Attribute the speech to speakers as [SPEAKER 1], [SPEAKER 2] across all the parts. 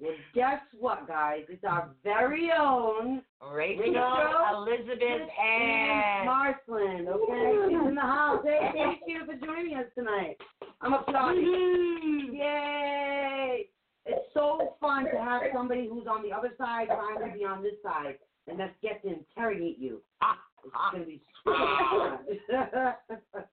[SPEAKER 1] Well, guess what, guys? It's our very own
[SPEAKER 2] Rachel,
[SPEAKER 1] Rachel?
[SPEAKER 2] Elizabeth,
[SPEAKER 1] Ann
[SPEAKER 2] and
[SPEAKER 1] Marsland. Okay, she's in the house. Hey, thank you for joining us tonight. I'm applauding.
[SPEAKER 2] Mm-hmm.
[SPEAKER 1] Yay! It's so fun to have somebody who's on the other side trying to be on this side and that's get to interrogate you.
[SPEAKER 2] Ah,
[SPEAKER 1] It's gonna be so fun.
[SPEAKER 2] And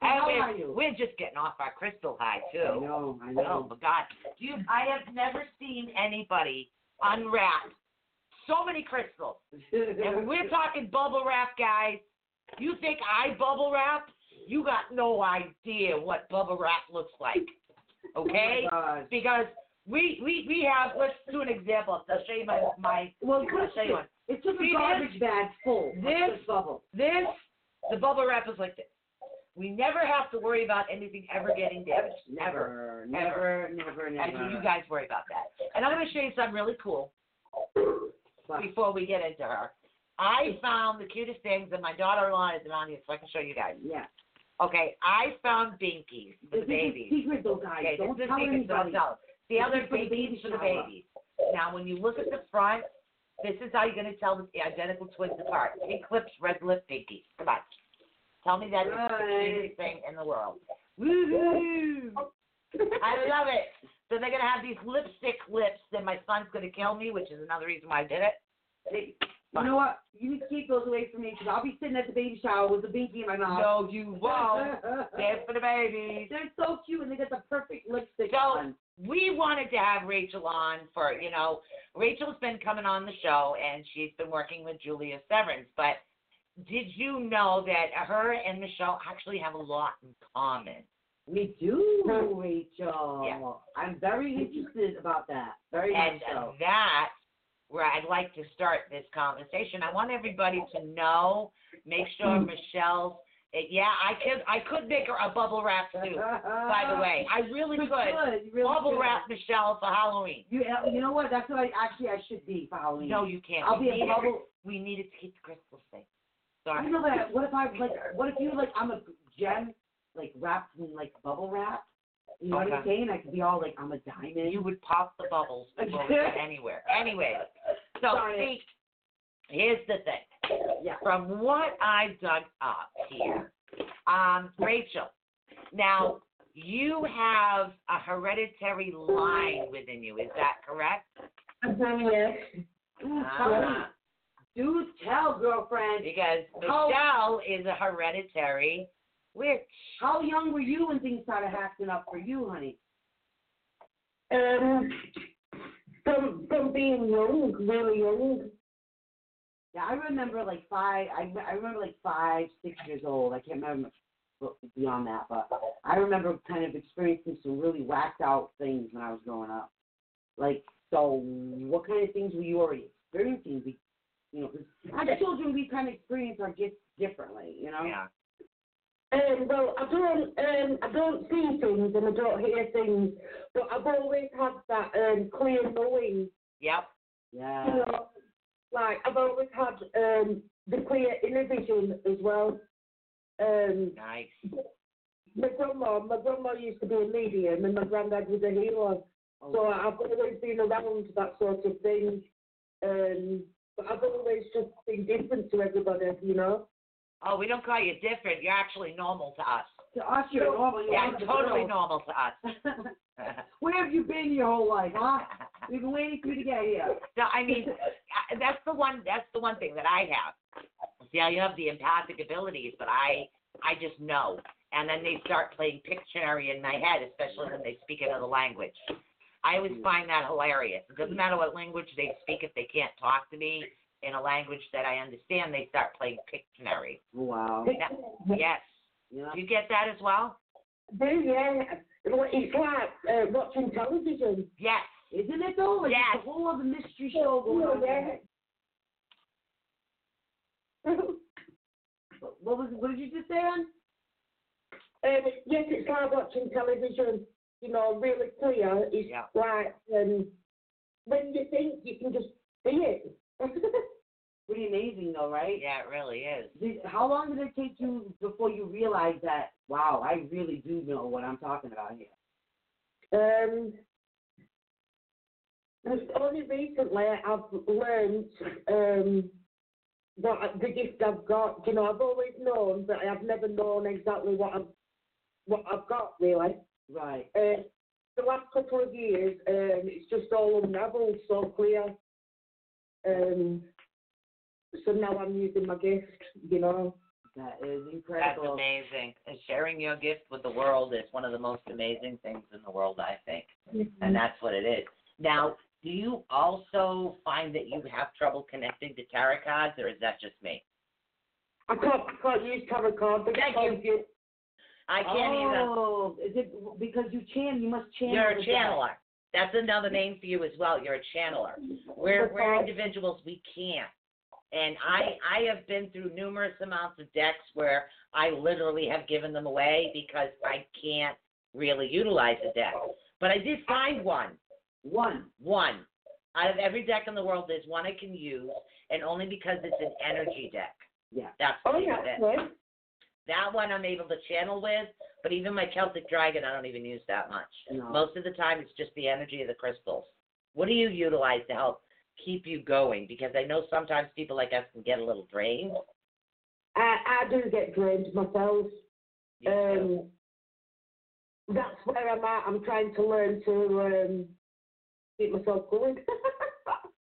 [SPEAKER 1] How are
[SPEAKER 2] we're,
[SPEAKER 1] you?
[SPEAKER 2] we're just getting off our crystal high too.
[SPEAKER 1] I know, I
[SPEAKER 2] Oh
[SPEAKER 1] know.
[SPEAKER 2] my God, dude! I have never seen anybody unwrap so many crystals. And we're talking bubble wrap, guys. You think I bubble wrap? You got no idea what bubble wrap looks like. Okay?
[SPEAKER 1] Oh, my God.
[SPEAKER 2] because we we we have. Let's do an example. I'll show you my my.
[SPEAKER 1] Well,
[SPEAKER 2] I'll show you one.
[SPEAKER 1] question. It took
[SPEAKER 2] See
[SPEAKER 1] a garbage bag full. of
[SPEAKER 2] This-
[SPEAKER 1] this bubble.
[SPEAKER 2] This the bubble wrap is like this. We never have to worry about anything ever getting damaged. Never.
[SPEAKER 1] Never, never, never,
[SPEAKER 2] I
[SPEAKER 1] never.
[SPEAKER 2] mean, you guys worry about that. And I'm going to show you something really cool
[SPEAKER 1] Wow.
[SPEAKER 2] before we get into her. I found the cutest things, and my daughter-in-law is on here, so I can show you guys.
[SPEAKER 1] Yeah.
[SPEAKER 2] Okay, I found binkies for
[SPEAKER 1] This is
[SPEAKER 2] the
[SPEAKER 1] a
[SPEAKER 2] babies.
[SPEAKER 1] secret, though, guys.
[SPEAKER 2] Okay,
[SPEAKER 1] Don't
[SPEAKER 2] this is
[SPEAKER 1] tell
[SPEAKER 2] secret, so I'll
[SPEAKER 1] anybody.
[SPEAKER 2] tell them. The
[SPEAKER 1] This
[SPEAKER 2] other
[SPEAKER 1] is for the
[SPEAKER 2] binkies
[SPEAKER 1] baby
[SPEAKER 2] for the
[SPEAKER 1] shower.
[SPEAKER 2] babies. Now, when you look at the front, this is how you're going to tell the identical twins apart. Pink lips, red lip, binkies. Come on. Tell me that is the
[SPEAKER 1] Right.
[SPEAKER 2] easiest thing in the world. Woohoo! Oh. I love it. So they're gonna have these lipstick lips, and my son's gonna kill me, which is another reason why I did it.
[SPEAKER 1] Hey, You know what? You need to keep those away from me because I'll be sitting at the baby shower with a binky in my mouth.
[SPEAKER 2] No, you won't. That's for the babies.
[SPEAKER 1] They're so cute and they got the perfect lipstick
[SPEAKER 2] So-
[SPEAKER 1] on.
[SPEAKER 2] We wanted to have Rachel on for, you know, Rachel's been coming on the show, and she's been working with Julia Severance. But did you know that her and Michelle actually have a lot in common?
[SPEAKER 1] We do, Rachel.
[SPEAKER 2] Yeah.
[SPEAKER 1] I'm very interested about that. Very
[SPEAKER 2] And uh,
[SPEAKER 1] much so.
[SPEAKER 2] that's where I'd like to start this conversation. I want everybody to know, make sure Michelle's. eh, Yeah, I could I could make her a bubble wrap too. By the way, I really
[SPEAKER 1] You
[SPEAKER 2] could
[SPEAKER 1] could. You really
[SPEAKER 2] bubble
[SPEAKER 1] could.
[SPEAKER 2] wrap Michelle for Halloween.
[SPEAKER 1] You, uh, you know what? That's what I actually I should be for Halloween.
[SPEAKER 2] No, you can't.
[SPEAKER 1] I'll
[SPEAKER 2] we
[SPEAKER 1] be a
[SPEAKER 2] needed,
[SPEAKER 1] bubble.
[SPEAKER 2] We needed to keep the crystals safe.
[SPEAKER 1] I
[SPEAKER 2] Sorry.
[SPEAKER 1] don't know, but I- what if I like? What if you like? I'm a gem, like wrapped in like bubble wrap. You know what I'm
[SPEAKER 2] Okay.
[SPEAKER 1] saying? I could be all like I'm a diamond.
[SPEAKER 2] You would pop the bubbles before we went anywhere. Anyway, so
[SPEAKER 1] Sorry.
[SPEAKER 2] see, here's the thing.
[SPEAKER 1] yeah.
[SPEAKER 2] From what I dug up here, um, Rachel, now you have a hereditary line within you. Is that correct?
[SPEAKER 1] Uh,
[SPEAKER 2] Ah.
[SPEAKER 1] do tell, girlfriend.
[SPEAKER 2] Because Michelle
[SPEAKER 1] How-
[SPEAKER 2] is a hereditary witch.
[SPEAKER 1] How young were you when things started happening up for you, honey?
[SPEAKER 3] Um, from from being young, really young.
[SPEAKER 1] Yeah, I remember like five. I, I remember like five, six years old. I can't remember what- beyond that, but I remember kind of experiencing some really whacked out things when I was growing up. Like, so what kind of things were you already experiencing? We, you know, 'cause as children, we kind of experience our gifts differently. You know,
[SPEAKER 2] Yeah.
[SPEAKER 3] Um, well, I don't um, I don't see things and I don't hear things, but I've always had that um, clear knowing.
[SPEAKER 2] Yep.
[SPEAKER 1] yeah.
[SPEAKER 3] You know, like I've always had um, the clear inner vision as well. Um,
[SPEAKER 2] Nice.
[SPEAKER 3] my grandma, my grandma used to be a medium, and my granddad was a healer.
[SPEAKER 1] Oh,
[SPEAKER 3] So I've always been around that sort of thing. Um, but I've always just been different to everybody, you know.
[SPEAKER 2] Oh, we don't call you different. You're actually normal to us.
[SPEAKER 1] To us, you're normal. You're
[SPEAKER 2] Yeah,
[SPEAKER 1] under the
[SPEAKER 2] totally
[SPEAKER 1] pillow.
[SPEAKER 2] normal to us.
[SPEAKER 1] Where have you been your whole life, huh? We've been waiting for you to get here.
[SPEAKER 2] No, I mean I- that's the one. That's the one thing that I have. Yeah, you have the empathic abilities, but I I just know. And then they start playing Pictionary in my head, especially when they speak another language. I always find that hilarious. It doesn't matter what language they speak if they can't talk to me in a language that I understand. They start playing Pictionary.
[SPEAKER 1] Oh, Wow.
[SPEAKER 2] Yes,
[SPEAKER 1] Yeah.
[SPEAKER 2] you get that as well.
[SPEAKER 3] Do yeah. It's like uh, watching television.
[SPEAKER 2] Yes,
[SPEAKER 1] Isn't it though? Like,
[SPEAKER 2] Yes.
[SPEAKER 1] It's a whole other mystery show going on.
[SPEAKER 3] um,
[SPEAKER 1] What- What was? What did you just say? Ann?
[SPEAKER 3] yes, it's like watching television, you know, really clear. It's
[SPEAKER 2] Yeah.
[SPEAKER 3] like um, when you think you can just see it.
[SPEAKER 1] Pretty amazing though, right?
[SPEAKER 2] yeah, it really is.
[SPEAKER 1] Did, how long did it take you before you realized that? Wow, I really do know what I'm talking about here.
[SPEAKER 3] um, and only recently I've learned um, what the gift I've got. You know, I've always known, but I've never known exactly what I've what I've got really.
[SPEAKER 1] Right.
[SPEAKER 3] Uh, the last couple of years, um, it's just all unravelled so clear. Um, so now I'm using my gift, you know.
[SPEAKER 1] That is
[SPEAKER 2] That's
[SPEAKER 1] incredible.
[SPEAKER 2] amazing. And sharing your gift with the world is one of the most amazing things in the world, I think.
[SPEAKER 1] Mm-hmm.
[SPEAKER 2] And that's what it is. Now, do you also find that you have trouble connecting to tarot cards, or is that just me?
[SPEAKER 3] I can't, I can't use tarot cards. but
[SPEAKER 2] Thank
[SPEAKER 3] I you.
[SPEAKER 2] I can't
[SPEAKER 1] oh, is it because you channel? You must
[SPEAKER 2] either.
[SPEAKER 1] channel.
[SPEAKER 2] You're a
[SPEAKER 1] the deck.
[SPEAKER 2] channeler. That's another name for you as well. You're a channeler. We're, we're individuals. We can't. And I, I have been through numerous amounts of decks where I literally have given them away because I can't really utilize a deck. But I did find one
[SPEAKER 1] One.
[SPEAKER 2] one out of every deck in the world there's one i can use and only because it's an energy deck
[SPEAKER 1] Yeah.
[SPEAKER 2] that's the
[SPEAKER 3] Oh
[SPEAKER 2] name
[SPEAKER 3] yeah,
[SPEAKER 2] of it.
[SPEAKER 3] yeah.
[SPEAKER 2] that one i'm able to channel with but even my celtic dragon i don't even use that much
[SPEAKER 1] No.
[SPEAKER 2] most of the time it's just the energy of the crystals what do you utilize to help keep you going because i know sometimes people like us can get a little drained
[SPEAKER 3] I, I do get drained myself.
[SPEAKER 2] You know?
[SPEAKER 3] Um, that's where I'm at. I'm trying to learn to um, keep myself going.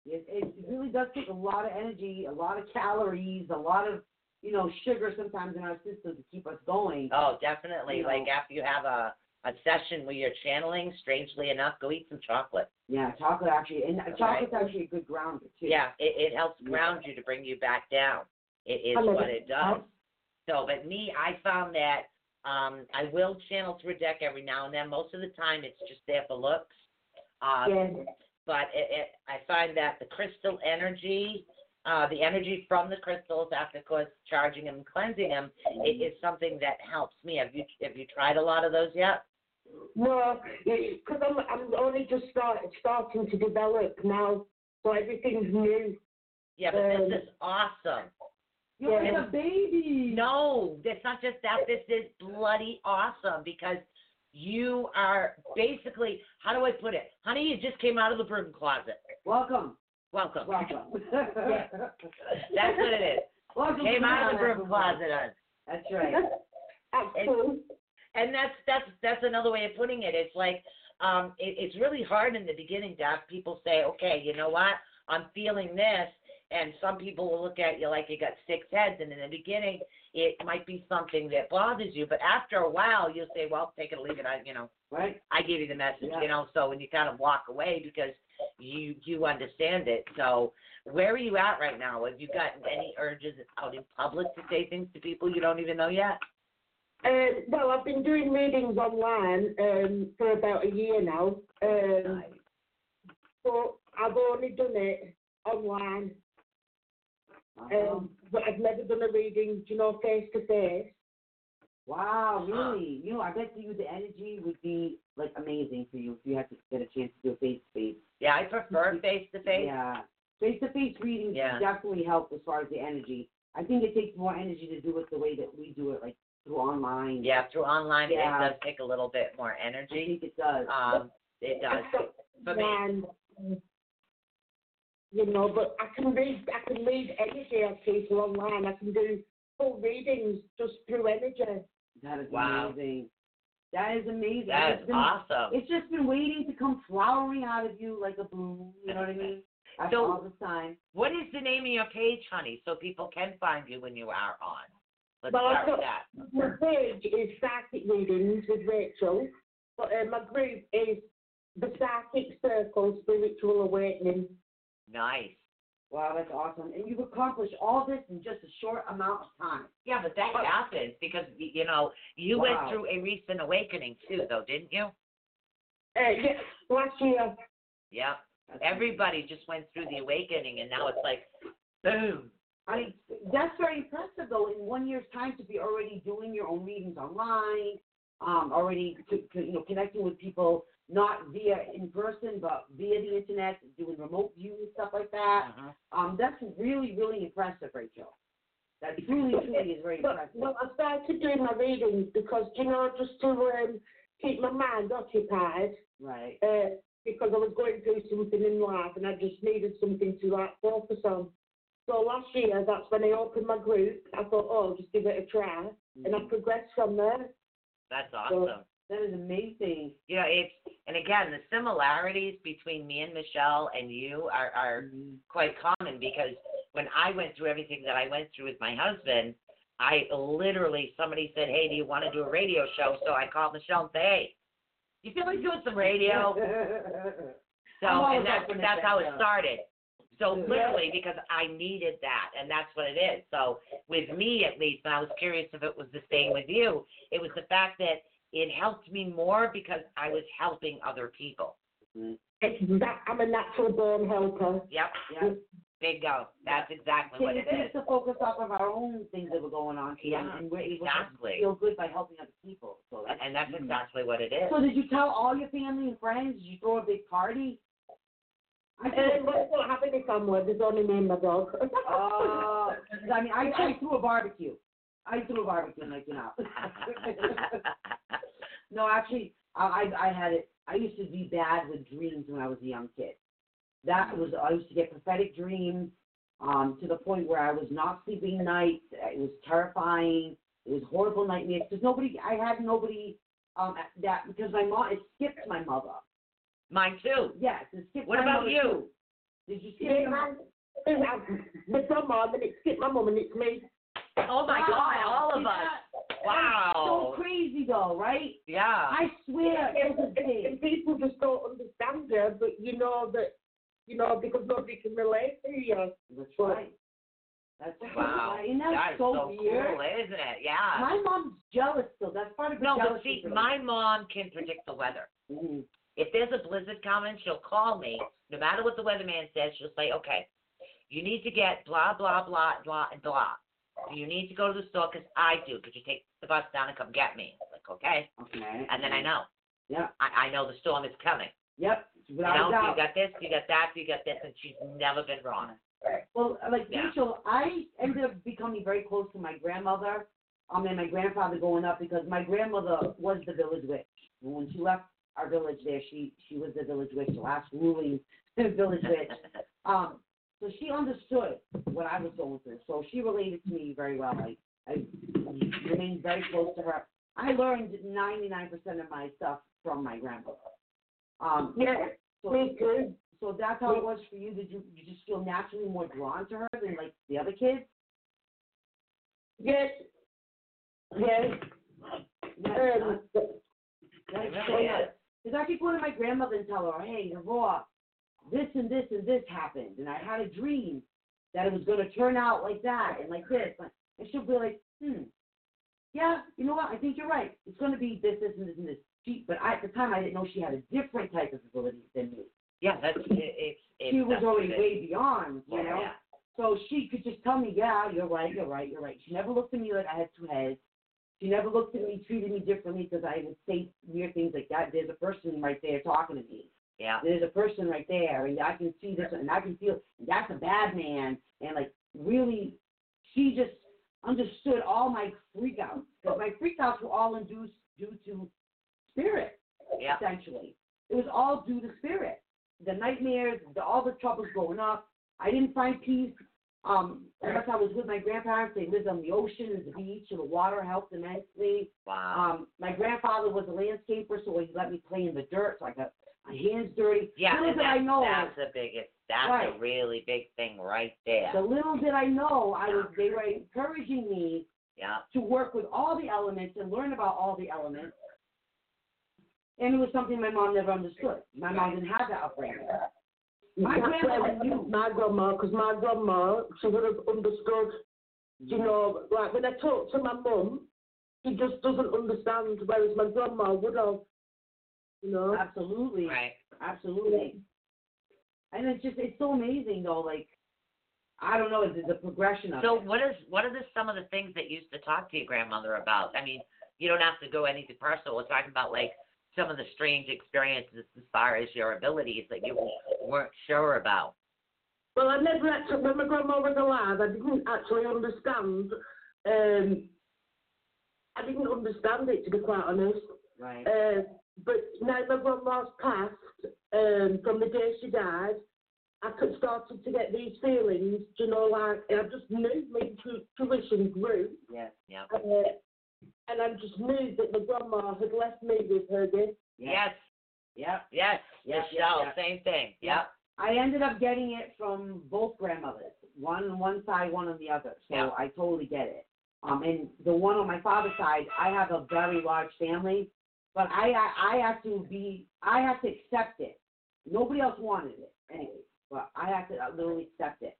[SPEAKER 1] It, it really does take a lot of energy, a lot of calories, a lot of you know sugar sometimes in our system to keep us going.
[SPEAKER 2] oh definitely
[SPEAKER 1] you know.
[SPEAKER 2] like after you have a a session where you're channeling strangely enough go eat some chocolate
[SPEAKER 1] Yeah, chocolate actually, and chocolate's
[SPEAKER 2] Right.
[SPEAKER 1] actually a good grounder too.
[SPEAKER 2] Yeah, it, it helps
[SPEAKER 1] Yeah.
[SPEAKER 2] ground you to bring you back down. It is
[SPEAKER 3] I love
[SPEAKER 2] what
[SPEAKER 3] it.
[SPEAKER 2] it does. So, but me, I found that um, I will channel through a deck every now and then. Most of the time, it's just there for looks. Um,
[SPEAKER 3] yeah.
[SPEAKER 2] But it, it, I find that the crystal energy, uh, the energy from the crystals after, of course, charging them and cleansing them, it is something that helps me. Have you have you tried a lot of those yet?
[SPEAKER 3] No, because I'm I'm only just start, starting to develop now, so everything's new.
[SPEAKER 2] Yeah, but
[SPEAKER 3] Um,
[SPEAKER 2] this is awesome.
[SPEAKER 1] You're
[SPEAKER 3] Yeah.
[SPEAKER 1] like a baby.
[SPEAKER 2] No, that's not just that. This is bloody awesome because you are basically, how do I put it? Honey, you just came out of the broom closet.
[SPEAKER 1] Welcome.
[SPEAKER 2] Welcome.
[SPEAKER 1] Welcome.
[SPEAKER 2] That's what it is.
[SPEAKER 1] Welcome
[SPEAKER 2] Came
[SPEAKER 1] to
[SPEAKER 2] out of
[SPEAKER 1] Brown,
[SPEAKER 2] the broom
[SPEAKER 1] everyone.
[SPEAKER 2] closet. hon.
[SPEAKER 1] That's right.
[SPEAKER 3] That's
[SPEAKER 2] It-
[SPEAKER 3] cool.
[SPEAKER 2] And that's that's that's another way of putting it. It's like um, it, it's really hard in the beginning to have people say, okay, you know what? I'm feeling this. And some people will look at you like you got six heads. And in the beginning, it might be something that bothers you. But after a while, you'll say, well, take it or leave it. I, you know,
[SPEAKER 1] Right?
[SPEAKER 2] I gave you the message,
[SPEAKER 1] Yeah.
[SPEAKER 2] you know. So when you kind of walk away because you you understand it. So where are you at right now? Have you gotten any urges out in public to say things to people you don't even know yet?
[SPEAKER 3] Um, well, I've been doing readings online um, for about a year now, um,
[SPEAKER 2] Nice.
[SPEAKER 3] but I've only done it online. Um,
[SPEAKER 1] Um,
[SPEAKER 3] but I've never done a reading, you know, face to face.
[SPEAKER 1] wow, really? You know, I bet you the energy would be like amazing for you if you had to get a chance to do a face to face.
[SPEAKER 2] Yeah, I prefer face to face.
[SPEAKER 1] Yeah. Face to face readings
[SPEAKER 2] Yeah.
[SPEAKER 1] definitely help as far as the energy. I think it takes more energy to do it the way that we do it, like through online.
[SPEAKER 2] Yeah, through online
[SPEAKER 1] Yeah.
[SPEAKER 2] it does take a little bit more
[SPEAKER 1] I
[SPEAKER 2] energy.
[SPEAKER 1] think it does.
[SPEAKER 2] Um, it does. For me.
[SPEAKER 3] And, um, you know, but I can read, I can read energy of people online. I can do full readings just through energy.
[SPEAKER 1] That is
[SPEAKER 2] Wow.
[SPEAKER 1] amazing. That is amazing.
[SPEAKER 2] That
[SPEAKER 1] It's
[SPEAKER 2] is
[SPEAKER 1] been-
[SPEAKER 2] awesome.
[SPEAKER 1] It's just been waiting to come flowering out of you like a bloom. You know what I mean? After
[SPEAKER 2] So-
[SPEAKER 1] all this time.
[SPEAKER 2] What is the name of your page, honey, so people can find you when you are on? Let's
[SPEAKER 3] Well, I've
[SPEAKER 2] start with
[SPEAKER 3] got-
[SPEAKER 2] that.
[SPEAKER 3] My page is Psychic Readings with Rachel, but uh, my group is the Psychic Circle Spiritual Awakening.
[SPEAKER 2] Nice.
[SPEAKER 1] Wow, that's awesome. And you've accomplished all this in just a short amount of time.
[SPEAKER 2] Yeah, but that happens because y- you know you
[SPEAKER 1] Wow.
[SPEAKER 2] went through a recent awakening too, though, didn't you?
[SPEAKER 3] Uh, yeah, last year,
[SPEAKER 2] Yeah.
[SPEAKER 1] That's
[SPEAKER 2] Everybody just went through the awakening, and now it's like, boom.
[SPEAKER 1] I that's very impressive though. In one year's time, to be already doing your own readings online, um, already to, to, you know connecting with people not via in person but via the internet, doing remote views and stuff like that. Um, that's really really impressive, Rachel. That truly truly is very
[SPEAKER 3] but
[SPEAKER 1] impressive.
[SPEAKER 3] well, I started doing my readings because, you know, just to um, keep my mind occupied,
[SPEAKER 1] Right.
[SPEAKER 3] uh, because I was going through something in life and I just needed something to like focus on. So last year, that's when I opened my group. I thought, oh, I'll just give it a try, and I
[SPEAKER 1] Mm-hmm.
[SPEAKER 3] progressed from there.
[SPEAKER 2] That's
[SPEAKER 3] So-
[SPEAKER 2] awesome.
[SPEAKER 1] That is amazing.
[SPEAKER 2] You know, it's and again the similarities between me and Michelle and you are are quite common because when I went through everything that I went through with my husband, I literally somebody said, "Hey, do you want to do a radio show?" So I called Michelle and said, "Hey, you feel like doing some radio?" So
[SPEAKER 1] I'm always
[SPEAKER 2] and that's
[SPEAKER 1] up for
[SPEAKER 2] that's
[SPEAKER 1] that,
[SPEAKER 2] how it
[SPEAKER 1] yeah.
[SPEAKER 2] started. So
[SPEAKER 1] Yeah.
[SPEAKER 2] literally because I needed that and that's what it is. So with me at least, and I was curious if it was the same with you, it was the fact that it helped me more because I was helping other people.
[SPEAKER 3] It's that I'm a natural born helper.
[SPEAKER 2] Yep.
[SPEAKER 1] Yeah.
[SPEAKER 2] Bingo. That's exactly
[SPEAKER 1] Can
[SPEAKER 2] what
[SPEAKER 1] you
[SPEAKER 2] it
[SPEAKER 1] get us
[SPEAKER 2] is.
[SPEAKER 1] to focus off of our own things that were going on here,
[SPEAKER 2] Yeah,
[SPEAKER 1] and we're able
[SPEAKER 2] exactly.
[SPEAKER 1] to Hmm. feel good by helping other people. So that's
[SPEAKER 2] And that's exactly what it is.
[SPEAKER 1] So did you tell all your family and friends? Did you throw a big party? I
[SPEAKER 3] Um,
[SPEAKER 1] did.
[SPEAKER 3] but I don't have any family. There's only me and my dog.
[SPEAKER 1] Oh, I mean, I, I threw a barbecue. I threw a barbecue, like you know. no, actually, I I I had it. I used to be bad with dreams when I was a young kid. That was I used to get prophetic dreams um, to the point where I was not sleeping nights. It was terrifying. It was horrible nightmares because nobody. I had nobody um, at that because my mom. It skipped my mother.
[SPEAKER 2] Mine too.
[SPEAKER 1] Yes, it skipped.
[SPEAKER 2] What
[SPEAKER 1] my
[SPEAKER 2] about
[SPEAKER 1] mother,
[SPEAKER 2] you?
[SPEAKER 1] too. Did you skip your mom?
[SPEAKER 3] It's my mum and it's it's my mum and it's me.
[SPEAKER 2] Oh my God,
[SPEAKER 1] Wow.
[SPEAKER 2] all of
[SPEAKER 1] See
[SPEAKER 2] us.
[SPEAKER 1] that?
[SPEAKER 2] Wow.
[SPEAKER 1] So crazy though, right?
[SPEAKER 2] Yeah.
[SPEAKER 1] I swear it was
[SPEAKER 3] And,
[SPEAKER 1] a thing.
[SPEAKER 3] and people just don't understand her, but you know that, you know, because nobody can relate to you.
[SPEAKER 1] That's right. That's
[SPEAKER 2] Wow.
[SPEAKER 1] right. Isn't that,
[SPEAKER 2] That is
[SPEAKER 1] so,
[SPEAKER 2] so cool,
[SPEAKER 1] weird?
[SPEAKER 2] isn't it? Yeah.
[SPEAKER 1] My mom's jealous though. That's part of the
[SPEAKER 2] No, but
[SPEAKER 1] jealousy.
[SPEAKER 2] see, my mom can predict the weather.
[SPEAKER 1] hmm
[SPEAKER 2] If there's a blizzard coming, she'll call me. No matter what the weatherman says, she'll say, okay, you need to get blah, blah, blah, blah, and blah. You need to go to the store 'cause I do. Could you take the bus down and come get me? It's Like, okay.
[SPEAKER 1] Okay.
[SPEAKER 2] And then I know.
[SPEAKER 1] Yeah.
[SPEAKER 2] I, I know the storm is coming.
[SPEAKER 1] Yep.
[SPEAKER 2] You
[SPEAKER 1] Without
[SPEAKER 2] know,
[SPEAKER 1] a
[SPEAKER 2] so you
[SPEAKER 1] doubt.
[SPEAKER 2] got this, you got that, you got this, and she's never been wrong.
[SPEAKER 1] Well, like
[SPEAKER 2] Yeah.
[SPEAKER 1] Rachel, I ended up becoming very close to my grandmother, um, and my grandfather growing up because my grandmother was the village witch. When she left our village, there she she was the village witch, the last ruling village witch. Um, so she understood what I was going through. So she related to me very well. I, I remained very close to her. I learned 99% of my stuff from my grandmother. Um,
[SPEAKER 3] Yeah,
[SPEAKER 1] so,
[SPEAKER 3] me too.
[SPEAKER 1] so that's how it was for you. Did you, you just feel naturally more drawn to her than like the other kids?
[SPEAKER 3] Yes. Yes.
[SPEAKER 1] Because
[SPEAKER 3] Um,
[SPEAKER 2] It really is.
[SPEAKER 1] I keep going to my grandmother and tell her, hey, Navora, this and this and this happened, and I had a dream that it was going to turn out like that and like this. And she'll be like, hmm, yeah, you know what? I think you're right. It's going to be this, this, and this, and this. She, but I, at the time, I didn't know she had a different type of ability than me.
[SPEAKER 2] Yeah, that's it, it's it's
[SPEAKER 1] She was
[SPEAKER 2] that's
[SPEAKER 1] already
[SPEAKER 2] what it is.
[SPEAKER 1] way beyond, you know?
[SPEAKER 2] Yeah.
[SPEAKER 1] So she could just tell me, yeah, you're right, you're right, you're right. She never looked at me like I had two heads. She never looked at me, treated me differently because I would say weird things like that. There's a person right there talking to me.
[SPEAKER 2] Yeah.
[SPEAKER 1] There's a person right there, and I can see this, and I can feel that's a bad man. And like really, she just understood all my freakouts. But my freakouts were all induced due to spirit,
[SPEAKER 2] Yeah.
[SPEAKER 1] essentially. It was all due to spirit. The nightmares, the, all the troubles growing up. I didn't find peace Um, unless I was with my grandparents, they lived on the ocean and the beach and the water helped immensely.
[SPEAKER 2] Wow.
[SPEAKER 1] Um, my grandfather was a landscaper, so he let me play in the dirt, so I got my hands dirty.
[SPEAKER 2] yeah,
[SPEAKER 1] little
[SPEAKER 2] and
[SPEAKER 1] did I
[SPEAKER 2] that's-
[SPEAKER 1] know,
[SPEAKER 2] that's the biggest. That's a
[SPEAKER 1] Right.
[SPEAKER 2] really big thing right there.
[SPEAKER 1] the little did I know, I was. They were encouraging me
[SPEAKER 2] yeah.
[SPEAKER 1] to work with all the elements and learn about all the elements. And it was something my mom never understood. My mom didn't have that upbringing. My grandmother knew.
[SPEAKER 3] My grandma, because my grandma, she would have understood, you know, like when I talk to my mum, she just doesn't understand, whereas my grandma would have, you know.
[SPEAKER 1] Absolutely.
[SPEAKER 2] Right.
[SPEAKER 1] Absolutely. And it's just, it's so amazing though. Like, I don't know, the, the progression of
[SPEAKER 2] So
[SPEAKER 1] it.
[SPEAKER 2] what is what are the, some of the things that you used to talk to your grandmother about? I mean, you don't have to go anything personal. We're talking about like some of the strange experiences as far as your abilities that you weren't sure about.
[SPEAKER 3] Well, I never actually, when my grandma was alive, I didn't actually understand. Um, I didn't understand it, to be quite honest.
[SPEAKER 1] Right.
[SPEAKER 3] Uh, but now my grandma's passed, um, from the day she died, I could started to get these feelings, you know, like, and I just knew my intu- tuition grew.
[SPEAKER 1] Yes.
[SPEAKER 2] Yeah.
[SPEAKER 3] Uh, and I just knew that my grandma had left me with her gift.
[SPEAKER 1] Yeah.
[SPEAKER 2] Yes.
[SPEAKER 1] Yeah.
[SPEAKER 2] Yes.
[SPEAKER 1] Yeah, yeah,
[SPEAKER 2] Michelle,
[SPEAKER 1] yeah.
[SPEAKER 2] same thing.
[SPEAKER 1] Yeah.
[SPEAKER 2] Yep.
[SPEAKER 1] I ended up getting it from both grandmothers, one on one side, one on the other. So
[SPEAKER 2] Yeah.
[SPEAKER 1] I totally get it. Um, and the one on my father's side, I have a very large family, but I I, I have to be I have to accept it. Nobody else wanted it anyway, but I have to uh, literally accept it.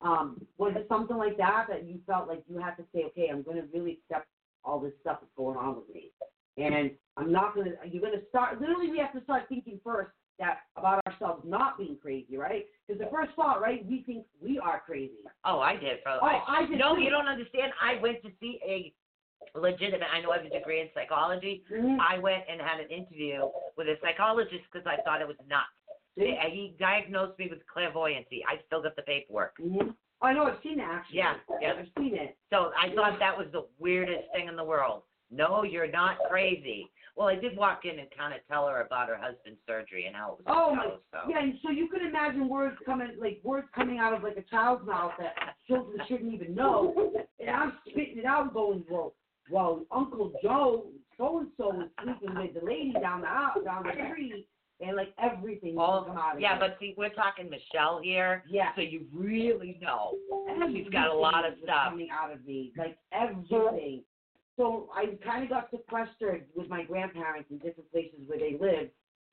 [SPEAKER 1] Um, was it something like that that you felt like you had to say, okay, I'm going to really accept all this stuff that's going on with me, and I'm not going to. You're going to start. Literally, we have to start thinking first that about ourselves not being crazy, right? Because the first thought, right, we think we are crazy.
[SPEAKER 2] Oh, I did for
[SPEAKER 1] Oh, I did.
[SPEAKER 2] No,
[SPEAKER 1] too.
[SPEAKER 2] you don't understand. I went to see a legitimate. I know I have a degree in psychology.
[SPEAKER 1] Mhm.
[SPEAKER 2] I went and had an interview with a psychologist because I thought it was nuts.
[SPEAKER 1] See?
[SPEAKER 2] And He diagnosed me with clairvoyancy. I still got the paperwork.
[SPEAKER 1] Mhm. Oh, I know. I've seen it actually.
[SPEAKER 2] Yeah, yeah.
[SPEAKER 1] I've seen it.
[SPEAKER 2] So I thought that was the weirdest thing in the world. No, you're not crazy. Well, I did walk in and kind of tell her about her husband's surgery and how it was.
[SPEAKER 1] Oh my.
[SPEAKER 2] going, so.
[SPEAKER 1] Yeah, and so you could imagine words coming like words coming out of like a child's mouth that children shouldn't even know, and I'm spitting it out, going, well, well, Uncle Joe, so and so was sleeping with the lady down the aisle, down the street, and like everything
[SPEAKER 2] All-
[SPEAKER 1] would come out of
[SPEAKER 2] yeah,
[SPEAKER 1] it.
[SPEAKER 2] but see, we're talking Michelle here,
[SPEAKER 1] yeah.
[SPEAKER 2] so you really know.
[SPEAKER 1] Everything
[SPEAKER 2] got a lot of
[SPEAKER 1] was
[SPEAKER 2] stuff.
[SPEAKER 1] coming out of me, like everything. So I kind of got sequestered with my grandparents in different places where they lived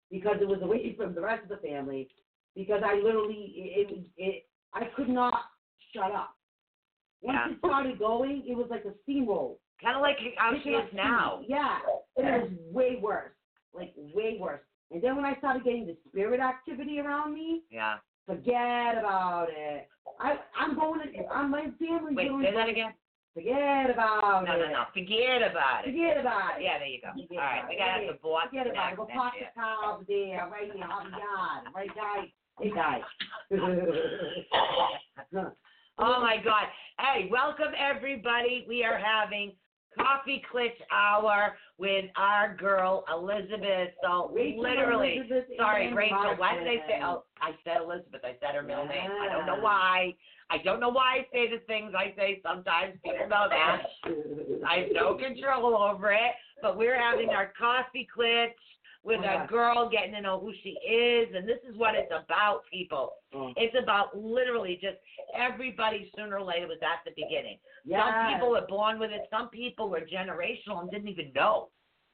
[SPEAKER 1] because it was away from the rest of the family. Because I literally, it, it, it I could not shut up. Once
[SPEAKER 2] Yeah.
[SPEAKER 1] it started going, it was like a steamroll.
[SPEAKER 2] Kind of like how she
[SPEAKER 1] Picking
[SPEAKER 2] is
[SPEAKER 1] up
[SPEAKER 2] now.
[SPEAKER 1] speed. Yeah, but it was way worse, like way worse. And then when I started getting the spirit activity around me,
[SPEAKER 2] Yeah.
[SPEAKER 1] forget about it. I, I'm going to, I'm, my family's
[SPEAKER 2] Wait,
[SPEAKER 1] going
[SPEAKER 2] say that again.
[SPEAKER 1] Forget about
[SPEAKER 2] No, no,
[SPEAKER 1] it.
[SPEAKER 2] no. Forget about it.
[SPEAKER 1] Forget about it.
[SPEAKER 2] Yeah, there you go.
[SPEAKER 1] Forget
[SPEAKER 2] All right,
[SPEAKER 1] about
[SPEAKER 2] we
[SPEAKER 1] it.
[SPEAKER 2] got the board.
[SPEAKER 1] Forget about it. Go park the car over there, right here, on the yard, right, guys? Hey, guys.
[SPEAKER 2] Oh my God. Hey, welcome everybody. We are having Coffee Clitch Hour with our girl Elizabeth. So
[SPEAKER 1] Rachel
[SPEAKER 2] literally,
[SPEAKER 1] Elizabeth
[SPEAKER 2] sorry,
[SPEAKER 1] Ann
[SPEAKER 2] Rachel. Why did I say?
[SPEAKER 1] Martin.
[SPEAKER 2] Oh, I said Elizabeth. I said her middle name. I don't know
[SPEAKER 1] Yeah.
[SPEAKER 2] why. I don't know why I say the things I say sometimes. People know that. I have no control over it, but we're having our coffee clips with
[SPEAKER 1] Oh, Yeah.
[SPEAKER 2] a girl getting to know who she is, and this is what it's about, people.
[SPEAKER 1] Mm.
[SPEAKER 2] It's about literally just everybody sooner or later was at the beginning. Some
[SPEAKER 1] Yeah.
[SPEAKER 2] people were born with it, some people were generational and didn't even know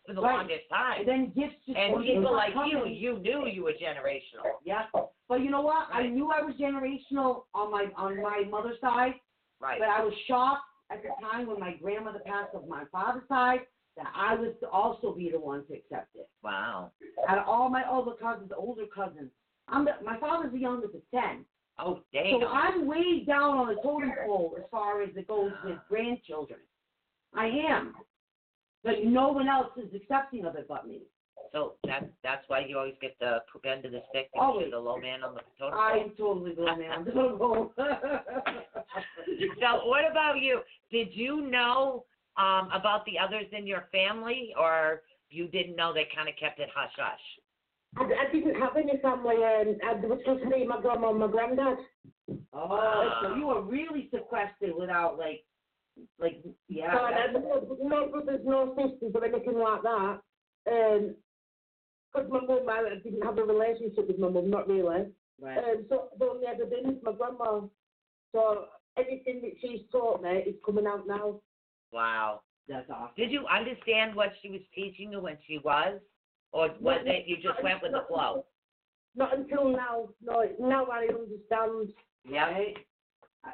[SPEAKER 2] for the
[SPEAKER 1] Right.
[SPEAKER 2] longest time.
[SPEAKER 1] And then gifts just
[SPEAKER 2] and
[SPEAKER 1] wasn't
[SPEAKER 2] people like you,
[SPEAKER 1] coming.
[SPEAKER 2] you knew you were generational.
[SPEAKER 1] Yeah. But you know what? I
[SPEAKER 2] Right.
[SPEAKER 1] knew I was generational on my on my mother's side,
[SPEAKER 2] Right.
[SPEAKER 1] But I was shocked at the time when my grandmother passed on my father's side that I was to also be the one to accept it.
[SPEAKER 2] Wow.
[SPEAKER 1] Out of all my older cousins, older cousins, I'm the, my father's the youngest of ten,
[SPEAKER 2] Oh, dang.
[SPEAKER 1] so I'm way down on the totem pole as far as it goes with grandchildren. I am, but no one else is accepting of it but me.
[SPEAKER 2] So that's that's why you always get the poop end of the stick and
[SPEAKER 1] Always.
[SPEAKER 2] you're the low man on the totem pole.
[SPEAKER 1] I totally will, man. I'm gonna go.
[SPEAKER 2] So what about you? Did you know um, about the others in your family, or you didn't know? They kind of kept it hush hush.
[SPEAKER 3] I, I didn't have any family, um, and it was just me, my grandma, and my granddad.
[SPEAKER 1] Oh, so you were really sequestered without like, like yeah.
[SPEAKER 3] So I had no, no brothers, no sisters, or anything like that. Um 'cause my mum, I I didn't have a relationship with my mum, not really.
[SPEAKER 1] Right.
[SPEAKER 3] Um, so I've only ever been with my grandma. So anything that she's taught me is coming out now.
[SPEAKER 2] Wow.
[SPEAKER 1] That's awesome.
[SPEAKER 2] Did you understand what she was teaching you when she was? Or was
[SPEAKER 3] Not-
[SPEAKER 2] it you just went with the flow?
[SPEAKER 3] Not until now. No, now I understand.
[SPEAKER 2] Yeah.
[SPEAKER 1] Right?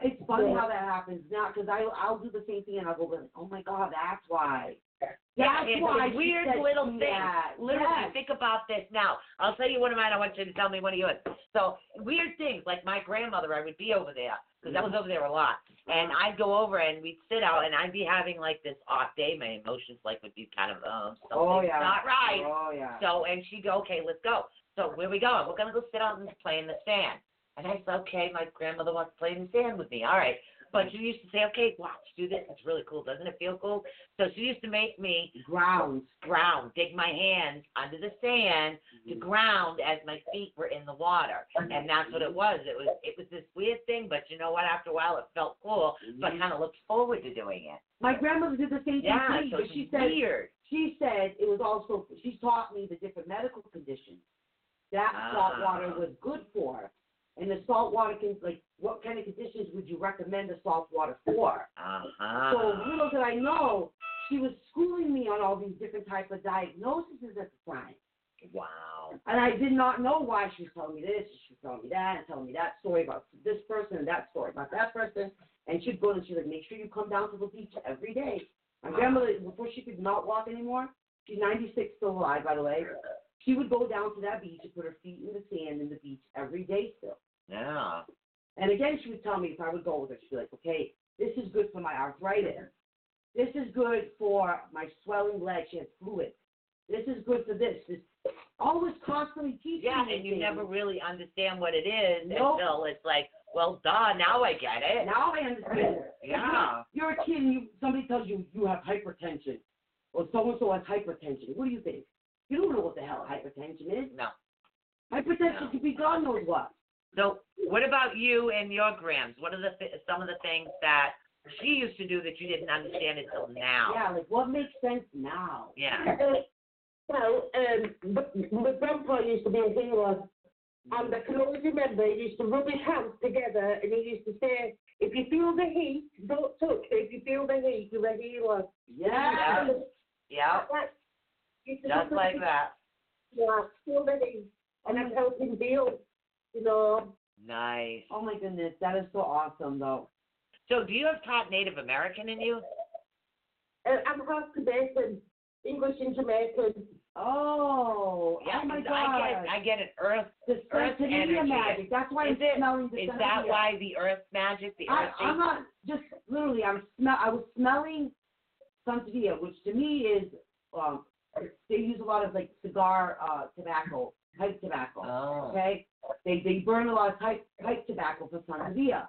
[SPEAKER 1] It's funny how that happens now because I I'll do the same thing and I'll go like, oh my god, that's why. That's
[SPEAKER 2] it's
[SPEAKER 1] why
[SPEAKER 2] a
[SPEAKER 1] she
[SPEAKER 2] weird
[SPEAKER 1] said
[SPEAKER 2] little thing.
[SPEAKER 1] that.
[SPEAKER 2] Literally,
[SPEAKER 1] Yes.
[SPEAKER 2] think about this now. I'll tell you one of mine. I want you to tell me one of yours. So weird things, like my grandmother, I would be over there because
[SPEAKER 1] Mm-hmm.
[SPEAKER 2] I was over there a lot, and I'd go over and we'd sit out, and I'd be having like this off day. My emotions like would be kind of um, something's
[SPEAKER 1] Oh yeah.
[SPEAKER 2] not right.
[SPEAKER 1] Oh yeah.
[SPEAKER 2] So and she'd go, okay, let's go. So where we going? We're gonna go sit out and play in the sand. And I said, okay, my grandmother wants to play in the sand with me. All right. But
[SPEAKER 1] Mm-hmm.
[SPEAKER 2] she used to say, okay, watch, do this. It's really cool. Doesn't it feel cool? So she used to make me
[SPEAKER 1] Grounds.
[SPEAKER 2] ground, dig my hands under the sand to ground as my feet were in the water. And that's what it was. It was it was this weird thing, but you know what? After a while, it felt cool, but kind of looked forward to doing it.
[SPEAKER 1] My grandmother did the same thing
[SPEAKER 2] Yeah,
[SPEAKER 1] to me,
[SPEAKER 2] so
[SPEAKER 1] but
[SPEAKER 2] it's
[SPEAKER 1] she said
[SPEAKER 2] weird.
[SPEAKER 1] she said it was also she taught me the different medical conditions that salt
[SPEAKER 2] Ah.
[SPEAKER 1] water was good for, and the salt water can like what kind of conditions would you recommend the salt water for?
[SPEAKER 2] Uh
[SPEAKER 1] So
[SPEAKER 2] huh.
[SPEAKER 1] little did I know, she was schooling me on all these different types of diagnoses at the time.
[SPEAKER 2] Wow.
[SPEAKER 1] And I did not know why she was telling me this, she was telling me that, and telling me that story about this person and that story about that person. And she'd go and she'd like, make sure you come down to the beach every day. My grandmother, before she could not walk anymore, she's 96, still alive, by the way. She would go down to that beach and put her feet in the sand in the beach every day still.
[SPEAKER 2] Yeah.
[SPEAKER 1] And again, she would tell me if I would go with her, she'd be like, okay, this is good for my arthritis. This is good for my swelling leg. She had fluid. This is good for this. This always constantly teaching
[SPEAKER 2] Yeah,
[SPEAKER 1] me
[SPEAKER 2] and you
[SPEAKER 1] things.
[SPEAKER 2] never really understand what it is
[SPEAKER 1] Nope.
[SPEAKER 2] until it's like, well, duh, now I get it.
[SPEAKER 1] Now I understand.
[SPEAKER 2] Yeah.
[SPEAKER 1] You're a kid and you, somebody tells you you have hypertension or so-and-so has hypertension. What do you think? You don't know what the hell hypertension is.
[SPEAKER 2] No.
[SPEAKER 1] Hypertension
[SPEAKER 2] No.
[SPEAKER 1] could be God knows what.
[SPEAKER 2] So, what about you and your grams? What are the thi- some of the things that she used to do that you didn't understand until now?
[SPEAKER 1] Yeah, like what makes sense now?
[SPEAKER 2] Yeah.
[SPEAKER 3] Uh, Well, um, but my grandpa used to be a healer, and I can always remember he used to rub his hands together and he used to say, if you feel the heat, don't touch, but if you feel the heat, you're a healer.
[SPEAKER 1] Yeah.
[SPEAKER 2] Yeah.
[SPEAKER 3] That's- it's
[SPEAKER 2] Just like that.
[SPEAKER 3] Yeah, feel the heat, and it helped him deal, you know.
[SPEAKER 2] Nice.
[SPEAKER 1] Oh my goodness, that is so awesome though.
[SPEAKER 2] So, do you have taught Native American in you?
[SPEAKER 3] Uh, I'm half Jamaican, English and Jamaican.
[SPEAKER 1] Oh,
[SPEAKER 2] Yeah.
[SPEAKER 1] oh my
[SPEAKER 2] 'cause
[SPEAKER 1] God.
[SPEAKER 2] I get I get an earth.
[SPEAKER 1] the
[SPEAKER 2] earth
[SPEAKER 1] Centennial
[SPEAKER 2] energy.
[SPEAKER 1] magic. That's why
[SPEAKER 2] Is
[SPEAKER 1] I'm
[SPEAKER 2] it-
[SPEAKER 1] smelling the
[SPEAKER 2] Is that
[SPEAKER 1] Centennial.
[SPEAKER 2] why the earth magic, the
[SPEAKER 1] I,
[SPEAKER 2] earth?
[SPEAKER 1] I'm
[SPEAKER 2] thing?
[SPEAKER 1] not just literally. I'm smell. I was smelling Santeria, which to me is um, they use a lot of like cigar uh, tobacco, pipe tobacco.
[SPEAKER 2] Oh.
[SPEAKER 1] Okay, they they burn a lot of pipe pipe tobacco for Santeria,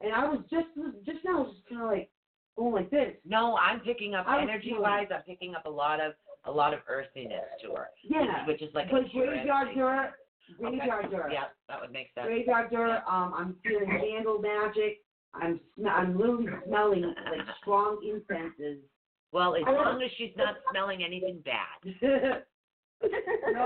[SPEAKER 1] and I was just just now I was just kind of like going like this.
[SPEAKER 2] No, I'm picking up
[SPEAKER 1] I was
[SPEAKER 2] energy wise. I'm picking up a lot of a lot of earthiness to her.
[SPEAKER 1] Yeah,
[SPEAKER 2] Which is like a
[SPEAKER 1] but
[SPEAKER 2] pure
[SPEAKER 1] graveyard
[SPEAKER 2] energy.
[SPEAKER 1] dirt,
[SPEAKER 2] Okay.
[SPEAKER 1] graveyard dirt.
[SPEAKER 2] Yeah, that would make sense.
[SPEAKER 1] graveyard dirt. Um, I'm feeling candle magic. I'm sm- I'm literally smelling like strong incenses.
[SPEAKER 2] Well, as
[SPEAKER 3] I wanna-
[SPEAKER 2] long as she's not smelling anything bad.
[SPEAKER 1] no,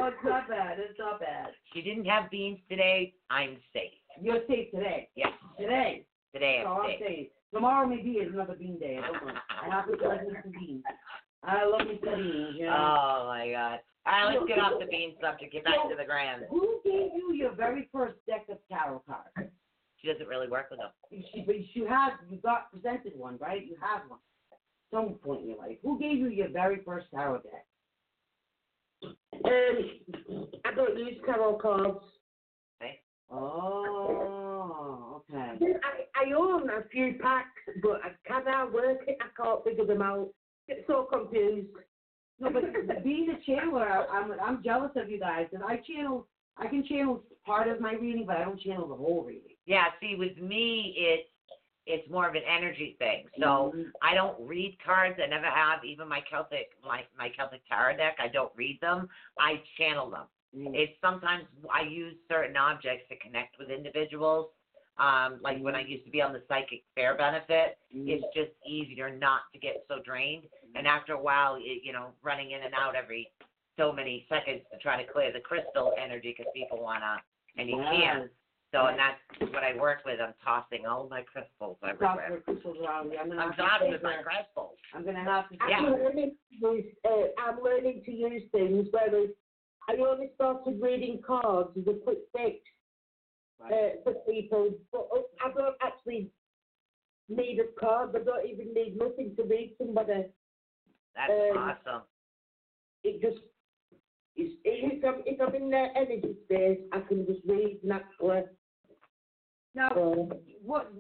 [SPEAKER 1] it's not bad. It's not bad.
[SPEAKER 2] She didn't have beans today. I'm safe.
[SPEAKER 1] You're safe today.
[SPEAKER 2] Yes,
[SPEAKER 1] Today.
[SPEAKER 2] today
[SPEAKER 1] So
[SPEAKER 2] I'm
[SPEAKER 1] I'm
[SPEAKER 2] safe.
[SPEAKER 1] safe. Tomorrow maybe is another bean day. I don't know. I have to like Mr. Bean. I love Mr. Bean. You know?
[SPEAKER 2] Oh my God. All right, let's get off the bean subject. Get back to the grand.
[SPEAKER 1] Who gave you your very first deck of tarot cards?
[SPEAKER 2] She doesn't really work with them.
[SPEAKER 1] You, should- but you have you got presented one, right? You have one. Some point in your life. Who gave you your very first tarot deck?
[SPEAKER 3] Um, I don't use tarot cards.
[SPEAKER 1] Oh, okay.
[SPEAKER 3] I, I own a few packs, but I cannot work it. I can't figure them out. Get so confused.
[SPEAKER 1] No, but being a channeler, I, I'm I'm jealous of you guys, and I channel. I can channel part of my reading, but I don't channel the whole reading.
[SPEAKER 2] Yeah, see, with me, it's it's more of an energy thing. So
[SPEAKER 1] Mhm.
[SPEAKER 2] I don't read cards. I never have. Even my Celtic, my my Celtic tarot deck, I don't read them. I channel them.
[SPEAKER 1] Mhm.
[SPEAKER 2] It's sometimes I use certain objects to connect with individuals. Um, like when I used to be on the psychic fair benefit, it's just easier not to get so drained. And after a while, you, you know, running in and out every so many seconds to try to clear the crystal energy because people wanna, and you can't. So, and that's what I work with. I'm tossing all my crystals
[SPEAKER 1] Yes. Stop
[SPEAKER 2] everywhere.
[SPEAKER 1] your crystals around you. I'm gonna
[SPEAKER 2] I'm
[SPEAKER 1] have to
[SPEAKER 2] done
[SPEAKER 1] take
[SPEAKER 2] with my
[SPEAKER 1] her-
[SPEAKER 2] crystals.
[SPEAKER 1] I'm gonna have to.
[SPEAKER 3] I'm learning to use, uh, I'm learning to use things, whereas I only started reading cards as a quick fix uh, for people, but uh, I don't actually need a card. I don't even need nothing to read somebody.
[SPEAKER 2] That's
[SPEAKER 3] Um,
[SPEAKER 2] awesome.
[SPEAKER 3] It just it's, if, I'm, if I'm in their energy space, I can just read naturally.
[SPEAKER 1] Now,
[SPEAKER 3] So,
[SPEAKER 1] what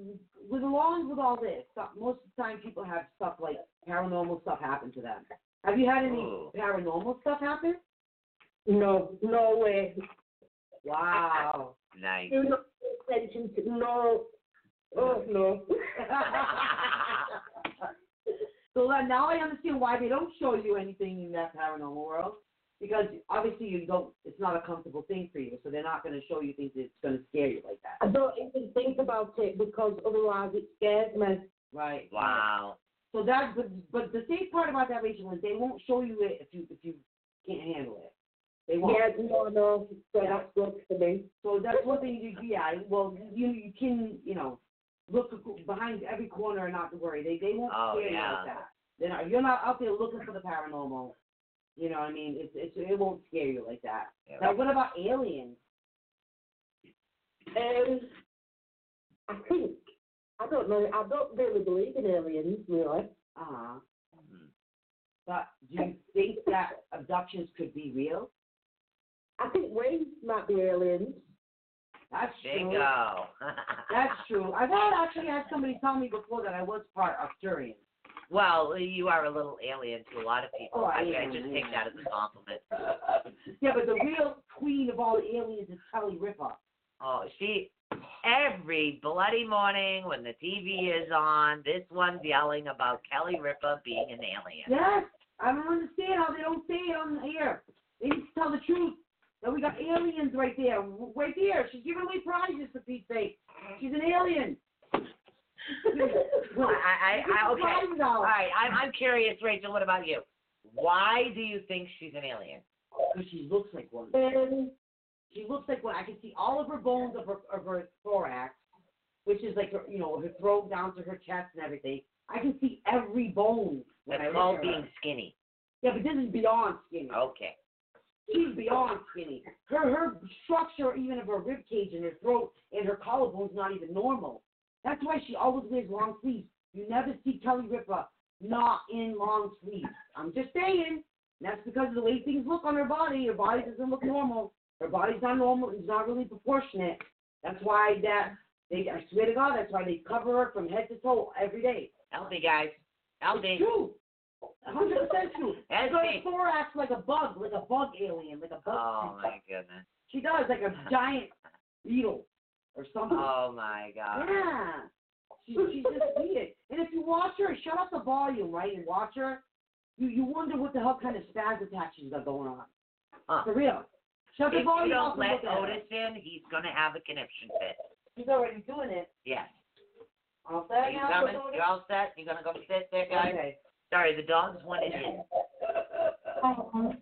[SPEAKER 1] with along with all this, stuff, most of the time people have stuff like paranormal stuff happen to them. Have you had any
[SPEAKER 2] Ooh.
[SPEAKER 1] paranormal stuff happen?
[SPEAKER 3] no, no way.
[SPEAKER 1] Wow.
[SPEAKER 2] Nice.
[SPEAKER 3] Do not pay attention to no. Oh no.
[SPEAKER 1] so then now I understand why they don't show you anything in that paranormal world because obviously you don't. It's not a comfortable thing for you, so they're not going to show you things that's going to scare you like that.
[SPEAKER 3] I don't even think about it because otherwise it scares me.
[SPEAKER 1] Right.
[SPEAKER 2] Wow.
[SPEAKER 1] So that, but, but the safe part about that, Rachel, is they won't show you it if you if you can't handle it. They won't.
[SPEAKER 3] Yeah, no, no, so
[SPEAKER 1] Yeah.
[SPEAKER 3] that's good for me.
[SPEAKER 1] So that's one thing you yeah. Well, you you can you know look ac- behind every corner and not to worry. They they won't
[SPEAKER 2] Oh,
[SPEAKER 1] scare you
[SPEAKER 2] yeah.
[SPEAKER 1] like that. They're not, you're not out there looking for the paranormal. You know what I mean? It's it's it won't scare you like that.
[SPEAKER 2] Yeah.
[SPEAKER 1] Now what about aliens?
[SPEAKER 3] Um, I think I don't know. I don't really believe in aliens, really.
[SPEAKER 1] Uh huh.
[SPEAKER 2] Mm-hmm.
[SPEAKER 1] But do you think that abductions could be real?
[SPEAKER 3] I think we might be aliens.
[SPEAKER 1] That's true.
[SPEAKER 2] Bingo.
[SPEAKER 1] That's true. I've had actually had somebody tell me before that I was part Arcturian.
[SPEAKER 2] well, you are a little alien to a lot of people.
[SPEAKER 1] Oh, I
[SPEAKER 2] I, mean, I
[SPEAKER 1] am,
[SPEAKER 2] just
[SPEAKER 1] I
[SPEAKER 2] take
[SPEAKER 1] am.
[SPEAKER 2] that as a compliment.
[SPEAKER 1] yeah, but the real queen of all the aliens is Kelly Ripa.
[SPEAKER 2] Oh, she every bloody morning when the TV is on, this one's yelling about Kelly Ripa being an alien.
[SPEAKER 1] Yes, I don't understand how they don't say it on the air. They need to tell the truth that we got aliens right there, right there. She's giving away prizes for Pete's sake. She's an alien.
[SPEAKER 2] Well, I, I, I
[SPEAKER 1] She's a prize
[SPEAKER 2] okay.
[SPEAKER 1] now.
[SPEAKER 2] All right, I'm, I'm curious, Rachel. What about you? Why do you think she's an alien?
[SPEAKER 1] But she looks like one.
[SPEAKER 3] Um,
[SPEAKER 1] She looks like one. I can see all of her bones of her, of her thorax, which is like her, you know her throat down to her chest and everything. I can see every bone when I
[SPEAKER 2] That's
[SPEAKER 1] look
[SPEAKER 2] all
[SPEAKER 1] at her.
[SPEAKER 2] being skinny.
[SPEAKER 1] Yeah, but this is beyond skinny.
[SPEAKER 2] Okay.
[SPEAKER 1] She's beyond skinny. Her her structure, even of her rib cage and her throat and her collarbone's not even normal. That's why she always wears long sleeves. You never see Kelly Ripa not in long sleeves. I'm just saying. And That's because of the way things look on her body. Her body doesn't look normal. Her body's not normal. It's not really proportionate. That's why that they. I swear to God, that's why they cover her from head to toe every day.
[SPEAKER 2] Healthy guys. Healthy.
[SPEAKER 1] True. 100% true.
[SPEAKER 2] Healthy.
[SPEAKER 1] Her thorax like a bug, like a bug alien, like a bug.
[SPEAKER 2] Oh my goodness.
[SPEAKER 1] She does, like a giant beetle or something.
[SPEAKER 2] Oh my god.
[SPEAKER 1] yeah. She, she's just weird. And if you watch her, shut up the volume, right, and watch her, you, you wonder what the hell kind of spaz attack she's got going on.
[SPEAKER 2] Huh.
[SPEAKER 1] For real. Shut
[SPEAKER 2] If
[SPEAKER 1] the volume
[SPEAKER 2] you
[SPEAKER 1] off
[SPEAKER 2] don't
[SPEAKER 1] and
[SPEAKER 2] let
[SPEAKER 1] look at her.
[SPEAKER 2] Otis in, he's gonna have a conniption fit.
[SPEAKER 1] She's already doing it.
[SPEAKER 2] Yes.
[SPEAKER 1] All
[SPEAKER 2] Are
[SPEAKER 1] set
[SPEAKER 2] you
[SPEAKER 1] now,
[SPEAKER 2] coming?
[SPEAKER 1] Otis?
[SPEAKER 2] You all set? You gonna go sit there, guys?
[SPEAKER 1] Okay.
[SPEAKER 2] Sorry, the dogs wanted in.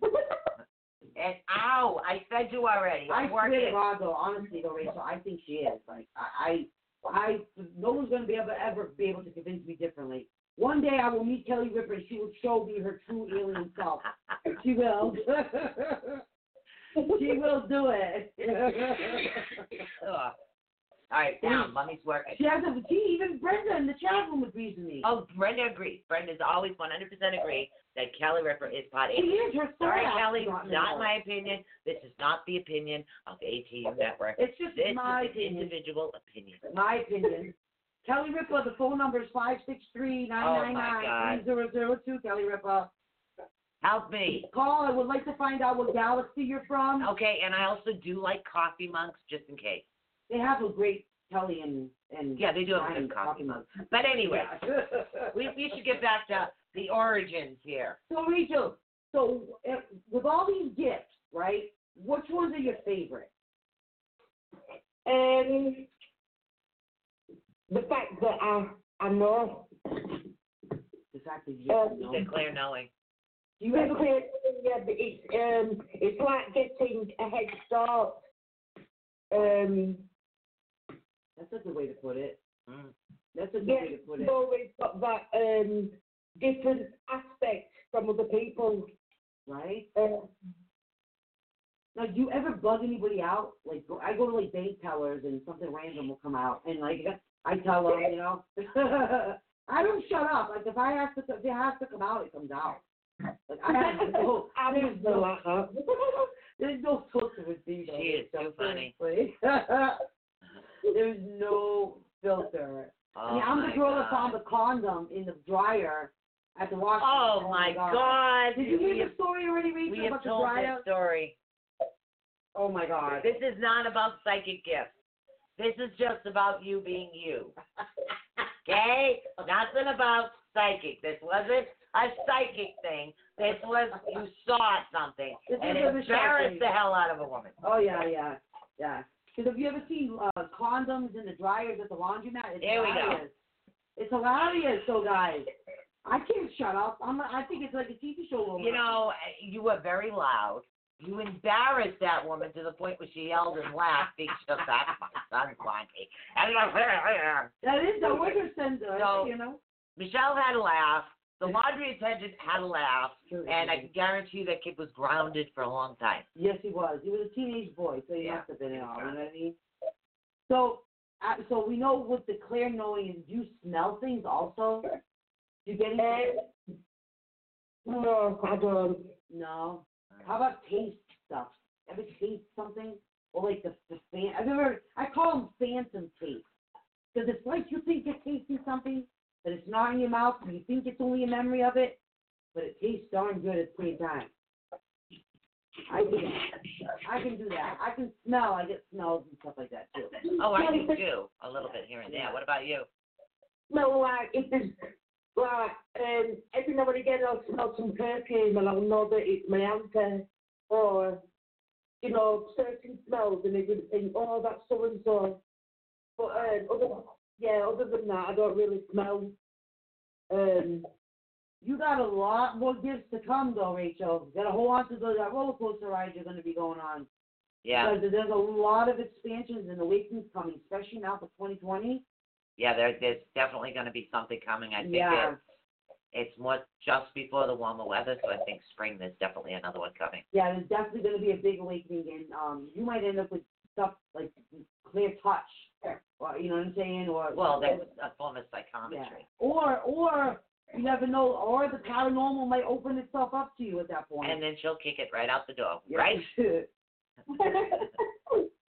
[SPEAKER 2] And ow, I fed you already.
[SPEAKER 1] I
[SPEAKER 2] I'm
[SPEAKER 1] swear to
[SPEAKER 2] working.
[SPEAKER 1] God, though, honestly, though, Rachel, I think she is. Like, I, I, I no one's going to be able ever be able to convince me differently. One day I will meet Kelly Ripa and she will show me her true alien self. She will. she will do it.
[SPEAKER 2] Ugh. All right, down. Mummy's working.
[SPEAKER 1] she has a, she, even Brenda in the chat room agrees with me.
[SPEAKER 2] Oh, Brenda agrees. Brenda's always 100% agree that Kelly Ripper is pot
[SPEAKER 1] She
[SPEAKER 2] alien.
[SPEAKER 1] is her
[SPEAKER 2] Sorry,
[SPEAKER 1] thorax
[SPEAKER 2] Kelly,
[SPEAKER 1] is not
[SPEAKER 2] not
[SPEAKER 1] normal.
[SPEAKER 2] my opinion. This is not the opinion of the ATU network.
[SPEAKER 1] It's just
[SPEAKER 2] This
[SPEAKER 1] my
[SPEAKER 2] is an
[SPEAKER 1] opinion.
[SPEAKER 2] individual opinion.
[SPEAKER 1] My opinion. Kelly Ripa, the phone number is five six three
[SPEAKER 2] Oh,
[SPEAKER 1] nine nine nine three zero zero two. Kelly Ripa.
[SPEAKER 2] Help me.
[SPEAKER 1] Call. I would like to find out what galaxy you're from.
[SPEAKER 2] Okay, and I also do like coffee monks just in case.
[SPEAKER 1] They have a great Kelly and and
[SPEAKER 2] Yeah, they do have
[SPEAKER 1] Ryan
[SPEAKER 2] good coffee
[SPEAKER 1] month.
[SPEAKER 2] But anyway,
[SPEAKER 1] Yeah.
[SPEAKER 2] we, we should get back to the origins here.
[SPEAKER 1] so Rachel, so uh, with all these gifts, right? Which ones are your favorite?
[SPEAKER 3] um, the fact that I I know.
[SPEAKER 1] The fact that you don't know.
[SPEAKER 2] Declare knowing.
[SPEAKER 1] Do Um, you ever?
[SPEAKER 3] Typically, yeah, but it's um, it's like getting a head start. Um,
[SPEAKER 1] That's not the way to put it.
[SPEAKER 2] Mm.
[SPEAKER 1] That's not the
[SPEAKER 3] yeah,
[SPEAKER 1] way to put it.
[SPEAKER 3] you've always got that um different aspect from other people.
[SPEAKER 1] Right?
[SPEAKER 3] Uh,
[SPEAKER 1] Now, do you ever bug anybody out? Like, go- I go to like bank tellers and something random will come out, and like I tell them, you know, I don't shut up. Like if I ask to, if it has to come out, it comes out. Like I have no,
[SPEAKER 3] I'm
[SPEAKER 1] there's
[SPEAKER 3] just
[SPEAKER 1] no, uh-huh.
[SPEAKER 3] like that.
[SPEAKER 1] there's no filter with me.
[SPEAKER 2] She is so funny.
[SPEAKER 1] there's no filter. I
[SPEAKER 2] Oh
[SPEAKER 1] mean, I'm the girl that found the condom in the dryer at the washroom.
[SPEAKER 2] Oh my God!
[SPEAKER 1] Did you
[SPEAKER 2] We
[SPEAKER 1] hear
[SPEAKER 2] have-
[SPEAKER 1] the story already, Rachel,
[SPEAKER 2] we have
[SPEAKER 1] about the
[SPEAKER 2] told
[SPEAKER 1] dryer?
[SPEAKER 2] this story.
[SPEAKER 1] Oh my God.
[SPEAKER 2] This is not about psychic gifts. This is just about you being you. Okay? Nothing about psychic. This wasn't a psychic thing. This was you saw something
[SPEAKER 1] This
[SPEAKER 2] and
[SPEAKER 1] is a
[SPEAKER 2] it
[SPEAKER 1] Michelle
[SPEAKER 2] embarrassed
[SPEAKER 1] thing.
[SPEAKER 2] the hell out of a woman.
[SPEAKER 1] Oh yeah, yeah, yeah. Because have you ever seen uh, condoms in the dryers at the laundromat? It's
[SPEAKER 2] There we go.
[SPEAKER 1] hilarious. It's hilarious, so guys. I can't shut up. I'm. I think it's like a TV show. over.
[SPEAKER 2] You know, you were very loud. You embarrassed that woman to the point where she yelled and laughed because that's my son, Blondie. And
[SPEAKER 1] that is that was her sender.
[SPEAKER 2] No.
[SPEAKER 1] You know.
[SPEAKER 2] Michelle had a laugh. The laundry attendant had a laugh. And I can guarantee that kid was grounded for a long time.
[SPEAKER 1] Yes, he was. He was a teenage boy, so he
[SPEAKER 2] Yeah.
[SPEAKER 1] must have been it all. You know what I mean? So, I so we know with the clear knowing is you smell things also. You getting
[SPEAKER 3] Um, no, I don't.
[SPEAKER 1] No. How about taste stuff? Ever taste something? Or like the, the fan? I've never. I call them phantom taste because it's like you think you're tasting something, but it's not in your mouth, and you think it's only a memory of it, but it tastes darn good at the same time. I do that. I can do that. I can smell. I get smells and stuff like that too.
[SPEAKER 2] Oh, I do too. A little bit here and there. What about you?
[SPEAKER 3] No, like if there's like um, every now and again I'll smell some perfume and I'll know that it's my auntie or you know certain smells and they would think oh that's so and so. But um, other yeah, other than that I don't really smell. Um,
[SPEAKER 1] You got a lot more gifts to come though, Rachel. You got to hold on to those, that roller coaster ride you're going to be going on.
[SPEAKER 2] Yeah,
[SPEAKER 1] Because there's a lot of expansions and awakens coming, especially now for 2020.
[SPEAKER 2] yeah. There, there's definitely going to be something coming. I think
[SPEAKER 1] Yeah.
[SPEAKER 2] it's it's more just before the warmer weather, so I think spring. There's definitely another one coming.
[SPEAKER 1] Yeah, there's definitely going to be a big awakening, and um, you might end up with stuff like clear touch, or you know what I'm saying, or
[SPEAKER 2] Well, that's a form of psychometry.
[SPEAKER 1] yeah. or or you never know, or the paranormal might open itself up to you at that point.
[SPEAKER 2] And then she'll kick it right out the door,
[SPEAKER 1] Yeah.
[SPEAKER 2] right?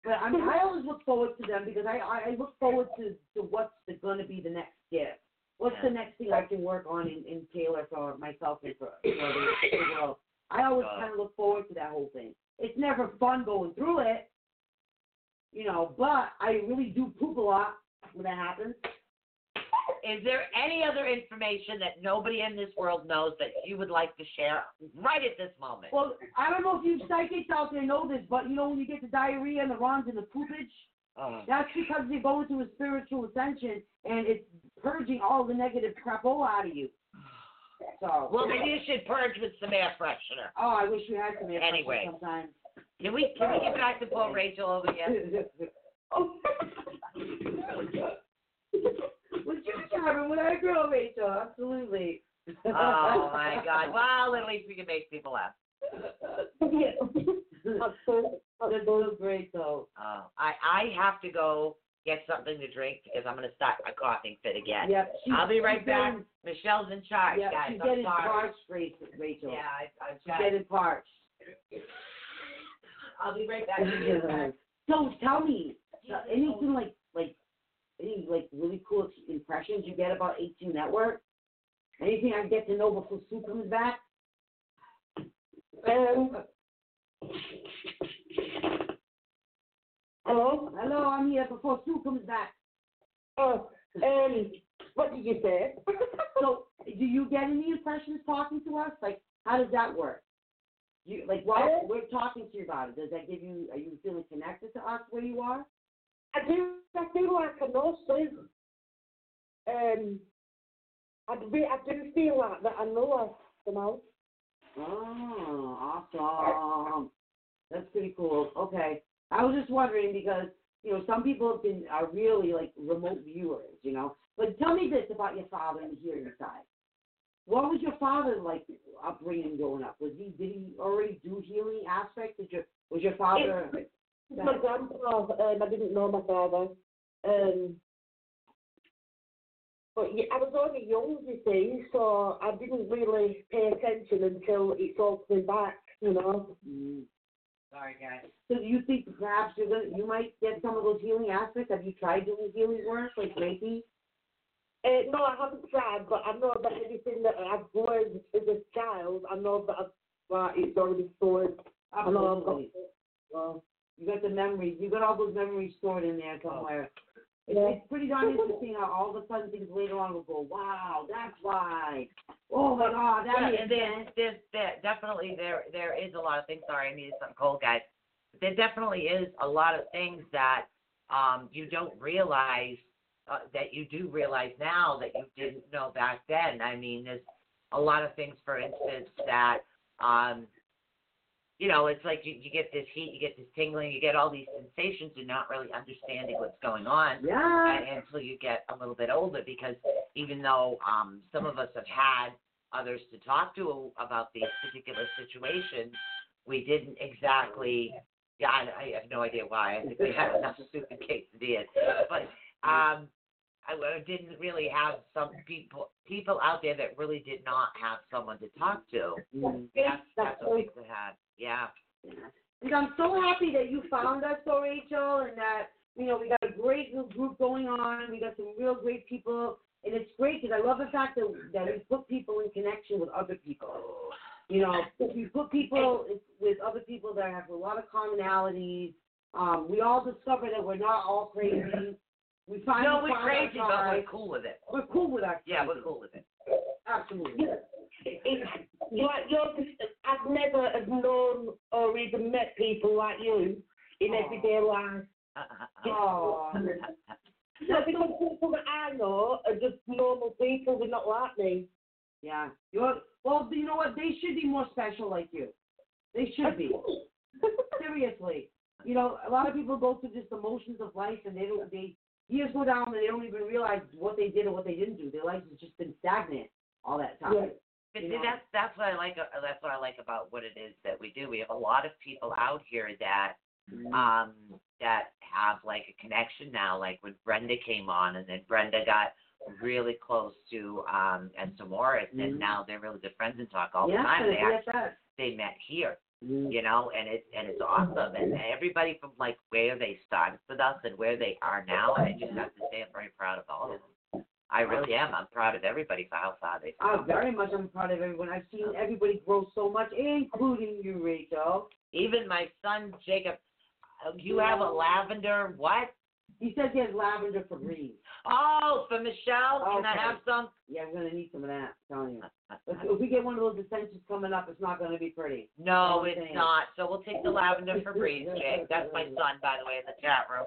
[SPEAKER 1] but I mean, I always look forward to them because I I, I look forward to to what's going to be the next gift. What's the
[SPEAKER 2] Yeah.
[SPEAKER 1] next thing I can work on in, in Taylor for myself and for, for the the world? I always
[SPEAKER 2] God.
[SPEAKER 1] kind of look forward to that whole thing. It's never fun going through it, you know, but I really do poop a lot when that happens.
[SPEAKER 2] Is there any other information that nobody in this world knows that you would like to share right at this moment?
[SPEAKER 1] Well, I don't know if you psychics out there know this, but you know when you get the diarrhea and the runs and the poopage,
[SPEAKER 2] Oh,
[SPEAKER 1] That's because you're going through a spiritual ascension and it's purging all the negative crap all out of you. So,
[SPEAKER 2] well, then you should purge with some air freshener.
[SPEAKER 1] oh, I wish you had some air freshener
[SPEAKER 2] Anyway.
[SPEAKER 1] sometimes.
[SPEAKER 2] Can we can we get back to poor Rachel over here?
[SPEAKER 1] Oh. Would you shower with our girl, Rachel? Absolutely.
[SPEAKER 2] Oh my God! Well, at least we can make people laugh.
[SPEAKER 3] yeah, that's good. That's
[SPEAKER 1] They're both great, though.
[SPEAKER 2] Oh, I I have to go get something to drink because I'm gonna start a coughing fit again.
[SPEAKER 1] Yep. she-
[SPEAKER 2] I'll be right
[SPEAKER 1] she's
[SPEAKER 2] back.
[SPEAKER 1] getting-
[SPEAKER 2] Michelle's in charge,
[SPEAKER 1] Yep,
[SPEAKER 2] guys.
[SPEAKER 1] she's
[SPEAKER 2] I'm
[SPEAKER 1] getting
[SPEAKER 2] sorry.
[SPEAKER 1] parched, Rachel. Rachel.
[SPEAKER 2] Yeah, I, I'm
[SPEAKER 1] She's
[SPEAKER 2] sorry.
[SPEAKER 1] getting parched.
[SPEAKER 2] I'll be right back.
[SPEAKER 1] so tell me, uh, anything like like any like really cool impressions you get about 18 Network? Anything I get to know before Sue comes back?
[SPEAKER 3] Um, hello.
[SPEAKER 1] Hello, I'm here before Sue comes back.
[SPEAKER 3] Oh, um, what did you say?
[SPEAKER 1] So do you get any impressions talking to us? Like how does that work? You like while we're talking to you about it, does that give you are you feeling connected to us where you are?
[SPEAKER 3] I do. I feel like I know Sue. um, I, do- I do feel like that I know her somehow.
[SPEAKER 1] Oh, awesome. That's pretty cool. Okay. I was just wondering because, you know, some people have been are really like remote viewers, you know. But tell me this about your father and the hearing side. What was your father like upbringing growing up? Was he did he already do healing aspect? Did your was your father
[SPEAKER 3] My grandpa, um, I didn't know my father. Um, but yeah, I was only young, you see, so I didn't really pay attention until it's all coming back, you know.
[SPEAKER 1] Mm. Sorry, guys. So do you think perhaps you're gonna, you might get some of those healing aspects? Have you tried doing healing work like Reiki?
[SPEAKER 3] Uh, no, I haven't tried, but I know that everything that I've learned as a child, I know that I've, like, it's already stored.
[SPEAKER 1] Um,
[SPEAKER 3] I know I've got
[SPEAKER 1] Absolutely.
[SPEAKER 3] Well,
[SPEAKER 1] You got the memories. You got all those memories stored in there somewhere. It's,
[SPEAKER 3] Yeah.
[SPEAKER 1] it's pretty darn interesting how all the fun things later on will go, wow, that's why. Oh my God, that
[SPEAKER 2] Yeah,
[SPEAKER 1] is.
[SPEAKER 2] and there's, there's, there, definitely there there is a lot of things. Sorry, I needed something cold, guys. But there definitely is a lot of things that um, you don't realize uh, that you do realize now that you didn't know back then. I mean, there's a lot of things, for instance, that um, you know, it's like you, you get this heat, you get this tingling, you get all these sensations, you're not really understanding what's going on
[SPEAKER 1] Yeah.
[SPEAKER 2] and uh, until you get a little bit older because even though um, some of us have had others to talk to about these particular situations, we didn't exactly. Yeah, I, I have no idea why. I think we had enough stupid quesadillas, but um, I, I didn't really have some people people out there that really did not have someone to talk to.
[SPEAKER 1] Mm.
[SPEAKER 2] That's that's what we had. Yeah.
[SPEAKER 1] And I'm so happy that you found us, though, Rachel, and that, you know, we got a great little group going on. We got some real great people. And it's great because I love the fact that, that we put people in connection with other people. You know, if you put people with other people that have a lot of commonalities, um, we all discover that we're not all crazy. We find
[SPEAKER 2] No,
[SPEAKER 1] we
[SPEAKER 2] we're
[SPEAKER 1] find
[SPEAKER 2] crazy, but
[SPEAKER 1] our-
[SPEAKER 2] we're cool with it.
[SPEAKER 1] we're cool with our
[SPEAKER 2] Yeah, we're cool with it.
[SPEAKER 1] absolutely.
[SPEAKER 3] it's, like you're, just- I've never have known or even met people like you in
[SPEAKER 1] Aw.
[SPEAKER 3] everyday life.
[SPEAKER 1] Oh,
[SPEAKER 3] No, because people that I know are just normal people, they're not like me.
[SPEAKER 1] yeah. You're, well, you know what? They should be more special like you. They should be. seriously. You know, a lot of people go through just the motions of life, and they don't. They years go down, and they don't even realize what they did or what they didn't do. Their life has just been stagnant all that time.
[SPEAKER 3] Yeah.
[SPEAKER 2] But
[SPEAKER 1] you
[SPEAKER 2] see,
[SPEAKER 1] know?
[SPEAKER 2] that's that's what I like. uh, That's what I like about what it is that we do. We have a lot of people out here that
[SPEAKER 1] Mm-hmm.
[SPEAKER 2] um that have like a connection now. Like when Brenda came on, and then Brenda got really close to um Esther Morris,
[SPEAKER 1] Mhm.
[SPEAKER 2] and now they're really good friends and talk all
[SPEAKER 1] yeah,
[SPEAKER 2] the time. They
[SPEAKER 1] yes,
[SPEAKER 2] act-
[SPEAKER 1] yes.
[SPEAKER 2] they met here,
[SPEAKER 1] Mm.
[SPEAKER 2] you know, and it's and it's awesome. And
[SPEAKER 1] Mm-hmm.
[SPEAKER 2] everybody from like where they started with us and where they are now, I just
[SPEAKER 1] Mm-hmm.
[SPEAKER 2] have to say I'm very proud of all of them. I really am. I'm proud of everybody for how far they've
[SPEAKER 1] I'm
[SPEAKER 2] come.
[SPEAKER 1] very much I'm proud of everyone. I've seen everybody grow so much, including you, Rachel.
[SPEAKER 2] Even my son Jacob, uh, you have a lavender what?
[SPEAKER 1] He says he has lavender for green.
[SPEAKER 2] Oh, for Michelle, can I
[SPEAKER 1] Okay.
[SPEAKER 2] have some?
[SPEAKER 1] Yeah, I'm gonna need some of that. I'm telling you. If, if we get one of those dissensions coming up, it's not gonna be pretty.
[SPEAKER 2] No,
[SPEAKER 1] Oh,
[SPEAKER 2] it's
[SPEAKER 1] thanks.
[SPEAKER 2] not. So we'll take the lavender for Breeze, Jake. That's my son, by the way, in the chat room.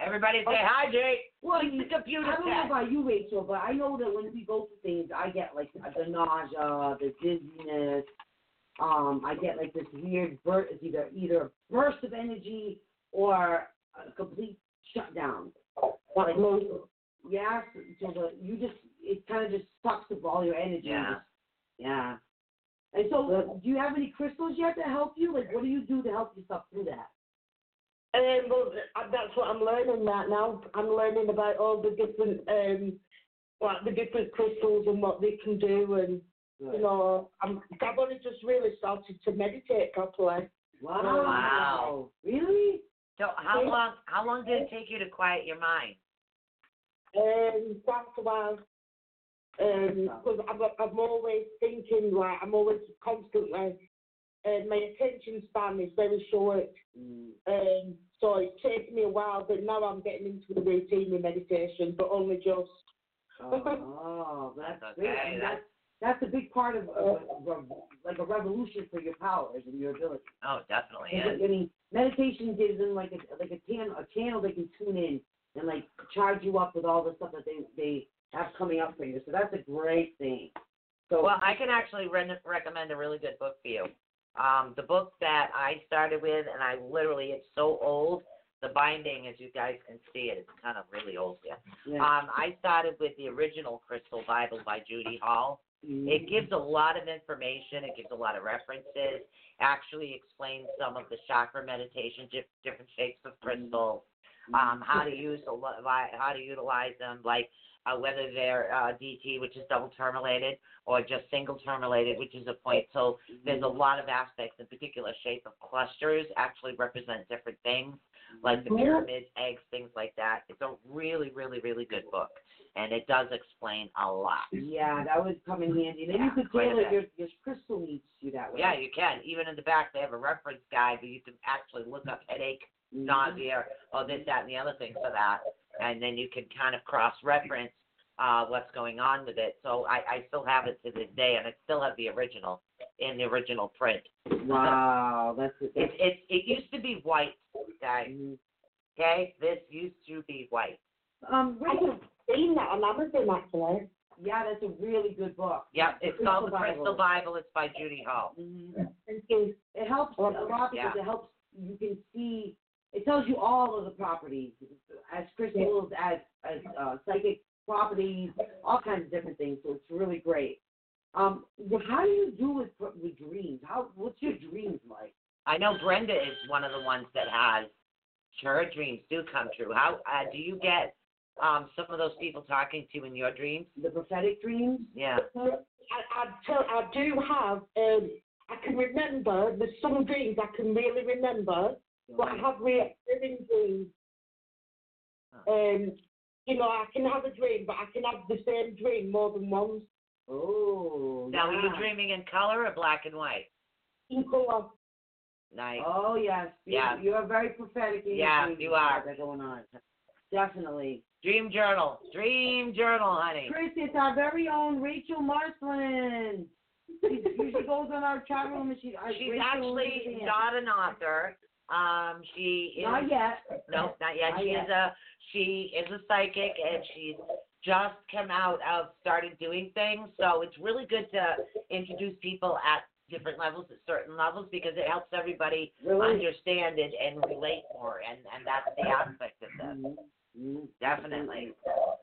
[SPEAKER 2] Everybody say hi, Jake.
[SPEAKER 1] Well,
[SPEAKER 2] Take the computer
[SPEAKER 1] I don't know
[SPEAKER 2] test.
[SPEAKER 1] about you, Rachel, but I know that when we go to things, I get like the nausea, the dizziness. Um, I get like this weird burst, either either burst of energy or a complete shutdown.
[SPEAKER 3] Like most of
[SPEAKER 1] Yeah, so the, you just it kind of just sucks up all your energy. and
[SPEAKER 2] Yeah.
[SPEAKER 1] just- yeah. And so, do you have any crystals yet to help you? Like, what do you do to help yourself through that?
[SPEAKER 3] Um, well, uh, that's what I'm learning right now. I'm learning about all the different, um, like the different crystals and what they can do, and you know, I'm, I've only just really started to meditate properly.
[SPEAKER 1] Wow.
[SPEAKER 2] Wow.
[SPEAKER 1] Really?
[SPEAKER 2] So how long? How long did it take you to quiet your mind?
[SPEAKER 3] Um, that's why, um, because I'm, I'm always thinking, like I'm always constantly, and my attention span is very short.
[SPEAKER 2] Mm-hmm.
[SPEAKER 1] Mm.
[SPEAKER 3] Um, so it's taken me a while, but now I'm getting into the routine of meditation, but only just.
[SPEAKER 1] Oh, that's
[SPEAKER 2] That's
[SPEAKER 1] great.
[SPEAKER 2] okay.
[SPEAKER 1] And
[SPEAKER 2] That's-
[SPEAKER 1] That's that's a big part of, of, of like a revolution for your powers and your ability.
[SPEAKER 2] Oh, definitely.
[SPEAKER 1] I
[SPEAKER 2] is.
[SPEAKER 1] mean, meditation gives them like a like a channel a channel they can tune in and like charge you up with all the stuff that they they have coming up for you. So that's a great thing. So
[SPEAKER 2] Well, I can actually re- recommend a really good book for you. Um, the book that I started with, and I literally, it's so old. The binding, as you guys can see it, it's kind of really old. Yeah.
[SPEAKER 1] yeah.
[SPEAKER 2] Um, I started with the original Crystal Bible by Judy Hall.
[SPEAKER 1] Mm-hmm.
[SPEAKER 2] It gives a lot of information. It gives a lot of references. Actually, explains some of the chakra meditation, dif- different shapes of crystal, um, how to use a lo- li- how to utilize them, like uh, whether they're uh, DT, which is double terminated, or just single terminated, which is a point. So there's a lot of aspects. In particular, shape of clusters actually represent different things, like the
[SPEAKER 1] Mm-hmm.
[SPEAKER 2] pyramids, eggs, things like that. It's a really, really, really good book, and it does explain a lot.
[SPEAKER 1] yeah, that would come in handy. Then you
[SPEAKER 2] Yeah,
[SPEAKER 1] could
[SPEAKER 2] quite a
[SPEAKER 1] tailor
[SPEAKER 2] bit.
[SPEAKER 1] your your crystal needs to you that way.
[SPEAKER 2] Yeah, you can. Even in the back, they have a reference guide where you can actually look up headache,
[SPEAKER 1] Mhm.
[SPEAKER 2] nausea, or this, that, and the other thing for that. And then you can kind of cross reference uh, what's going on with it. So I, I still have it to this day, and I still have the original in the original print.
[SPEAKER 1] Wow, that's it.
[SPEAKER 2] It, it, it used to be white, guys.
[SPEAKER 1] Mhm.
[SPEAKER 2] Okay? This used to be white.
[SPEAKER 1] Um,
[SPEAKER 3] I
[SPEAKER 1] Rachel,
[SPEAKER 3] have seen that on Amazon actually.
[SPEAKER 1] yeah, that's a really good book.
[SPEAKER 2] Yep, it's called The Crystal
[SPEAKER 1] Bible.
[SPEAKER 2] Bible. It's by Judy Hall.
[SPEAKER 1] Mhm.
[SPEAKER 3] Thank you.
[SPEAKER 1] It helps a lot because
[SPEAKER 2] Yeah.
[SPEAKER 1] it helps you can see. It tells you all of the properties, as crystals, as as uh, psychic properties, all kinds of different things. So it's really great. Um, wh- how do you do with pr- with dreams? How what's your dreams like?
[SPEAKER 2] I know Brenda is one of the ones that has her dreams do come true. How uh, do you get um some of those people talking to you in your dreams?
[SPEAKER 1] The prophetic dreams?
[SPEAKER 2] Yeah.
[SPEAKER 3] I, I, tell, I do have, um, I can remember, there's some dreams I can really remember, but I have reoccurring dreams. Um, you know, I can have a dream, but I can have the same dream more than once.
[SPEAKER 1] Oh,
[SPEAKER 2] Now, were
[SPEAKER 1] yeah.
[SPEAKER 2] you dreaming in color or black and white?
[SPEAKER 3] In colour.
[SPEAKER 2] Nice.
[SPEAKER 1] Oh yes, You-
[SPEAKER 2] Yeah.
[SPEAKER 1] You are very prophetic. in your
[SPEAKER 2] Yeah,
[SPEAKER 1] dreams
[SPEAKER 2] you
[SPEAKER 1] about
[SPEAKER 2] are.
[SPEAKER 1] That going on, definitely.
[SPEAKER 2] Dream journal. Dream journal, honey.
[SPEAKER 1] Chris, it's our very own Rachel Marsland. She usually goes on our chat room and she. I,
[SPEAKER 2] She's
[SPEAKER 1] Rachel
[SPEAKER 2] actually
[SPEAKER 1] Marsland.
[SPEAKER 2] not an author. Um, she is
[SPEAKER 1] Not yet.
[SPEAKER 2] No, not yet.
[SPEAKER 1] Not
[SPEAKER 2] she
[SPEAKER 1] yet.
[SPEAKER 2] is a she is a psychic and she's just come out of started doing things. So it's really good to introduce people at different levels, at certain levels, because it helps everybody
[SPEAKER 1] Really?
[SPEAKER 2] understand it and relate more and, and that's the aspect of this.
[SPEAKER 1] Mhm.
[SPEAKER 2] Definitely.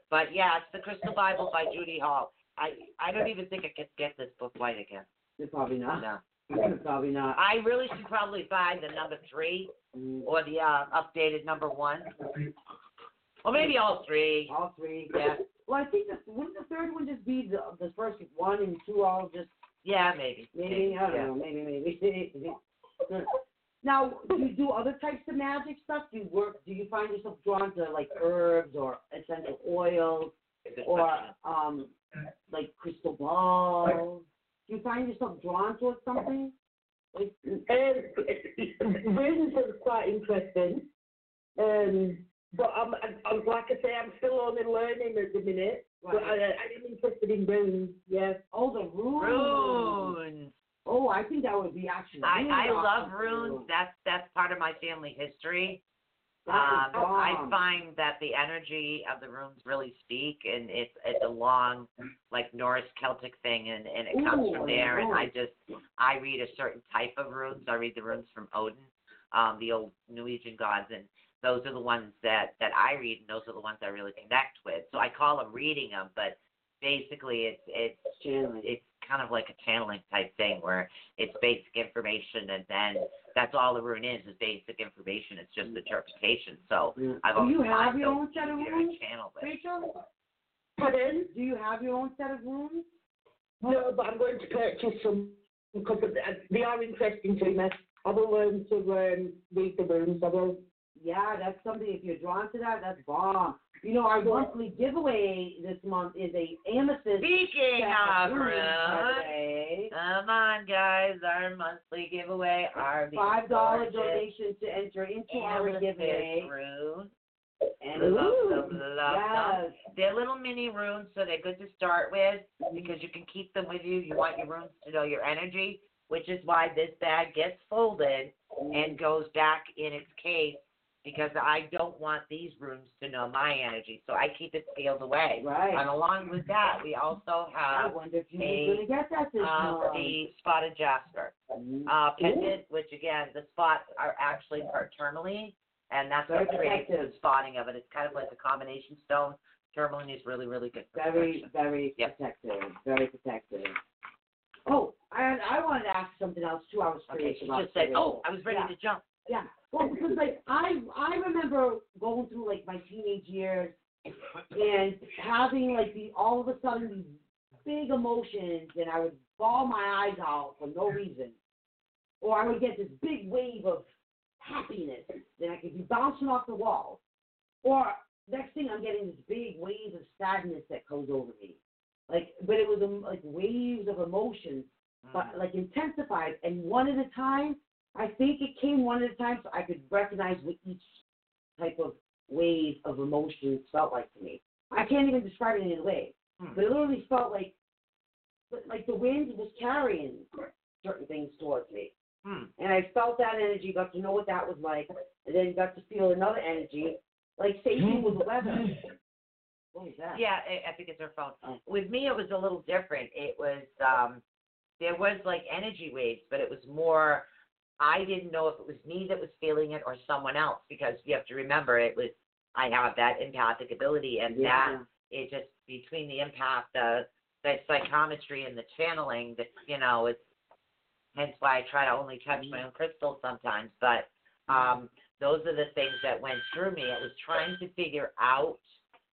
[SPEAKER 2] But yeah, it's the Crystal Bible by Judy Hall. I I don't even think I could get this book white again.
[SPEAKER 1] It's Probably not.
[SPEAKER 2] No.
[SPEAKER 1] It's Probably not.
[SPEAKER 2] I really should probably buy the number three
[SPEAKER 1] Mhm.
[SPEAKER 2] or the uh, updated number one. Or maybe all three.
[SPEAKER 1] All three.
[SPEAKER 2] Yeah.
[SPEAKER 1] Well, I think the, wouldn't the third one just be the the first one and two all just
[SPEAKER 2] Yeah, maybe.
[SPEAKER 1] maybe I don't know maybe maybe. now, do you do other types of magic stuff? Do you work? Do you find yourself drawn to like herbs or essential oils?
[SPEAKER 2] Yeah, good
[SPEAKER 1] or
[SPEAKER 2] question.
[SPEAKER 1] um like crystal balls. Do you find yourself drawn towards something? Like
[SPEAKER 3] Um, Ravensden's quite interesting. Um, but I'm, I'm, like I say, I'm still only learning at the minute. But I,
[SPEAKER 1] right.
[SPEAKER 3] I am interested in runes, yeah.
[SPEAKER 1] oh the runes.
[SPEAKER 2] runes.
[SPEAKER 1] Oh, I think that would be actually.
[SPEAKER 2] I,
[SPEAKER 1] really
[SPEAKER 2] I love
[SPEAKER 1] awesome.
[SPEAKER 2] runes. That's that's part of my family history.
[SPEAKER 1] That
[SPEAKER 2] Um,
[SPEAKER 1] is
[SPEAKER 2] I
[SPEAKER 1] bomb.
[SPEAKER 2] find that the energy of the runes really speak, and it's it's a long, like Norse Celtic thing, and and it comes
[SPEAKER 1] Ooh,
[SPEAKER 2] from there. And I
[SPEAKER 1] nice.
[SPEAKER 2] just I read a certain type of runes. I read the runes from Odin, um, the old Norwegian gods, and those are the ones that that I read, and those are the ones I really connect with. So I call them reading them, but basically it's it's
[SPEAKER 1] Channeling.
[SPEAKER 2] it's kind of like a channeling type thing where it's basic information and then that's all the rune is is basic information. It's just interpretation. So
[SPEAKER 1] Yeah.
[SPEAKER 2] I've
[SPEAKER 1] Do
[SPEAKER 2] always
[SPEAKER 1] you have
[SPEAKER 2] found
[SPEAKER 1] your
[SPEAKER 2] those
[SPEAKER 1] own set of
[SPEAKER 2] easier to
[SPEAKER 1] runes,
[SPEAKER 2] channel with.
[SPEAKER 1] Rachel?
[SPEAKER 3] Pardon?
[SPEAKER 1] Do you have your own set of runes?
[SPEAKER 3] No, but I'm going to purchase some because of the- uh, they are interesting to me. I will learn to um, read the rooms. I will.
[SPEAKER 1] Yeah, that's something. If you're drawn to that, that's bomb. You know, our monthly giveaway this month is a amethyst.
[SPEAKER 2] Speaking
[SPEAKER 1] set
[SPEAKER 2] of
[SPEAKER 1] runes
[SPEAKER 2] runes,
[SPEAKER 1] giveaway.
[SPEAKER 2] come on guys, our monthly giveaway are the
[SPEAKER 1] five dollar
[SPEAKER 2] gorgeous
[SPEAKER 1] donation to enter into our
[SPEAKER 2] amethyst
[SPEAKER 1] giveaway.
[SPEAKER 2] runes.
[SPEAKER 1] And
[SPEAKER 2] Love them, love them.
[SPEAKER 1] yes,
[SPEAKER 2] They're little mini runes, so they're good to start with because you can keep them with you. You want your runes to know your energy, which is why this bag gets folded and goes back in its case because I don't want these rooms to know my energy, so I keep it scaled away.
[SPEAKER 1] Right.
[SPEAKER 2] And along with that, we also
[SPEAKER 1] I
[SPEAKER 2] have
[SPEAKER 1] wonder if you
[SPEAKER 2] a,
[SPEAKER 1] were gonna get that this
[SPEAKER 2] um,
[SPEAKER 1] time.
[SPEAKER 2] the spotted jasper
[SPEAKER 1] Mhm.
[SPEAKER 2] uh, pendant, which again, the spots are actually part tourmaline, and that's what
[SPEAKER 1] Very
[SPEAKER 2] creates the
[SPEAKER 1] protective.
[SPEAKER 2] spotting of it. It's kind of like a combination stone. Tourmaline is really, really good. for
[SPEAKER 1] Very,
[SPEAKER 2] protection.
[SPEAKER 1] very
[SPEAKER 2] Yep.
[SPEAKER 1] protective. Very protective. Oh, and I wanted to ask something else too. I was
[SPEAKER 2] Okay,
[SPEAKER 1] curious
[SPEAKER 2] she
[SPEAKER 1] about.
[SPEAKER 2] just said,
[SPEAKER 1] too.
[SPEAKER 2] "Oh, I was ready
[SPEAKER 1] Yeah.
[SPEAKER 2] to jump."
[SPEAKER 1] Yeah. Well, because like I I remember going through like my teenage years and having like the all of a sudden these big emotions and I would bawl my eyes out for no reason. Or I would get this big wave of happiness and I could be bouncing off the wall. Or next thing I'm getting this big wave of sadness that comes over me. Like but it was um, like waves of emotions
[SPEAKER 2] Mm.
[SPEAKER 1] but
[SPEAKER 2] Mm-hmm.
[SPEAKER 1] like intensified and one at a time. I think it came one at a time so I could recognize what each type of wave of emotion felt like to me. I can't even describe it in a way,
[SPEAKER 2] Hmm.
[SPEAKER 1] but it literally felt like like the wind was carrying certain things towards me.
[SPEAKER 2] Hmm.
[SPEAKER 1] And I felt that energy, got to know what that was like, and then got to feel another energy, like safety was the weather. What was that?
[SPEAKER 2] Hmm. Yeah, I, I think it's her phone.
[SPEAKER 1] Oh.
[SPEAKER 2] With me, it was a little different. It was um, there was like energy waves, but it was more. I didn't know if it was me that was feeling it or someone else because you have to remember it was. I have that empathic ability, and that it just between the impact, the the psychometry and the channeling that you know, it's hence why I try to only touch my own crystal sometimes. But um those are the things that went through me. I was trying to figure out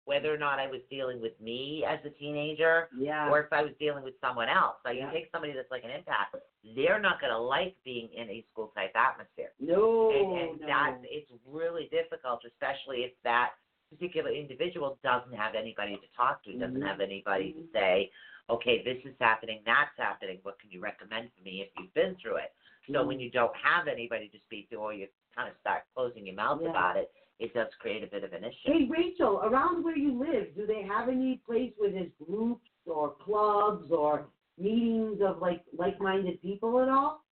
[SPEAKER 2] whether or not I was dealing with me as a teenager
[SPEAKER 1] yeah.
[SPEAKER 2] or if I was dealing with someone else. Like
[SPEAKER 1] Yeah.
[SPEAKER 2] you take somebody that's like an impact, they're not gonna like being in a school type atmosphere.
[SPEAKER 1] No,
[SPEAKER 2] And, and
[SPEAKER 1] Oh, no.
[SPEAKER 2] that's it's really difficult, especially if that particular individual doesn't have anybody to talk to, doesn't
[SPEAKER 1] Mhm.
[SPEAKER 2] have anybody to
[SPEAKER 1] Mhm.
[SPEAKER 2] say, okay, this is happening, that's happening. What can you recommend for me if you've been through it? So when
[SPEAKER 1] Mm-hmm.
[SPEAKER 2] you don't have anybody to speak to, or you kind of start closing your mouth
[SPEAKER 1] Yeah.
[SPEAKER 2] about it, it does create a bit of an issue.
[SPEAKER 1] Hey, Rachel, around where you live, do they have any place where there's groups or clubs or meetings of like like-minded people at all?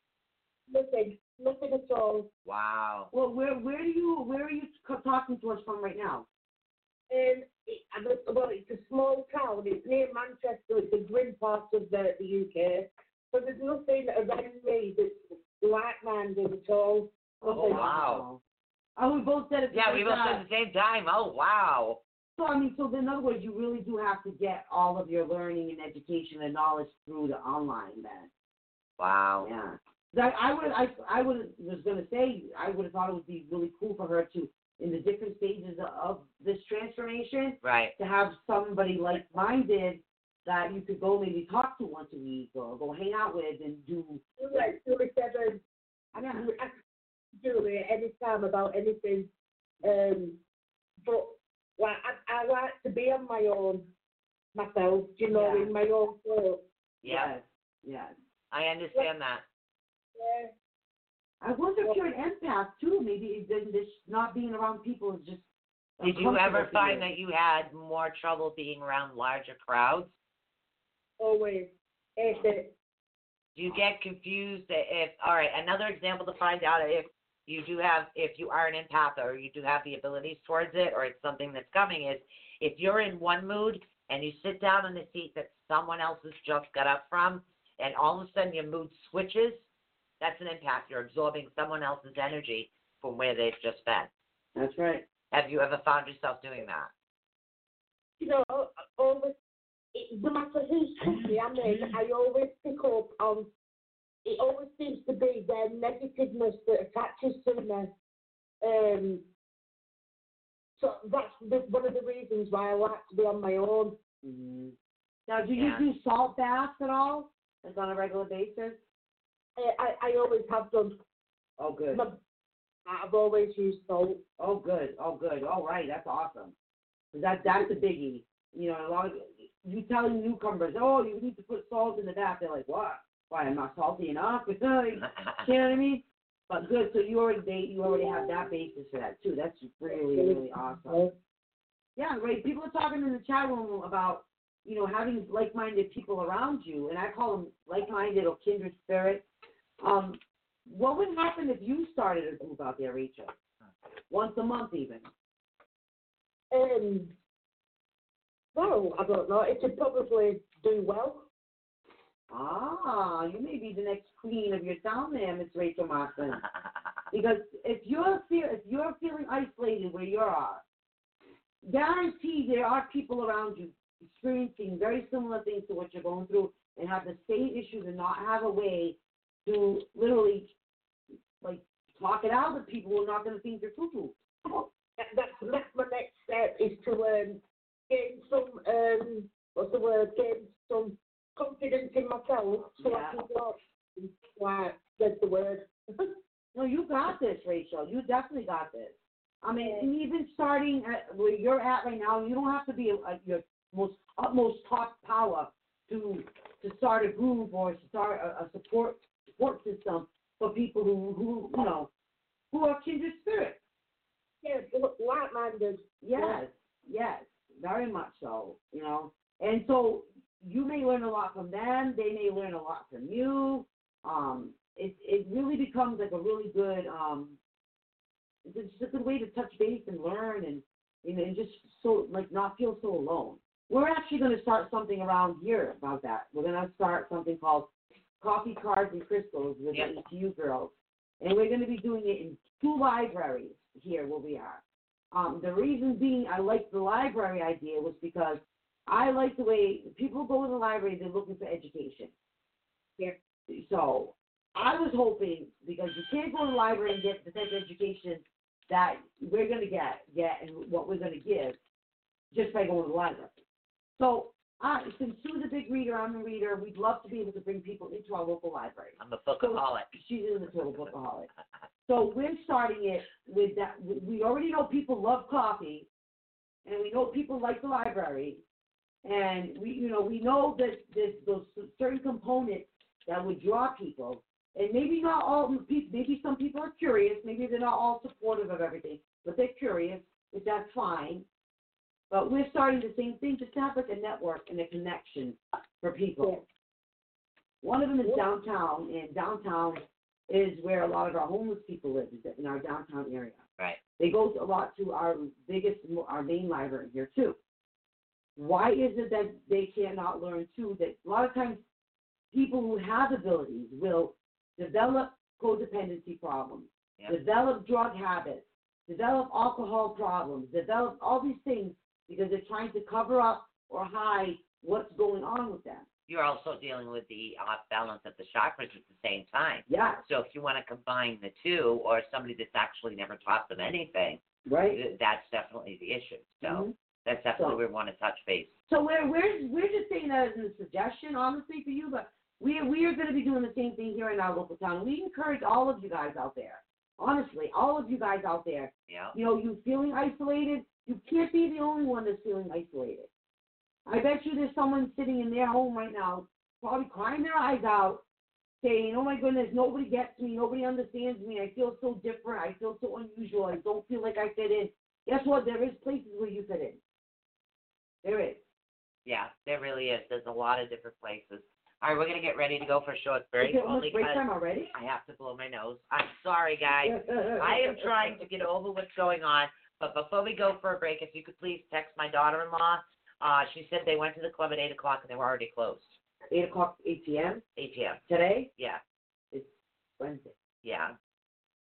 [SPEAKER 3] Nothing, nothing at all.
[SPEAKER 2] Wow.
[SPEAKER 1] Well, where where do you where are you c- talking to us from right now?
[SPEAKER 3] Um, it, I don't- well, it's a small town. It's near Manchester. It's a grim part of the, the UK. But there's nothing around me that's like-minded at all.
[SPEAKER 2] Oh, wow.
[SPEAKER 1] Oh, we both said it. at the
[SPEAKER 2] Yeah,
[SPEAKER 1] same
[SPEAKER 2] we both said
[SPEAKER 1] time.
[SPEAKER 2] at the same time. Oh, wow.
[SPEAKER 1] So I mean, so in other words, you really do have to get all of your learning and education and knowledge through the online then.
[SPEAKER 2] Wow.
[SPEAKER 1] Yeah. That I would I I would was gonna say I would have thought it would be really cool for her to in the different stages of this transformation
[SPEAKER 2] Right.
[SPEAKER 1] to have somebody like minded that you could go maybe talk to once a week or go hang out with and do
[SPEAKER 3] Like, Julie Seven,
[SPEAKER 1] I don't know.
[SPEAKER 3] you ask Julie any time about anything. Um, but like, I, I like to be on my own myself, you know,
[SPEAKER 1] Yeah.
[SPEAKER 3] in my own world.
[SPEAKER 2] Yeah.
[SPEAKER 1] Yes.
[SPEAKER 2] I understand that.
[SPEAKER 3] Yeah.
[SPEAKER 1] I wonder if you're an empath too, maybe then this not being around people is just
[SPEAKER 2] Did you ever
[SPEAKER 1] uncomfortable for
[SPEAKER 2] find that you had more trouble being around larger crowds?
[SPEAKER 3] always. It's it.
[SPEAKER 2] Do you get confused if, all right, another example to find out if you do have, if you are an empath or you do have the abilities towards it or it's something that's coming is if you're in one mood and you sit down in the seat that someone else has just got up from and all of a sudden your mood switches, that's an impact. You're absorbing someone else's energy from where they've just been.
[SPEAKER 1] That's right.
[SPEAKER 2] Have you ever found yourself doing that?
[SPEAKER 3] You know, always. It, no matter whose company I'm in, I always pick up on. It always seems to be their negativeness that attaches to me. Um. So that's the, one of the reasons why I like to be on my own.
[SPEAKER 1] hmm Now do
[SPEAKER 2] Yeah.
[SPEAKER 1] you do salt baths at all? Like on a regular basis?
[SPEAKER 3] I, Uh, I, I always have done.
[SPEAKER 1] Oh good.
[SPEAKER 3] My, I've always used salt.
[SPEAKER 1] Oh good. Oh good. All right, that's awesome. 'Cause That that's a biggie. You know, a lot of you telling newcomers, Oh, you need to put salt in the bath, they're like, What? Why am I salty enough? It's like You know what I mean? But good, so you already they, you already have that basis for that too. That's really really awesome. Yeah, right. People are talking in the chat room about you know having like-minded people around you, and I call them like-minded or kindred spirits. Um, what would happen if you started a group out there, Rachel? once a month even.
[SPEAKER 3] Um, well, I don't know. It could probably do well.
[SPEAKER 1] Ah, you may be the next queen of your town there, Miss Rachel Martin. Because if you're feel, if you're feeling isolated where you are, guarantee there are people around you experiencing very similar things to what you're going through and have the same issues and not have a way to literally like talk it out with people who are not going to think you're cuckoo.
[SPEAKER 3] That, that's, that's my next step is to um, gain some, um, what's the word, gain some confidence in myself so
[SPEAKER 1] Yeah.
[SPEAKER 3] I can go, right, that's the word.
[SPEAKER 1] No, you got this, Rachel. You definitely got this. I mean, and even starting at where you're at right now, you don't have to be uh your most utmost top power to to start a group or to start a, a support support system for people who who you know who are kindred spirits.
[SPEAKER 3] Yeah, like-minded.
[SPEAKER 1] Yes, yes, very much so. You know, and so you may learn a lot from them. They may learn a lot from you. Um, it it really becomes like a really good um, it's just a good way to touch base and learn and you know and just so like not feel so alone. We're actually going to start something around here about that. We're going to start something called Coffee Cards and Crystals with
[SPEAKER 2] Yep.
[SPEAKER 1] the ECU girls, and we're going to be doing it in two libraries here where we are. Um, the reason being, I like the library idea was because I like the way people go to the library; they're looking for education.
[SPEAKER 3] Yeah.
[SPEAKER 1] So I was hoping because you can't go to the library and get the type of education that we're gonna get, get, and what we're gonna give just by going to the library. So, I, since Sue's a big reader, I'm a reader. We'd love to be able to bring people into our local library.
[SPEAKER 2] I'm a bookaholic.
[SPEAKER 1] She's in the total bookaholic. So we're starting it with that. we- We already know people love coffee, and we know people like the library, and we, you know, we know that there's those certain components that would draw people. And maybe not all people. Maybe some people are curious. Maybe they're not all supportive of everything, but they're curious. If that's fine. But we're starting the same thing just to have like a network and a connection for people.
[SPEAKER 3] Yeah.
[SPEAKER 1] One of them is
[SPEAKER 3] Yeah.
[SPEAKER 1] downtown, and downtown is where a lot of our homeless people live, is in our downtown area.
[SPEAKER 2] Right.
[SPEAKER 1] They go a lot to our biggest, our main library here too. Why is it that they cannot learn too? That a lot of times people who have abilities will develop codependency problems,
[SPEAKER 2] Yep.
[SPEAKER 1] develop drug habits, develop alcohol problems, develop all these things because they're trying to cover up or hide what's going on with them.
[SPEAKER 2] You're also dealing with the off balance of the chakras at the same time.
[SPEAKER 1] Yes,
[SPEAKER 2] So if you want to combine the two, or somebody that's actually never taught them anything,
[SPEAKER 1] right.
[SPEAKER 2] th- that's definitely the issue. So
[SPEAKER 1] Mhm.
[SPEAKER 2] that's definitely
[SPEAKER 1] So-
[SPEAKER 2] where we want to touch base.
[SPEAKER 1] So we're we're we're just saying that as a suggestion, honestly, for you. But we we are going to be doing the same thing here in our local town. We encourage all of you guys out there. Honestly, all of you guys out there.
[SPEAKER 2] Yeah.
[SPEAKER 1] You know, you feeling isolated. You can't be the only one that's feeling isolated. I bet you there's someone sitting in their home right now, probably crying their eyes out, saying, "Oh my goodness, nobody gets me. Nobody understands me. I feel so different. I feel so unusual. I don't feel like I fit in." Guess what? There is places where you fit in. There is.
[SPEAKER 2] Yeah, there really is. There's a lot of different places. All right, we're gonna get ready to go for a short break.
[SPEAKER 1] Is it
[SPEAKER 2] only
[SPEAKER 1] almost break
[SPEAKER 2] 'cause
[SPEAKER 1] time already?
[SPEAKER 2] I have to blow my nose. I'm sorry, guys. I am trying to get over what's going on. But before we go for a break, if you could please text my daughter-in-law. Uh, she said they went to the club at eight o'clock and they were already closed.
[SPEAKER 1] Eight o'clock, eight p.m.
[SPEAKER 2] Eight p.m.
[SPEAKER 1] today.
[SPEAKER 2] Yeah,
[SPEAKER 1] Wednesday.
[SPEAKER 2] yeah.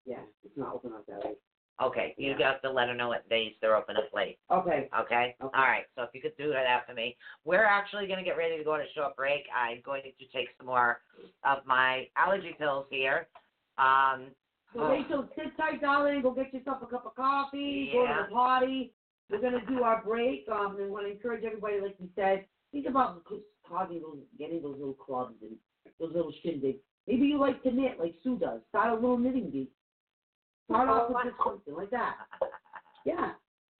[SPEAKER 1] Yeah, it's not open on Saturday.
[SPEAKER 2] Okay, you got to let her know at days they're open up late.
[SPEAKER 1] Okay.
[SPEAKER 2] Okay?
[SPEAKER 1] Okay.
[SPEAKER 2] All right. So if you could do that for me. We're actually going to get ready to go on a short break. I'm going to take some more of my allergy pills here. Um,
[SPEAKER 1] So Rachel, sit tight, darling. Go get yourself a cup of coffee. Go to
[SPEAKER 2] Yeah.
[SPEAKER 1] the party. We're gonna do our break. Um, and want to encourage everybody, like we said, think about cl- causing those, getting those little clubs and those little shindigs. Maybe you like to knit, like Sue does. Start a little knitting bee. Start off with just something like that. Yeah.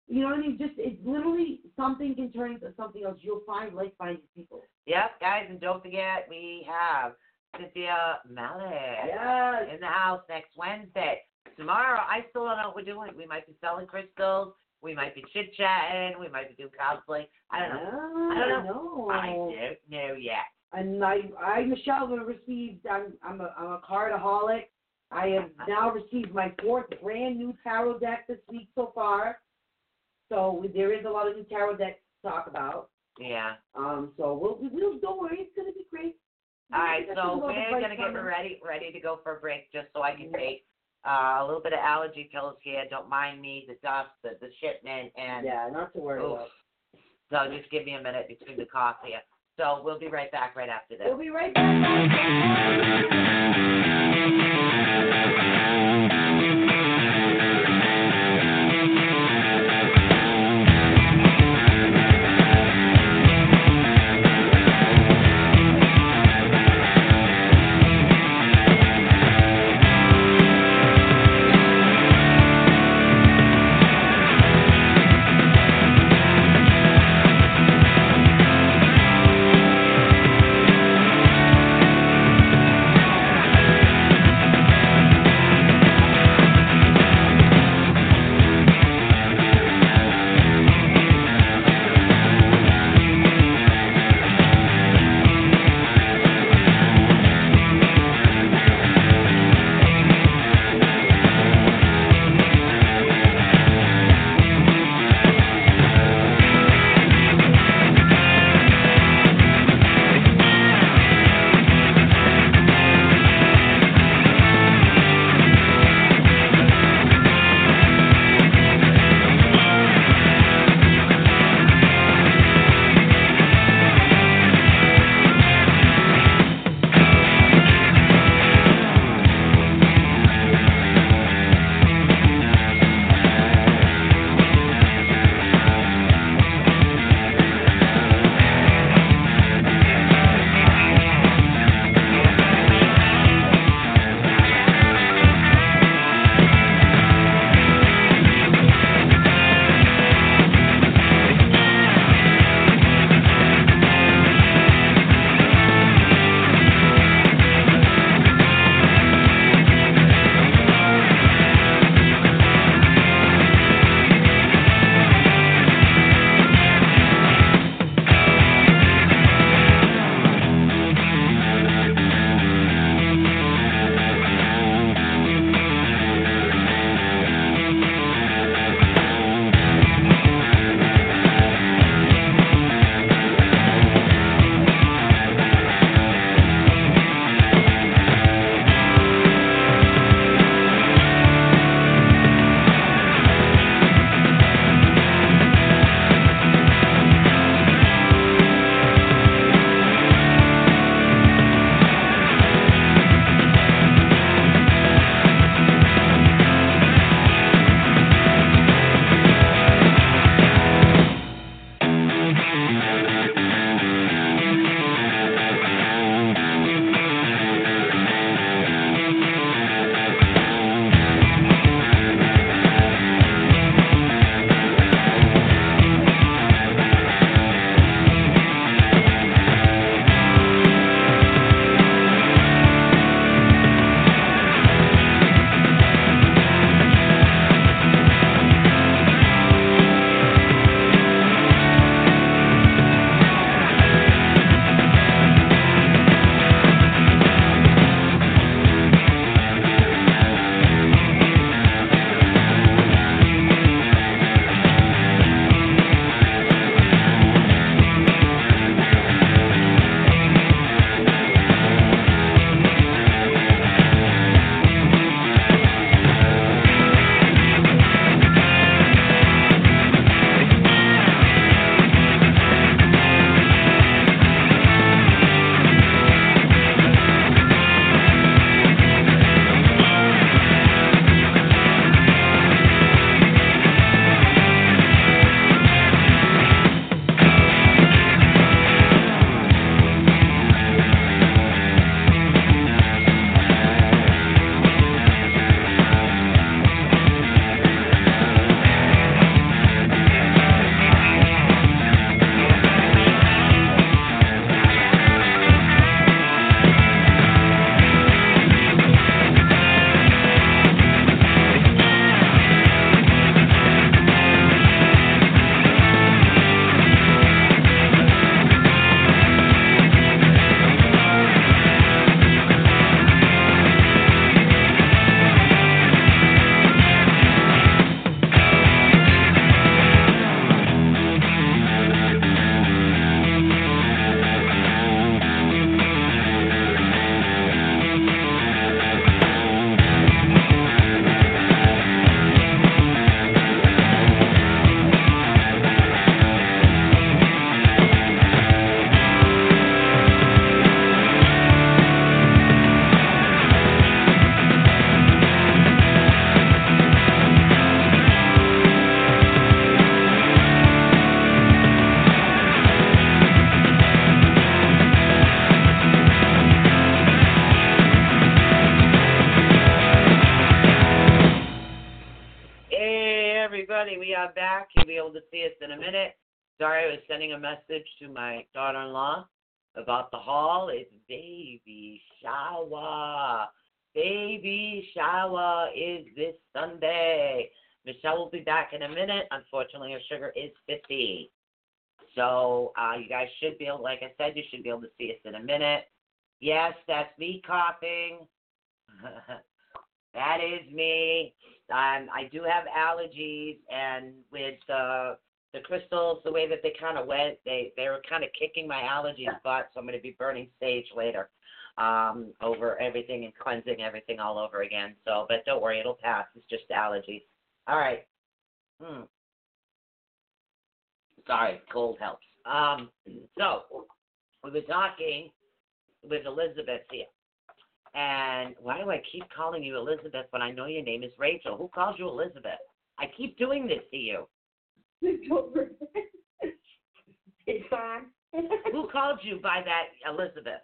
[SPEAKER 1] You know what I mean? Just it's literally something can turn into something else. You'll find like-minded people.
[SPEAKER 2] yep, guys, and don't forget we have Cynthia Malik
[SPEAKER 1] Yes.
[SPEAKER 2] in the house next Wednesday. Tomorrow, I still don't know what we're doing. We might be selling crystals. We might be chit chatting. We might be doing counseling. I don't know.
[SPEAKER 1] I
[SPEAKER 2] I don't
[SPEAKER 1] know.
[SPEAKER 2] I don't know yet.
[SPEAKER 1] And I, I, Michelle, will receive. I'm, I'm a, I'm a cardaholic. I have now received my fourth brand new tarot deck this week so far. So there is a lot of new tarot decks to talk about.
[SPEAKER 2] Yeah.
[SPEAKER 1] Um, so we'll, we will, don't worry, it's going to be great.
[SPEAKER 2] All right,
[SPEAKER 1] That's
[SPEAKER 2] so
[SPEAKER 1] about the
[SPEAKER 2] we're
[SPEAKER 1] price
[SPEAKER 2] gonna get
[SPEAKER 1] coming.
[SPEAKER 2] ready, ready to go for a break, just so I can take uh, a little bit of allergy pills here. Don't mind me, the dust, the, the shipment, and
[SPEAKER 1] Yeah, not to worry
[SPEAKER 2] oof.
[SPEAKER 1] about.
[SPEAKER 2] so just give me a minute between the cough here. So we'll be right back right after this.
[SPEAKER 1] We'll be right back.
[SPEAKER 4] Thank
[SPEAKER 2] everybody. We are back. You'll be able to see us in a minute. Sorry, I was sending a message to my daughter in law about the hall. It's baby shower. Baby shower is this Sunday. Michelle will be back in a minute. Unfortunately, her sugar is 50. So uh, you guys should be able, like I said, you should be able to see us in a minute. Yes, that's me coughing. that is me. Um, I do have allergies, and with the the crystals, the way that they kind of went, they they were kind of kicking my allergies butt. So I'm going to be burning sage later um, over everything and cleansing everything all over again. So, but don't worry, it'll pass. It's just allergies. All right. Hmm. Sorry, cold helps. Um, so we were talking with Elizabeth here. And why do I keep calling you Elizabeth when I know your name is Rachel? Who calls you Elizabeth? I keep doing this to you.
[SPEAKER 3] it's fine.
[SPEAKER 2] Who called you by that Elizabeth?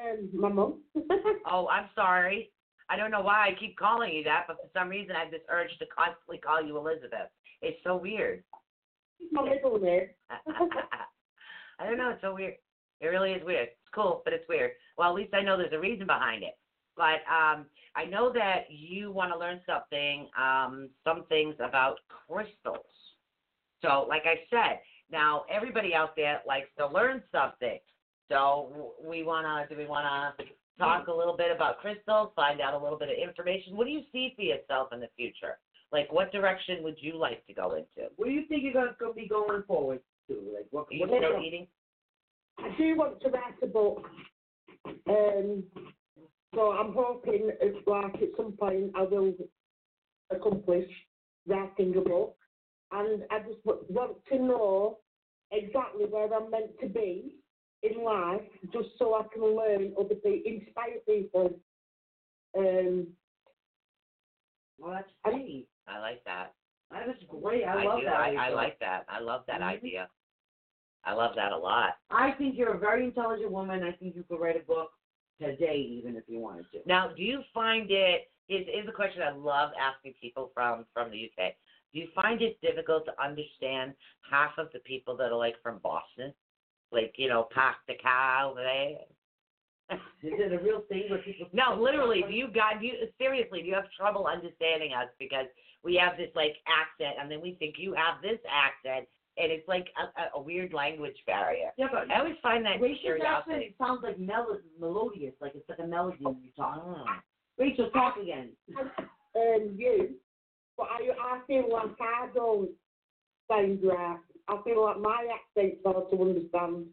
[SPEAKER 3] um, my mum.
[SPEAKER 2] Oh, I'm sorry. I don't know why I keep calling you that, but for some reason I have this urge to constantly call you Elizabeth. It's so weird.
[SPEAKER 3] my middle name.
[SPEAKER 2] I don't know. It's so weird. It really is weird. It's cool, but it's weird. Well, at least I know there's a reason behind it. But um, I know that you want to learn something, um, some things about crystals. So, like I said, now everybody out there likes to learn something. So, w- we wanna do we wanna talk a little bit about crystals, find out a little bit of information. What do you see for yourself in the future? Like, what direction would you like to go into?
[SPEAKER 1] What do you think you're gonna go- be going forward to? Like what?
[SPEAKER 2] Are you
[SPEAKER 1] what
[SPEAKER 2] still eating?
[SPEAKER 3] I do want to write a book. Um, so I'm hoping, it's like at some point, I will accomplish writing a book. And I just w- want to know exactly where I'm meant to be in life, just so I can learn other people, inspire people. Um,
[SPEAKER 1] well, that's great.
[SPEAKER 2] I like that.
[SPEAKER 1] That is great. I, love
[SPEAKER 2] do.
[SPEAKER 1] that.
[SPEAKER 2] I, I
[SPEAKER 1] Rachel.
[SPEAKER 2] like that. I love that
[SPEAKER 1] Mhm.
[SPEAKER 2] idea. I love that a lot.
[SPEAKER 1] I think you're a very intelligent woman. I think you could write a book today, even if you wanted to.
[SPEAKER 2] Now, do you find it is is a question I love asking people from from the UK. Do you find it difficult to understand half of the people that are like from Boston, like you know, park the car over there?
[SPEAKER 1] Is it a real thing where people?
[SPEAKER 2] no, literally, do you got do you seriously? Do you have trouble understanding us because we have this like accent, and then we think you have this accent, and it's like a, a, a weird language barrier.
[SPEAKER 1] Yeah, but
[SPEAKER 2] I always find that
[SPEAKER 1] Rachel's accent
[SPEAKER 2] curiosity.
[SPEAKER 1] it sounds like mel- melodious, like it's like a melody when you talk.
[SPEAKER 2] Mm.
[SPEAKER 1] Rachel, talk again.
[SPEAKER 3] um, you, but I, I feel like I don't sound right. I feel like my accent's hard to understand.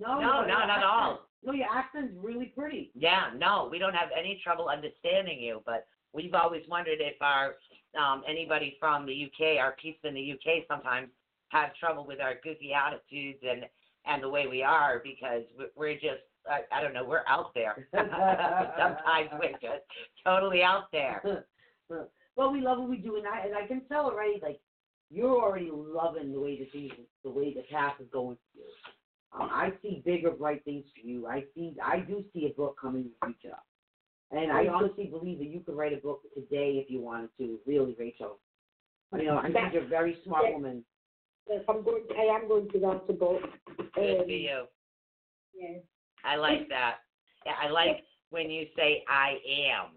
[SPEAKER 1] No,
[SPEAKER 2] No,
[SPEAKER 1] your
[SPEAKER 2] no, not at all.
[SPEAKER 1] accent- No, your accent's really pretty.
[SPEAKER 2] Yeah, no, we don't have any trouble understanding you, but we've always wondered if our um, anybody from the UK, our people in the UK, sometimes have trouble with our goofy attitudes and and the way we are because we- we're just I, I don't know we're out there. sometimes we're just totally out there.
[SPEAKER 1] well, we love what we do, and I and I can tell already. Like you're already loving the way the things, the way the path is going for you. Um, I see bigger, bright things for you. I see, I do see a book coming in the future, and I honestly believe that you could write a book today if you wanted to. Really, Rachel. You know, I think you're a very smart woman.
[SPEAKER 3] If I'm going, to, I am going to write a book. Um,
[SPEAKER 2] Good for you.
[SPEAKER 3] yeah.
[SPEAKER 2] I like that. Yeah, I like when you say I am.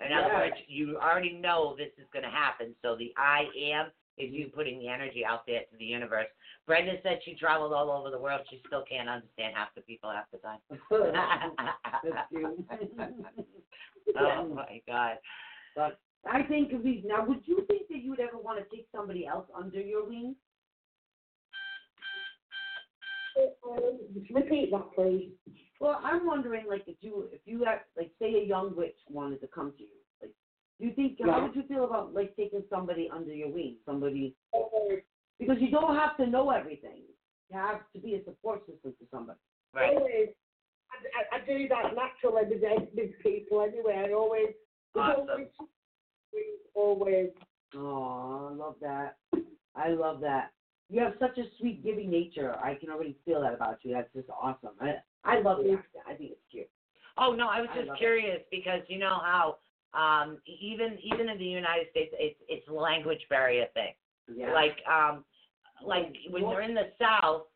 [SPEAKER 2] In other
[SPEAKER 1] Yeah.
[SPEAKER 2] words, you already know this is going to happen. So the I am is you
[SPEAKER 1] Mm-hmm.
[SPEAKER 2] putting the energy out there to the universe. Brenda said she traveled all over the world. She still can't understand half the people half the time.
[SPEAKER 1] Oh, That's you.
[SPEAKER 2] oh my God.
[SPEAKER 1] but I think if we now, would you think that you'd ever want to take somebody else under your wing?
[SPEAKER 3] Um, repeat that, please.
[SPEAKER 1] Well, I'm wondering, like, if you if you had, like, say a young witch wanted to come to you, like, do you think how
[SPEAKER 3] Yeah.
[SPEAKER 1] would you feel about like taking somebody under your wing, somebody
[SPEAKER 3] Um,
[SPEAKER 1] because you don't have to know everything. You have to be a support system for somebody.
[SPEAKER 2] Right.
[SPEAKER 3] Always, I, I, I do that natural every day with people anywhere. I always, there's
[SPEAKER 2] Awesome.
[SPEAKER 3] always, always.
[SPEAKER 1] Oh, I love that. I love that. You have such a sweet, giving nature. I can already feel that about you. That's just awesome. I I love the accent. I think it's cute.
[SPEAKER 2] Oh no, I was
[SPEAKER 1] I
[SPEAKER 2] just
[SPEAKER 1] love it.
[SPEAKER 2] curious because you know how Um, even even in the United States, it's it's language barrier thing.
[SPEAKER 1] Yeah.
[SPEAKER 2] Like um, like when they're in the South,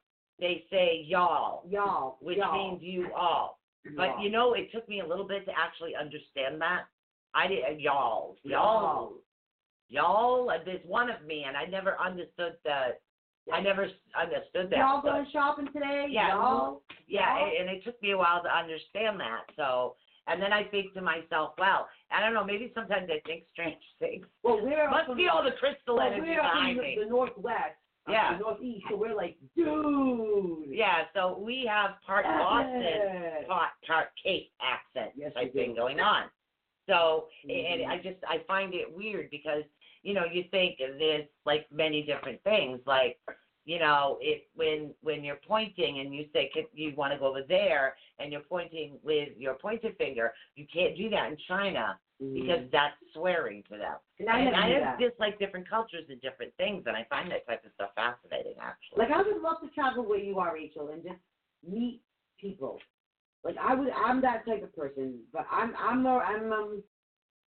[SPEAKER 2] they say y'all,
[SPEAKER 1] y'all,
[SPEAKER 2] which
[SPEAKER 1] y'all.
[SPEAKER 2] means you all. But you know, it took me a little bit to actually understand that. I did uh, y'all, y'all, y'all. uh, There's one of me, and I never understood that. I never s- understood that.
[SPEAKER 1] y'all
[SPEAKER 2] So-
[SPEAKER 1] going shopping today?
[SPEAKER 2] Yeah.
[SPEAKER 1] Y'all.
[SPEAKER 2] yeah,
[SPEAKER 1] Yeah.
[SPEAKER 2] and it took me a while to understand that. So, and then I think to myself, wow, I don't know, maybe sometimes I think strange things.
[SPEAKER 1] Well, we're
[SPEAKER 2] Must
[SPEAKER 1] up
[SPEAKER 2] be
[SPEAKER 1] in,
[SPEAKER 2] all the crystal
[SPEAKER 1] well,
[SPEAKER 2] energy
[SPEAKER 1] we're up in
[SPEAKER 2] behind
[SPEAKER 1] the,
[SPEAKER 2] me.
[SPEAKER 1] the northwest, up
[SPEAKER 2] Yeah.
[SPEAKER 1] the northeast, so we're like, dude.
[SPEAKER 2] Yeah, so we have part Boston,
[SPEAKER 1] yes.
[SPEAKER 2] part, part Cape accent
[SPEAKER 1] Yes,
[SPEAKER 2] type
[SPEAKER 1] we
[SPEAKER 2] thing
[SPEAKER 1] do.
[SPEAKER 2] going on. So, and
[SPEAKER 1] Mhm.
[SPEAKER 2] I just, I find it weird because, you know, you think there's like many different things, like, you know, it when when you're pointing and you say "Can- you want to go over there and you're pointing with your pointer finger, you can't do that in China. because that's swearing to them.
[SPEAKER 1] and Mm. I
[SPEAKER 2] and
[SPEAKER 1] never
[SPEAKER 2] I
[SPEAKER 1] knew
[SPEAKER 2] just
[SPEAKER 1] that.
[SPEAKER 2] dislike different cultures and different things, and I find that type of stuff fascinating, actually.
[SPEAKER 1] Like I would love to travel where you are, Rachel, and just meet people. Like I would, I'm that type of person, but I'm I'm more I'm um,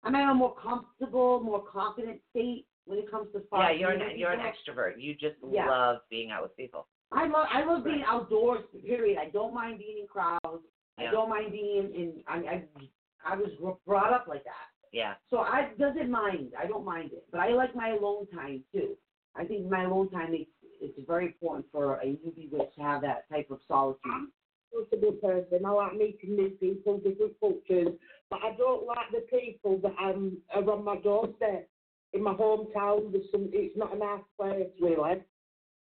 [SPEAKER 1] I'm at a more comfortable, more confident state when it comes to
[SPEAKER 2] yeah,
[SPEAKER 1] far.
[SPEAKER 2] you're
[SPEAKER 1] meeting
[SPEAKER 2] an you're an
[SPEAKER 1] people.
[SPEAKER 2] extrovert. You just
[SPEAKER 1] Yeah.
[SPEAKER 2] love being out with people.
[SPEAKER 1] I love I love being outdoors. Period. I don't mind being in crowds.
[SPEAKER 2] Yeah.
[SPEAKER 1] I don't mind being in. I I, I was gr- brought up like that,
[SPEAKER 2] Yeah,
[SPEAKER 1] so I doesn't mind. I don't mind it, but I like my alone time too. I think my alone time is it's very important for a newbie witch to have that type of solitude.
[SPEAKER 3] comfortable person. I like meeting new people, different cultures, but I don't like the people that I'm are on my doorstep in my hometown. There's some, it's not a nice place really.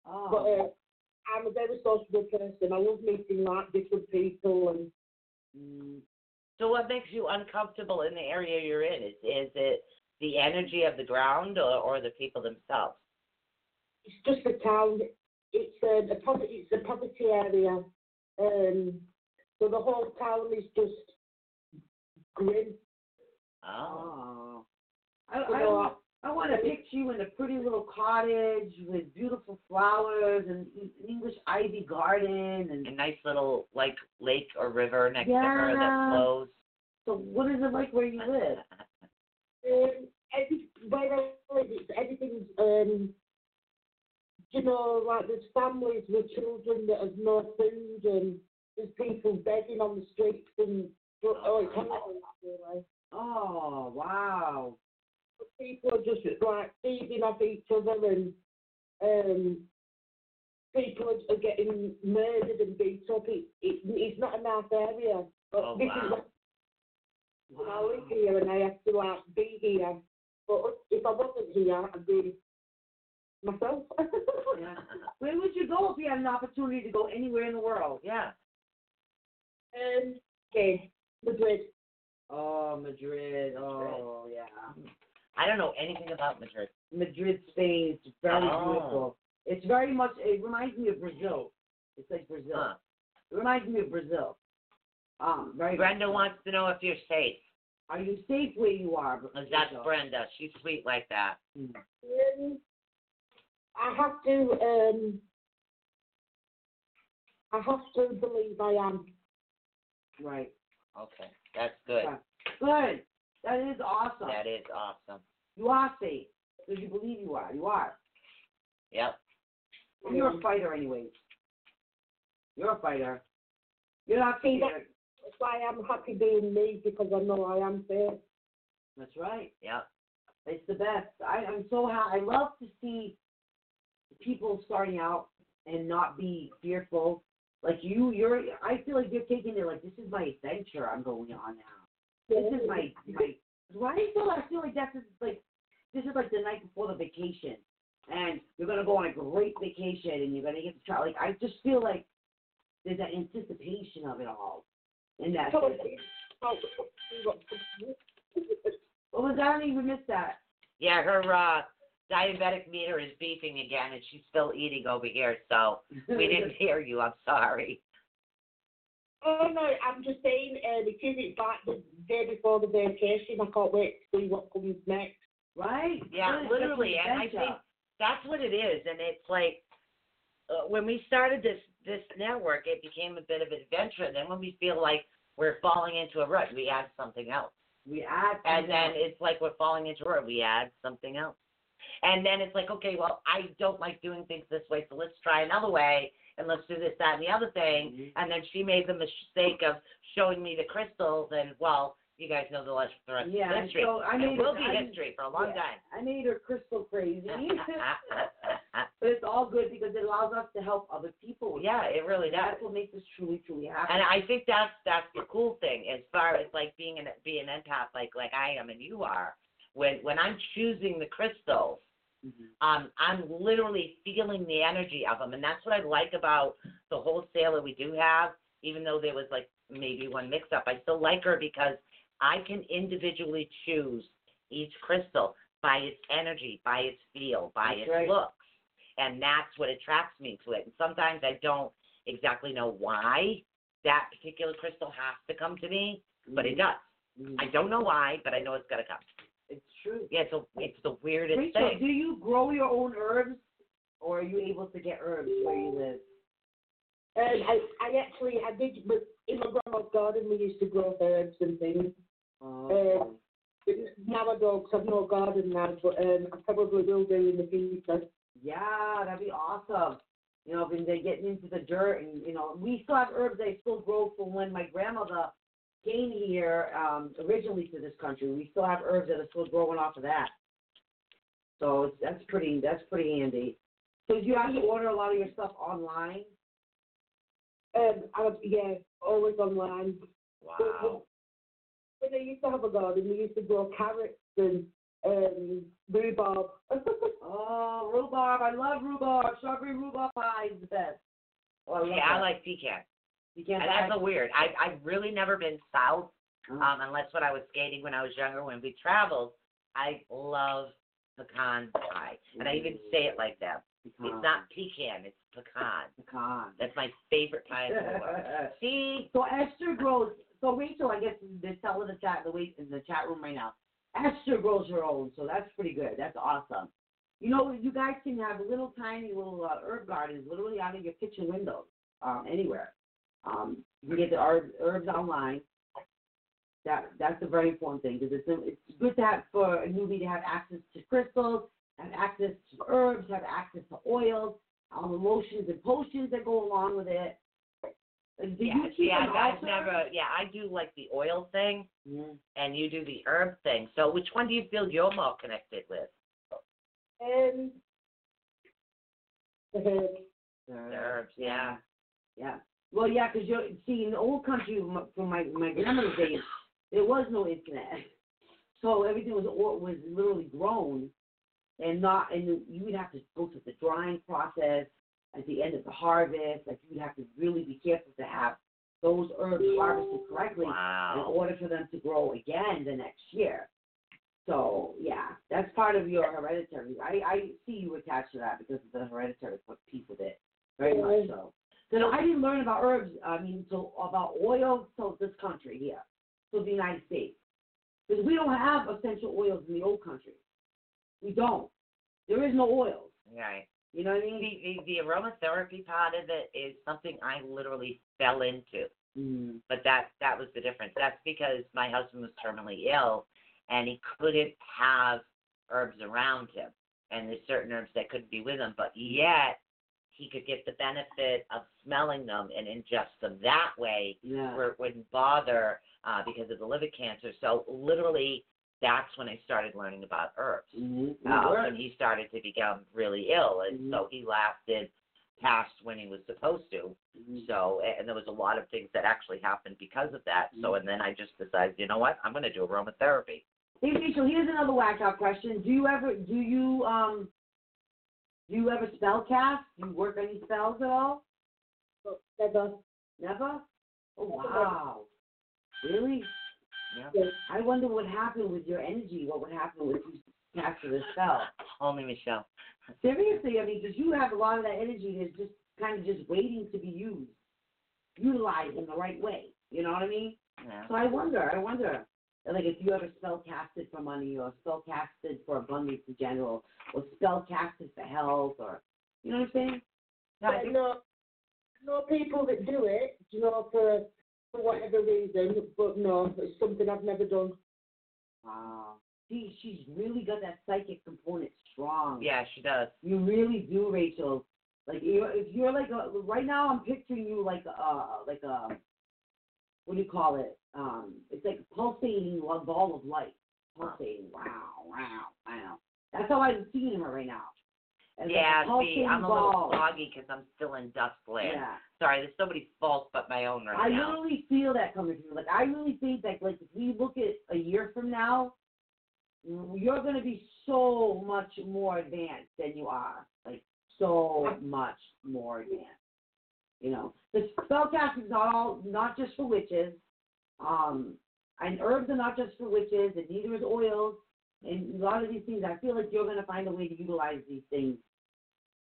[SPEAKER 1] Oh.
[SPEAKER 3] But uh, I'm a very sociable person. I love meeting like different people and
[SPEAKER 1] Mm,
[SPEAKER 2] So what makes you uncomfortable in the area you're in? Is is it the energy of the ground or, or the people themselves?
[SPEAKER 3] it's just a town. It's a, a poverty, it's a poverty area, um, so the whole town is just grim.
[SPEAKER 2] Oh,
[SPEAKER 1] Oh. I,
[SPEAKER 3] You
[SPEAKER 1] I,
[SPEAKER 3] know,
[SPEAKER 1] wa- I want to picture you in a pretty little cottage with beautiful flowers and E- English ivy garden. And
[SPEAKER 2] a nice little like lake or river next to her
[SPEAKER 1] Yeah.
[SPEAKER 2] that flows.
[SPEAKER 1] so, what is it like where you live?
[SPEAKER 3] Um, every, where I live, it's everything's, um, you know, like there's families with children that have no food and there's people begging on the streets and, oh, it's horrible, really.
[SPEAKER 1] Oh, wow.
[SPEAKER 3] People are just like feeding off each other and um, people are getting murdered and beat up. It, it, it's not a nice area. But
[SPEAKER 2] Oh,
[SPEAKER 3] this
[SPEAKER 2] wow.
[SPEAKER 3] is what Well, I live here and I have to like be here. But if I wasn't here, I'd be myself. Um,
[SPEAKER 1] Yeah. Where would you go if you had an opportunity to go anywhere in the world?
[SPEAKER 2] yeah.
[SPEAKER 3] um, okay, Madrid.
[SPEAKER 1] Oh, Madrid. Oh, yeah.
[SPEAKER 2] I don't know anything about Madrid.
[SPEAKER 1] Madrid, Spain. It's very
[SPEAKER 2] Oh.
[SPEAKER 1] beautiful. It's very much, it reminds me of Brazil. It's like Brazil.
[SPEAKER 2] Huh.
[SPEAKER 1] It reminds me of Brazil. Um, very
[SPEAKER 2] Brenda wants to know if you're safe.
[SPEAKER 1] Are you safe where you are?
[SPEAKER 2] Because that's
[SPEAKER 1] Rachel?
[SPEAKER 2] Brenda. She's sweet like that.
[SPEAKER 3] Um, I have to. Um, I have to believe I am.
[SPEAKER 1] Hmm. Right.
[SPEAKER 2] Okay. That's good.
[SPEAKER 1] Yeah. Good. That is awesome.
[SPEAKER 2] That is awesome.
[SPEAKER 1] You are safe because you believe you are. You are.
[SPEAKER 2] Yep.
[SPEAKER 1] And you're a fighter, anyways. You're a fighter. You're not scared.
[SPEAKER 3] That's why I'm happy being me because I know I am safe.
[SPEAKER 1] That's right.
[SPEAKER 2] Yep.
[SPEAKER 1] It's the best. I, I'm so happy. I love to see people starting out and not be fearful. Like you, you're. I feel like you're taking it like this is my adventure I'm going on now. this is my my why do you feel I feel like that's just like this is like the night before the vacation and you're gonna go on a great vacation and you're gonna get to try like I just feel like there's that anticipation of it all. And that
[SPEAKER 3] Totally. Oh,
[SPEAKER 1] what was that? Oh I didn't even miss that.
[SPEAKER 2] Yeah, her uh, diabetic meter is beeping again, and she's still eating over here, so we didn't hear you. I'm sorry.
[SPEAKER 3] Oh no, I'm just saying uh, because it's like the day before the vacation. I can't wait to see what comes next.
[SPEAKER 1] right?
[SPEAKER 2] Yeah,
[SPEAKER 1] Good, that's
[SPEAKER 2] literally.
[SPEAKER 1] an
[SPEAKER 2] And I
[SPEAKER 1] adventure.
[SPEAKER 2] think that's what it is. And it's like uh, when we started this this network, it became a bit of an adventure. And then when we feel like we're falling into a rut, we add something else.
[SPEAKER 1] We add.
[SPEAKER 2] And then it's like we're falling into it. We add something else. And then it's like, okay, well, I don't like doing things this way, so let's try another way and let's do this, that, and the other thing.
[SPEAKER 1] Mm-hmm.
[SPEAKER 2] And then she made the mistake of showing me the crystals, and well, you guys know the rest the rest is
[SPEAKER 1] Yeah,
[SPEAKER 2] history.
[SPEAKER 1] so I
[SPEAKER 2] And
[SPEAKER 1] made
[SPEAKER 2] it will
[SPEAKER 1] it-
[SPEAKER 2] be
[SPEAKER 1] I-
[SPEAKER 2] history for a long
[SPEAKER 1] yeah. I made her crystal crazy.
[SPEAKER 2] time.
[SPEAKER 1] but it's all good because it allows us to help other people.
[SPEAKER 2] yeah, it really does.
[SPEAKER 1] That's what makes us truly, truly happy.
[SPEAKER 2] And I think that's that's the cool thing as far as like being an being an empath like like I am and you are. When when I'm choosing the crystals,
[SPEAKER 1] Mhm.
[SPEAKER 2] um, I'm literally feeling the energy of them, and that's what I like about the wholesaler we do have. Even though there was like maybe one mix-up, I still like her because I can individually choose each crystal by its energy, by its feel, by
[SPEAKER 1] That's
[SPEAKER 2] its
[SPEAKER 1] right.
[SPEAKER 2] looks, and that's what attracts me to it. And sometimes I don't exactly know why that particular crystal has to come to me, but it does.
[SPEAKER 1] Mhm.
[SPEAKER 2] I don't know why, but I know it's gonna come.
[SPEAKER 1] It's true.
[SPEAKER 2] Yeah, so it's the weirdest
[SPEAKER 1] Rachel,
[SPEAKER 2] thing.
[SPEAKER 1] do you grow your own herbs, or are you able to get herbs where you live?
[SPEAKER 3] Um, I, I actually, I did, but in my grandma's garden, we used to grow herbs and things.
[SPEAKER 1] Oh,
[SPEAKER 3] But now my dogs have no garden now, but um, I probably will do in the future.
[SPEAKER 1] yeah, that'd be awesome. You know, when they're getting into the dirt, and you know, we still have herbs that I still grow from when my grandmother came here um, originally to this country. We still have herbs that are still growing off of that. So it's, that's pretty. That's pretty handy. So you have to order a lot of your stuff online.
[SPEAKER 3] Um, I was, yeah, always online.
[SPEAKER 2] Wow.
[SPEAKER 3] When I used to have a garden, we used to grow carrots and um, rhubarb.
[SPEAKER 1] Oh, rhubarb! I love rhubarb. Strawberry rhubarb pie is the best. Oh, I love
[SPEAKER 2] Yeah, I
[SPEAKER 1] that.
[SPEAKER 2] like pecan.
[SPEAKER 1] You can't
[SPEAKER 2] And
[SPEAKER 1] buy-
[SPEAKER 2] that's a weird. I I've really never been south,
[SPEAKER 1] Uh-huh.
[SPEAKER 2] um, unless when I was skating when I was younger when we traveled. I love pecan pie, and I even say it like that. It's not pecan, it's pecan.
[SPEAKER 1] pecan.
[SPEAKER 2] That's my favorite pie in the world. See,
[SPEAKER 1] so Esther grows. So Rachel, I guess they're telling the chat the wait in the chat room right now. Esther grows her own, so that's pretty good. That's awesome. You know, you guys can have little tiny little uh, herb gardens literally out of your kitchen window, um, anywhere. Um, you can get the herb, herbs online. That that's a very important thing because it's it's good to have for a newbie to have access to crystals, have access to herbs, have access to oils, um, lotions and potions that go along with it. Do
[SPEAKER 2] yeah,
[SPEAKER 1] you keep
[SPEAKER 2] see, I,
[SPEAKER 1] an
[SPEAKER 2] I've
[SPEAKER 1] altar?
[SPEAKER 2] never. Yeah, I do like the oil thing,
[SPEAKER 1] Mhm.
[SPEAKER 2] and you do the herb thing. So, which one do you feel you're more connected with?
[SPEAKER 3] Um, the herb.
[SPEAKER 2] The herbs, Uh, yeah.
[SPEAKER 1] Yeah. Well, yeah, 'cause you're see in the old country from my- from my my grandmother's days, there was no internet, so everything was all- was literally grown, and not and you would have to go through the drying process at the end of the harvest. Like you would have to really be careful to have those herbs harvested correctly uh, in
[SPEAKER 2] Wow.
[SPEAKER 1] order for them to grow again the next year. So yeah, that's part of your hereditary. I, I see you attached to that because of the hereditary piece of it, very much so. Then I didn't learn about herbs. I mean, so about oil till this country here, till the United States, because we don't have essential oils in the old country. We don't. There is no oils.
[SPEAKER 2] Right.
[SPEAKER 1] You know what I
[SPEAKER 2] The,
[SPEAKER 1] mean?
[SPEAKER 2] the the aromatherapy part of it is something I literally fell into.
[SPEAKER 1] Mm.
[SPEAKER 2] But that that was the difference. That's because my husband was terminally ill and he couldn't have herbs around him. And there's certain herbs that couldn't be with him, but yet he could get the benefit of smelling them and ingest them that way
[SPEAKER 1] Yeah.
[SPEAKER 2] where it wouldn't bother uh, because of the liver cancer. So literally that's when I started learning about herbs
[SPEAKER 1] Mhm.
[SPEAKER 2] uh,
[SPEAKER 1] Works.
[SPEAKER 2] when he started to become really ill, and so he lasted past when he was supposed to.
[SPEAKER 1] Mhm.
[SPEAKER 2] So, and there was a lot of things that actually happened because of that. So,
[SPEAKER 1] Mm-hmm.
[SPEAKER 2] and then I just decided, you know what, I'm going to do aromatherapy.
[SPEAKER 1] Hey, Rachel, here's another whack out question. Do you ever do you um do you ever spell cast? Do you work any spells at all?
[SPEAKER 3] But never.
[SPEAKER 1] Never? Oh wow. Really?
[SPEAKER 2] Yeah.
[SPEAKER 1] I wonder what happened with your energy, what would happen if you casted a spell.
[SPEAKER 2] Only Michelle.
[SPEAKER 1] Seriously, I mean, because you have a lot of that energy that's just kind of just waiting to be used, utilized in the right way. You know what I mean?
[SPEAKER 2] Yeah.
[SPEAKER 1] So I wonder, I wonder, like if you ever spell casted for money or spell casted for abundance in general or spell casted for health or, you know what I'm saying?
[SPEAKER 3] I know, know people that do it, you know, for, for whatever reason, but no, it's something I've never done.
[SPEAKER 1] Wow. See, she's really got that psychic component strong.
[SPEAKER 2] Yeah, she does.
[SPEAKER 1] You really do, Rachel. Like you, if you're like a, right now, I'm picturing you like a like a what do you call it? Um, it's like a pulsating lo- ball of light, pulsating. Wow, wow, wow. That's how I'm seeing her right now. As like a
[SPEAKER 2] yeah, see,
[SPEAKER 1] pulsating
[SPEAKER 2] I'm a little
[SPEAKER 1] ball.
[SPEAKER 2] foggy because I'm still in dust land.
[SPEAKER 1] Yeah.
[SPEAKER 2] Sorry, there's nobody's fault but my own right
[SPEAKER 1] I
[SPEAKER 2] now.
[SPEAKER 1] literally feel that coming through. Like I really think that like if we look at a year from now, you're gonna be so much more advanced than you are. Like so much more advanced. You know, the spellcasting is not all not just for witches. Um, and herbs are not just for witches, and neither is oils. And a lot of these things, I feel like you're gonna find a way to utilize these things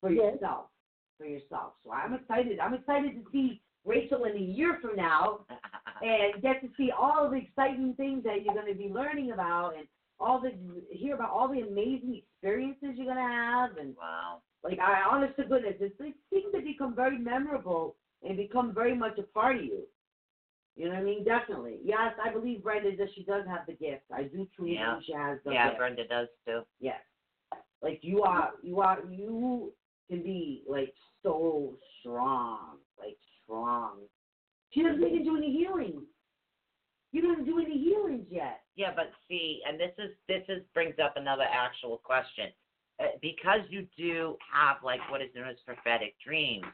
[SPEAKER 1] for
[SPEAKER 3] Yes.
[SPEAKER 1] yourself. For yourself. So I'm excited. I'm excited to see Rachel in a year from now and get to see all the exciting things that you're going to be learning about and all the hear about all the amazing experiences you're going to have and
[SPEAKER 2] wow.
[SPEAKER 1] like I honest to goodness, it's like things that become very memorable and become very much a part of you. You know what I mean? Definitely. Yes, I believe Brenda that she does have the gift. I do truly
[SPEAKER 2] Yeah.
[SPEAKER 1] believe she has the
[SPEAKER 2] Yeah,
[SPEAKER 1] gift.
[SPEAKER 2] Brenda does too.
[SPEAKER 1] Yes. Like you are, you are, you can be like so strong, like strong. She doesn't even do any healings. You don't do any healings yet.
[SPEAKER 2] Yeah, but see, and this is this is brings up another actual question. Uh, because you do have like what is known as prophetic dreams,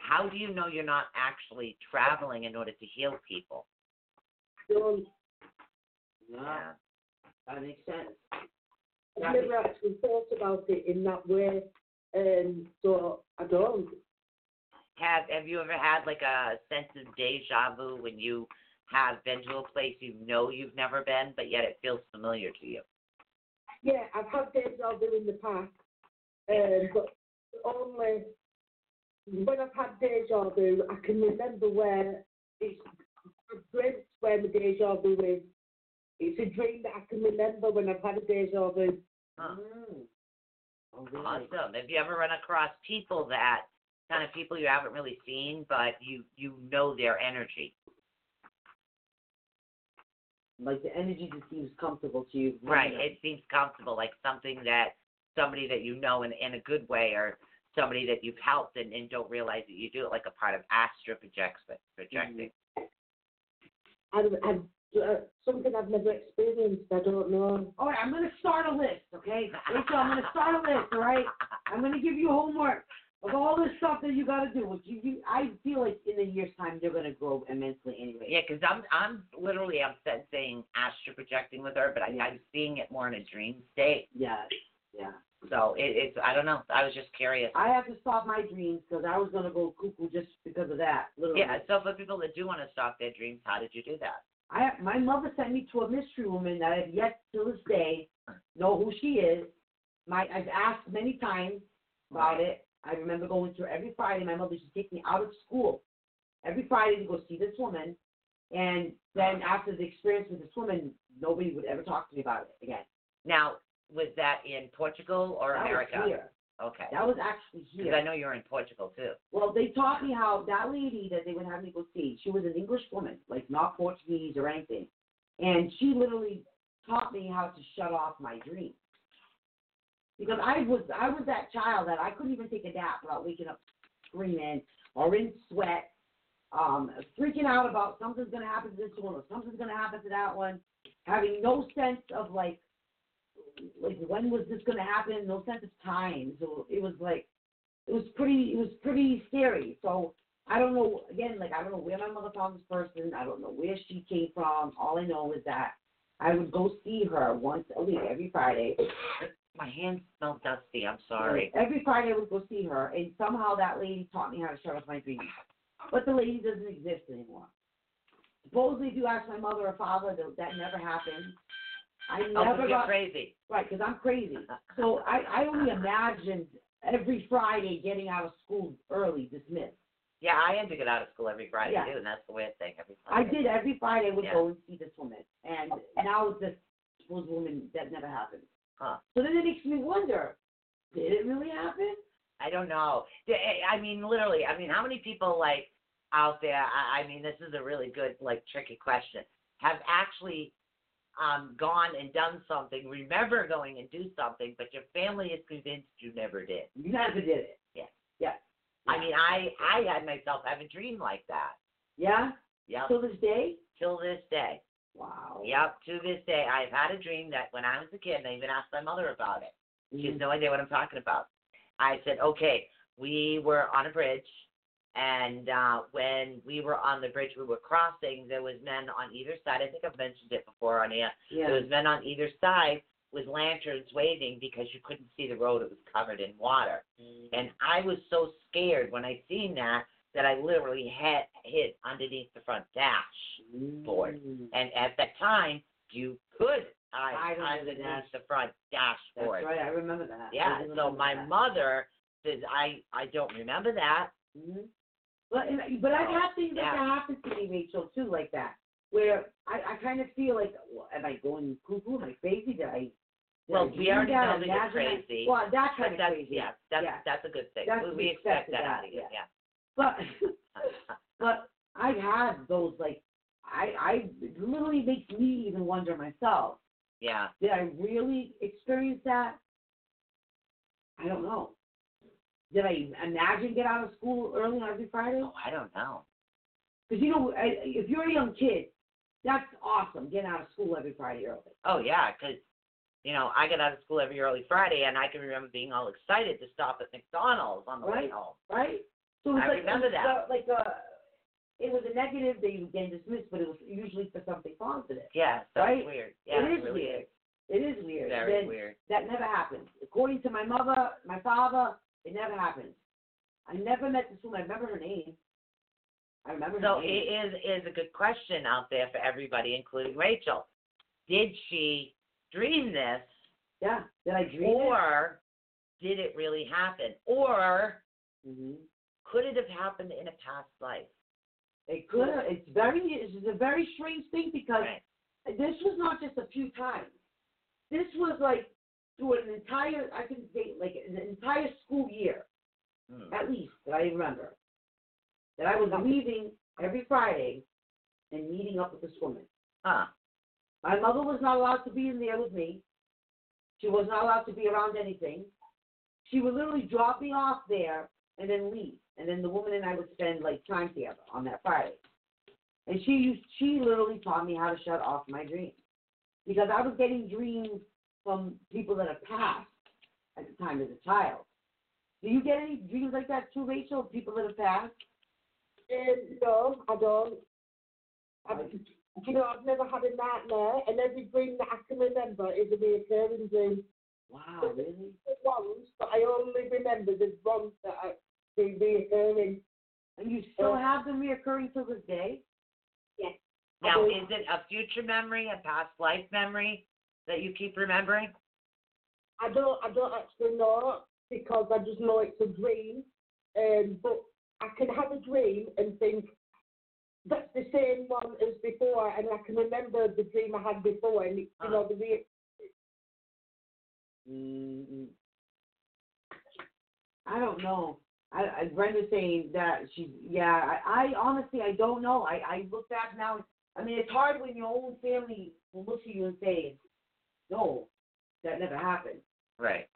[SPEAKER 2] how do you know you're not actually traveling in order to heal people?
[SPEAKER 3] Um,
[SPEAKER 1] Uh-huh.
[SPEAKER 2] Yeah.
[SPEAKER 1] that makes sense.
[SPEAKER 3] I've never actually thought about it in that way. Um, so I don't.
[SPEAKER 2] Have Have you ever had like a sense of deja vu when you have been to a place you know you've never been, but yet it feels familiar to you?
[SPEAKER 3] Yeah, I've had deja vu in the past, um, but only when I've had deja vu, I can remember where it's I dreamt where my deja vu is. It's a dream that I can remember when I've had a deja vu.
[SPEAKER 2] Huh.
[SPEAKER 1] Mm. Oh, really?
[SPEAKER 2] Awesome. Have you ever run across people that kind of people you haven't really seen, but you you know their energy?
[SPEAKER 1] Like the energy just seems comfortable to you.
[SPEAKER 2] Right. It seems comfortable, like something that somebody that you know in in a good way, or somebody that you've helped and, and don't realize that you do it, like a part of astral projection. Projecting.
[SPEAKER 1] Mm-hmm.
[SPEAKER 3] And, and uh, something I've never experienced. I don't know.
[SPEAKER 1] All right, I'm gonna start a list, okay? Rachel, I'm gonna start a list, all right? I'm gonna give you homework of all the stuff that you gotta do. Which you, you, I feel like in a year's time you're gonna grow immensely anyway.
[SPEAKER 2] Yeah, because I'm I'm literally upset saying astral projecting with her, but I, I'm seeing it more in a dream state.
[SPEAKER 1] Yes, yeah.
[SPEAKER 2] So it, it's I don't know. I was just curious.
[SPEAKER 1] I have to stop my dreams because I was gonna go cuckoo just because of that. Literally.
[SPEAKER 2] Yeah. So for people that do want to stop their dreams, how did you do that?
[SPEAKER 1] I my mother sent me to a mystery woman that I have yet to this day know who she is. My I've asked many times about it. I remember going to her every Friday. My mother used to take me out of school every Friday to go see this woman. And then after the experience with this woman, nobody would ever talk to me about it again.
[SPEAKER 2] Now, was that in Portugal or
[SPEAKER 1] that
[SPEAKER 2] America?
[SPEAKER 1] was here.
[SPEAKER 2] Okay.
[SPEAKER 1] That was actually
[SPEAKER 2] Because
[SPEAKER 1] here.
[SPEAKER 2] I know you're in Portugal too.
[SPEAKER 1] Well, they taught me how that lady that they would have me go see, she was an English woman, like not Portuguese or anything. And she literally taught me how to shut off my dreams. Because I was I was that child that I couldn't even take a nap without waking up screaming or in sweat, um, freaking out about something's gonna happen to this one or something's gonna happen to that one, having no sense of like like when was this gonna happen, no sense of time. So it was like it was pretty it was pretty scary. So I don't know again, like I don't know where my mother found this person, I don't know where she came from. All I know is that I would go see her once a week, every Friday.
[SPEAKER 2] My hands smell dusty. I'm sorry.
[SPEAKER 1] Every Friday I would go see her and somehow that lady taught me how to shut off my dreams. But the lady doesn't exist anymore. Supposedly if you ask my mother or father that that never happened. I
[SPEAKER 2] Oh, 'cause
[SPEAKER 1] never
[SPEAKER 2] you're
[SPEAKER 1] got
[SPEAKER 2] crazy.
[SPEAKER 1] Right, because I'm crazy. So I, I only imagined every Friday getting out of school early, dismissed.
[SPEAKER 2] Yeah, I had to get out of school every Friday
[SPEAKER 1] Yeah.
[SPEAKER 2] too, and that's the weird thing. Every
[SPEAKER 1] I
[SPEAKER 2] Friday.
[SPEAKER 1] did every Friday. I would
[SPEAKER 2] Yeah.
[SPEAKER 1] go and see this woman, and now it's this was woman that never happened.
[SPEAKER 2] Huh.
[SPEAKER 1] So then it makes me wonder: Did it really happen?
[SPEAKER 2] I don't know. D- eh, I I mean, literally. I mean, how many people like out there? I I mean, this is a really good, like, tricky question. Have actually um, gone and done something, remember going and do something, but your family is convinced you never did.
[SPEAKER 1] You never did it.
[SPEAKER 2] I mean, I I had myself have a dream like that.
[SPEAKER 1] Yeah?
[SPEAKER 2] Yep.
[SPEAKER 1] Till this day?
[SPEAKER 2] Till this day.
[SPEAKER 1] Wow.
[SPEAKER 2] Yep. To this day, I've had a dream that when I was a kid, and I even asked my mother about it. She has
[SPEAKER 1] Mhm.
[SPEAKER 2] no idea what I'm talking about. I said, okay, we were on a bridge, and uh, when we were on the bridge, we were crossing. There was men on either side. I think I've mentioned it before on air. There
[SPEAKER 1] Yeah.
[SPEAKER 2] was men on either side with lanterns waving because you couldn't see the road. It was covered in water,
[SPEAKER 1] Mm.
[SPEAKER 2] and I was so scared when I seen that that I literally had hid underneath the front dash. bored.
[SPEAKER 1] Mm.
[SPEAKER 2] And at that time, you could
[SPEAKER 1] Hide
[SPEAKER 2] hide
[SPEAKER 1] under the
[SPEAKER 2] underneath the front
[SPEAKER 1] That's
[SPEAKER 2] dashboard.
[SPEAKER 1] right. I remember that.
[SPEAKER 2] Yeah.
[SPEAKER 1] I do
[SPEAKER 2] So
[SPEAKER 1] remember
[SPEAKER 2] my
[SPEAKER 1] that.
[SPEAKER 2] mother says, I I don't remember that.
[SPEAKER 1] Mhm. But and- but I've had things like
[SPEAKER 2] Oh, Yeah.
[SPEAKER 1] that happen to me, Rachel, too, like that, where I I kind of feel like, well, am I going cuckoo? Am I crazy? Did I? did
[SPEAKER 2] Well,
[SPEAKER 1] I
[SPEAKER 2] we
[SPEAKER 1] do
[SPEAKER 2] already
[SPEAKER 1] that?
[SPEAKER 2] know
[SPEAKER 1] Am
[SPEAKER 2] that you're
[SPEAKER 1] I-
[SPEAKER 2] crazy,
[SPEAKER 1] Well, that's
[SPEAKER 2] But
[SPEAKER 1] kind of
[SPEAKER 2] that's
[SPEAKER 1] crazy.
[SPEAKER 2] yeah, that's
[SPEAKER 1] Yeah.
[SPEAKER 2] that's a good thing.
[SPEAKER 1] That's-
[SPEAKER 2] we,
[SPEAKER 1] we
[SPEAKER 2] we expect
[SPEAKER 1] expected
[SPEAKER 2] that
[SPEAKER 1] that,
[SPEAKER 2] out of you.
[SPEAKER 1] yeah.
[SPEAKER 2] Yeah.
[SPEAKER 1] But but I've had those like I I it literally makes me even wonder myself.
[SPEAKER 2] Yeah.
[SPEAKER 1] Did I really experience that? I don't know. Did I imagine get out of school early on every Friday?
[SPEAKER 2] Oh, I don't know.
[SPEAKER 1] Because you know, I- if you're a young kid, that's awesome. Getting out of school every Friday early.
[SPEAKER 2] Oh yeah, 'cause you know I get out of school every early Friday, and I can remember being all excited to stop at McDonald's on the way
[SPEAKER 1] Right.
[SPEAKER 2] home.
[SPEAKER 1] right? So it was
[SPEAKER 2] I
[SPEAKER 1] like,
[SPEAKER 2] remember
[SPEAKER 1] it was
[SPEAKER 2] that.
[SPEAKER 1] a- Like a, it was a negative that you get dismissed, but it was usually for something positive.
[SPEAKER 2] Yeah. So
[SPEAKER 1] Right?
[SPEAKER 2] it's weird. Yeah.
[SPEAKER 1] it is
[SPEAKER 2] really
[SPEAKER 1] weird. It is weird.
[SPEAKER 2] Very
[SPEAKER 1] Then
[SPEAKER 2] weird.
[SPEAKER 1] That never happened. According to my mother, my father, it never happened. I never met this woman. I remember her name. I remember her
[SPEAKER 2] So it
[SPEAKER 1] name.
[SPEAKER 2] is is a good question out there for everybody, including Rachel. Did she dream this,
[SPEAKER 1] yeah. Did I dream
[SPEAKER 2] or did it really happen, or
[SPEAKER 1] it? Mm-hmm.
[SPEAKER 2] could it have happened in a past life?
[SPEAKER 1] It could. have. It's very. It's a very strange thing because
[SPEAKER 2] Right.
[SPEAKER 1] this was not just a few times. This was like through an entire, I can say, like an entire school year,
[SPEAKER 2] Hmm.
[SPEAKER 1] at least, that I remember, that I was leaving every Friday and meeting up with this woman.
[SPEAKER 2] Huh.
[SPEAKER 1] My mother was not allowed to be in there with me. She was not allowed to be around anything. She would literally drop me off there and then leave. And then the woman and I would spend like time together on that Friday. And she used she literally taught me how to shut off my dreams. Because I was getting dreams from people that have passed at the time as a child. Do you get any dreams like that too, Rachel? People that have passed?
[SPEAKER 3] Um, no, I don't. I, you know, I've never had a nightmare, and every dream that I can remember is a recurring dream.
[SPEAKER 1] Wow, really?
[SPEAKER 3] The ones, but I only remember the ones that I the um, recurring.
[SPEAKER 1] And you still have them reoccurring till this day?
[SPEAKER 2] Now,
[SPEAKER 3] Okay.
[SPEAKER 2] is it a future memory, a past life memory that you keep remembering?
[SPEAKER 3] I don't, I don't actually know because I just know it's a dream. Um, but I can have a dream and think that's the same one as before, and I can remember the dream I had before, and it's, you know, the re-
[SPEAKER 1] mm I don't know. I, I Brenda's saying that she's yeah. I, I honestly I don't know. I I look back now. I mean it's hard when your own family will look at you and say, no, that never happened.
[SPEAKER 2] Right.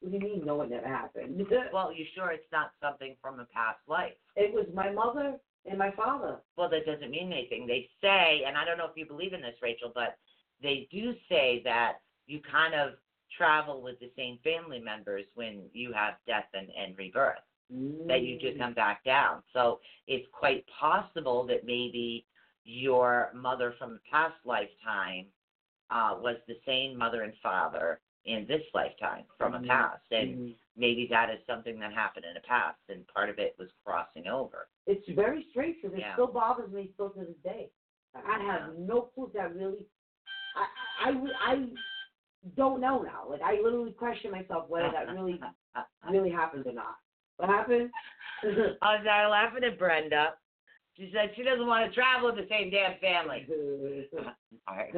[SPEAKER 1] What do you mean no, it never happened?
[SPEAKER 2] Well, you sure it's not something from a past life?
[SPEAKER 1] it was my mother and my father.
[SPEAKER 2] well, that doesn't mean anything. They say, and I don't know if you believe in this, Rachel, but they do say that you kind of travel with the same family members when you have death and, and rebirth, that you
[SPEAKER 1] Mm. Mm-hmm.
[SPEAKER 2] just come back down. So it's quite possible that maybe your mother from a past lifetime uh, was the same mother and father in this lifetime from a
[SPEAKER 1] Mhm.
[SPEAKER 2] past. And
[SPEAKER 1] Mm.
[SPEAKER 2] maybe that is something that happened in the past, and part of it was crossing over.
[SPEAKER 1] It's very strange because it
[SPEAKER 2] Yeah.
[SPEAKER 1] still bothers me still to this day. I have no clue if that really. I, I I I don't know now. Like I literally question myself whether that really really happened or not. What happened?
[SPEAKER 2] I was out laughing at Brenda. She said she doesn't want to travel with the same damn family. All right.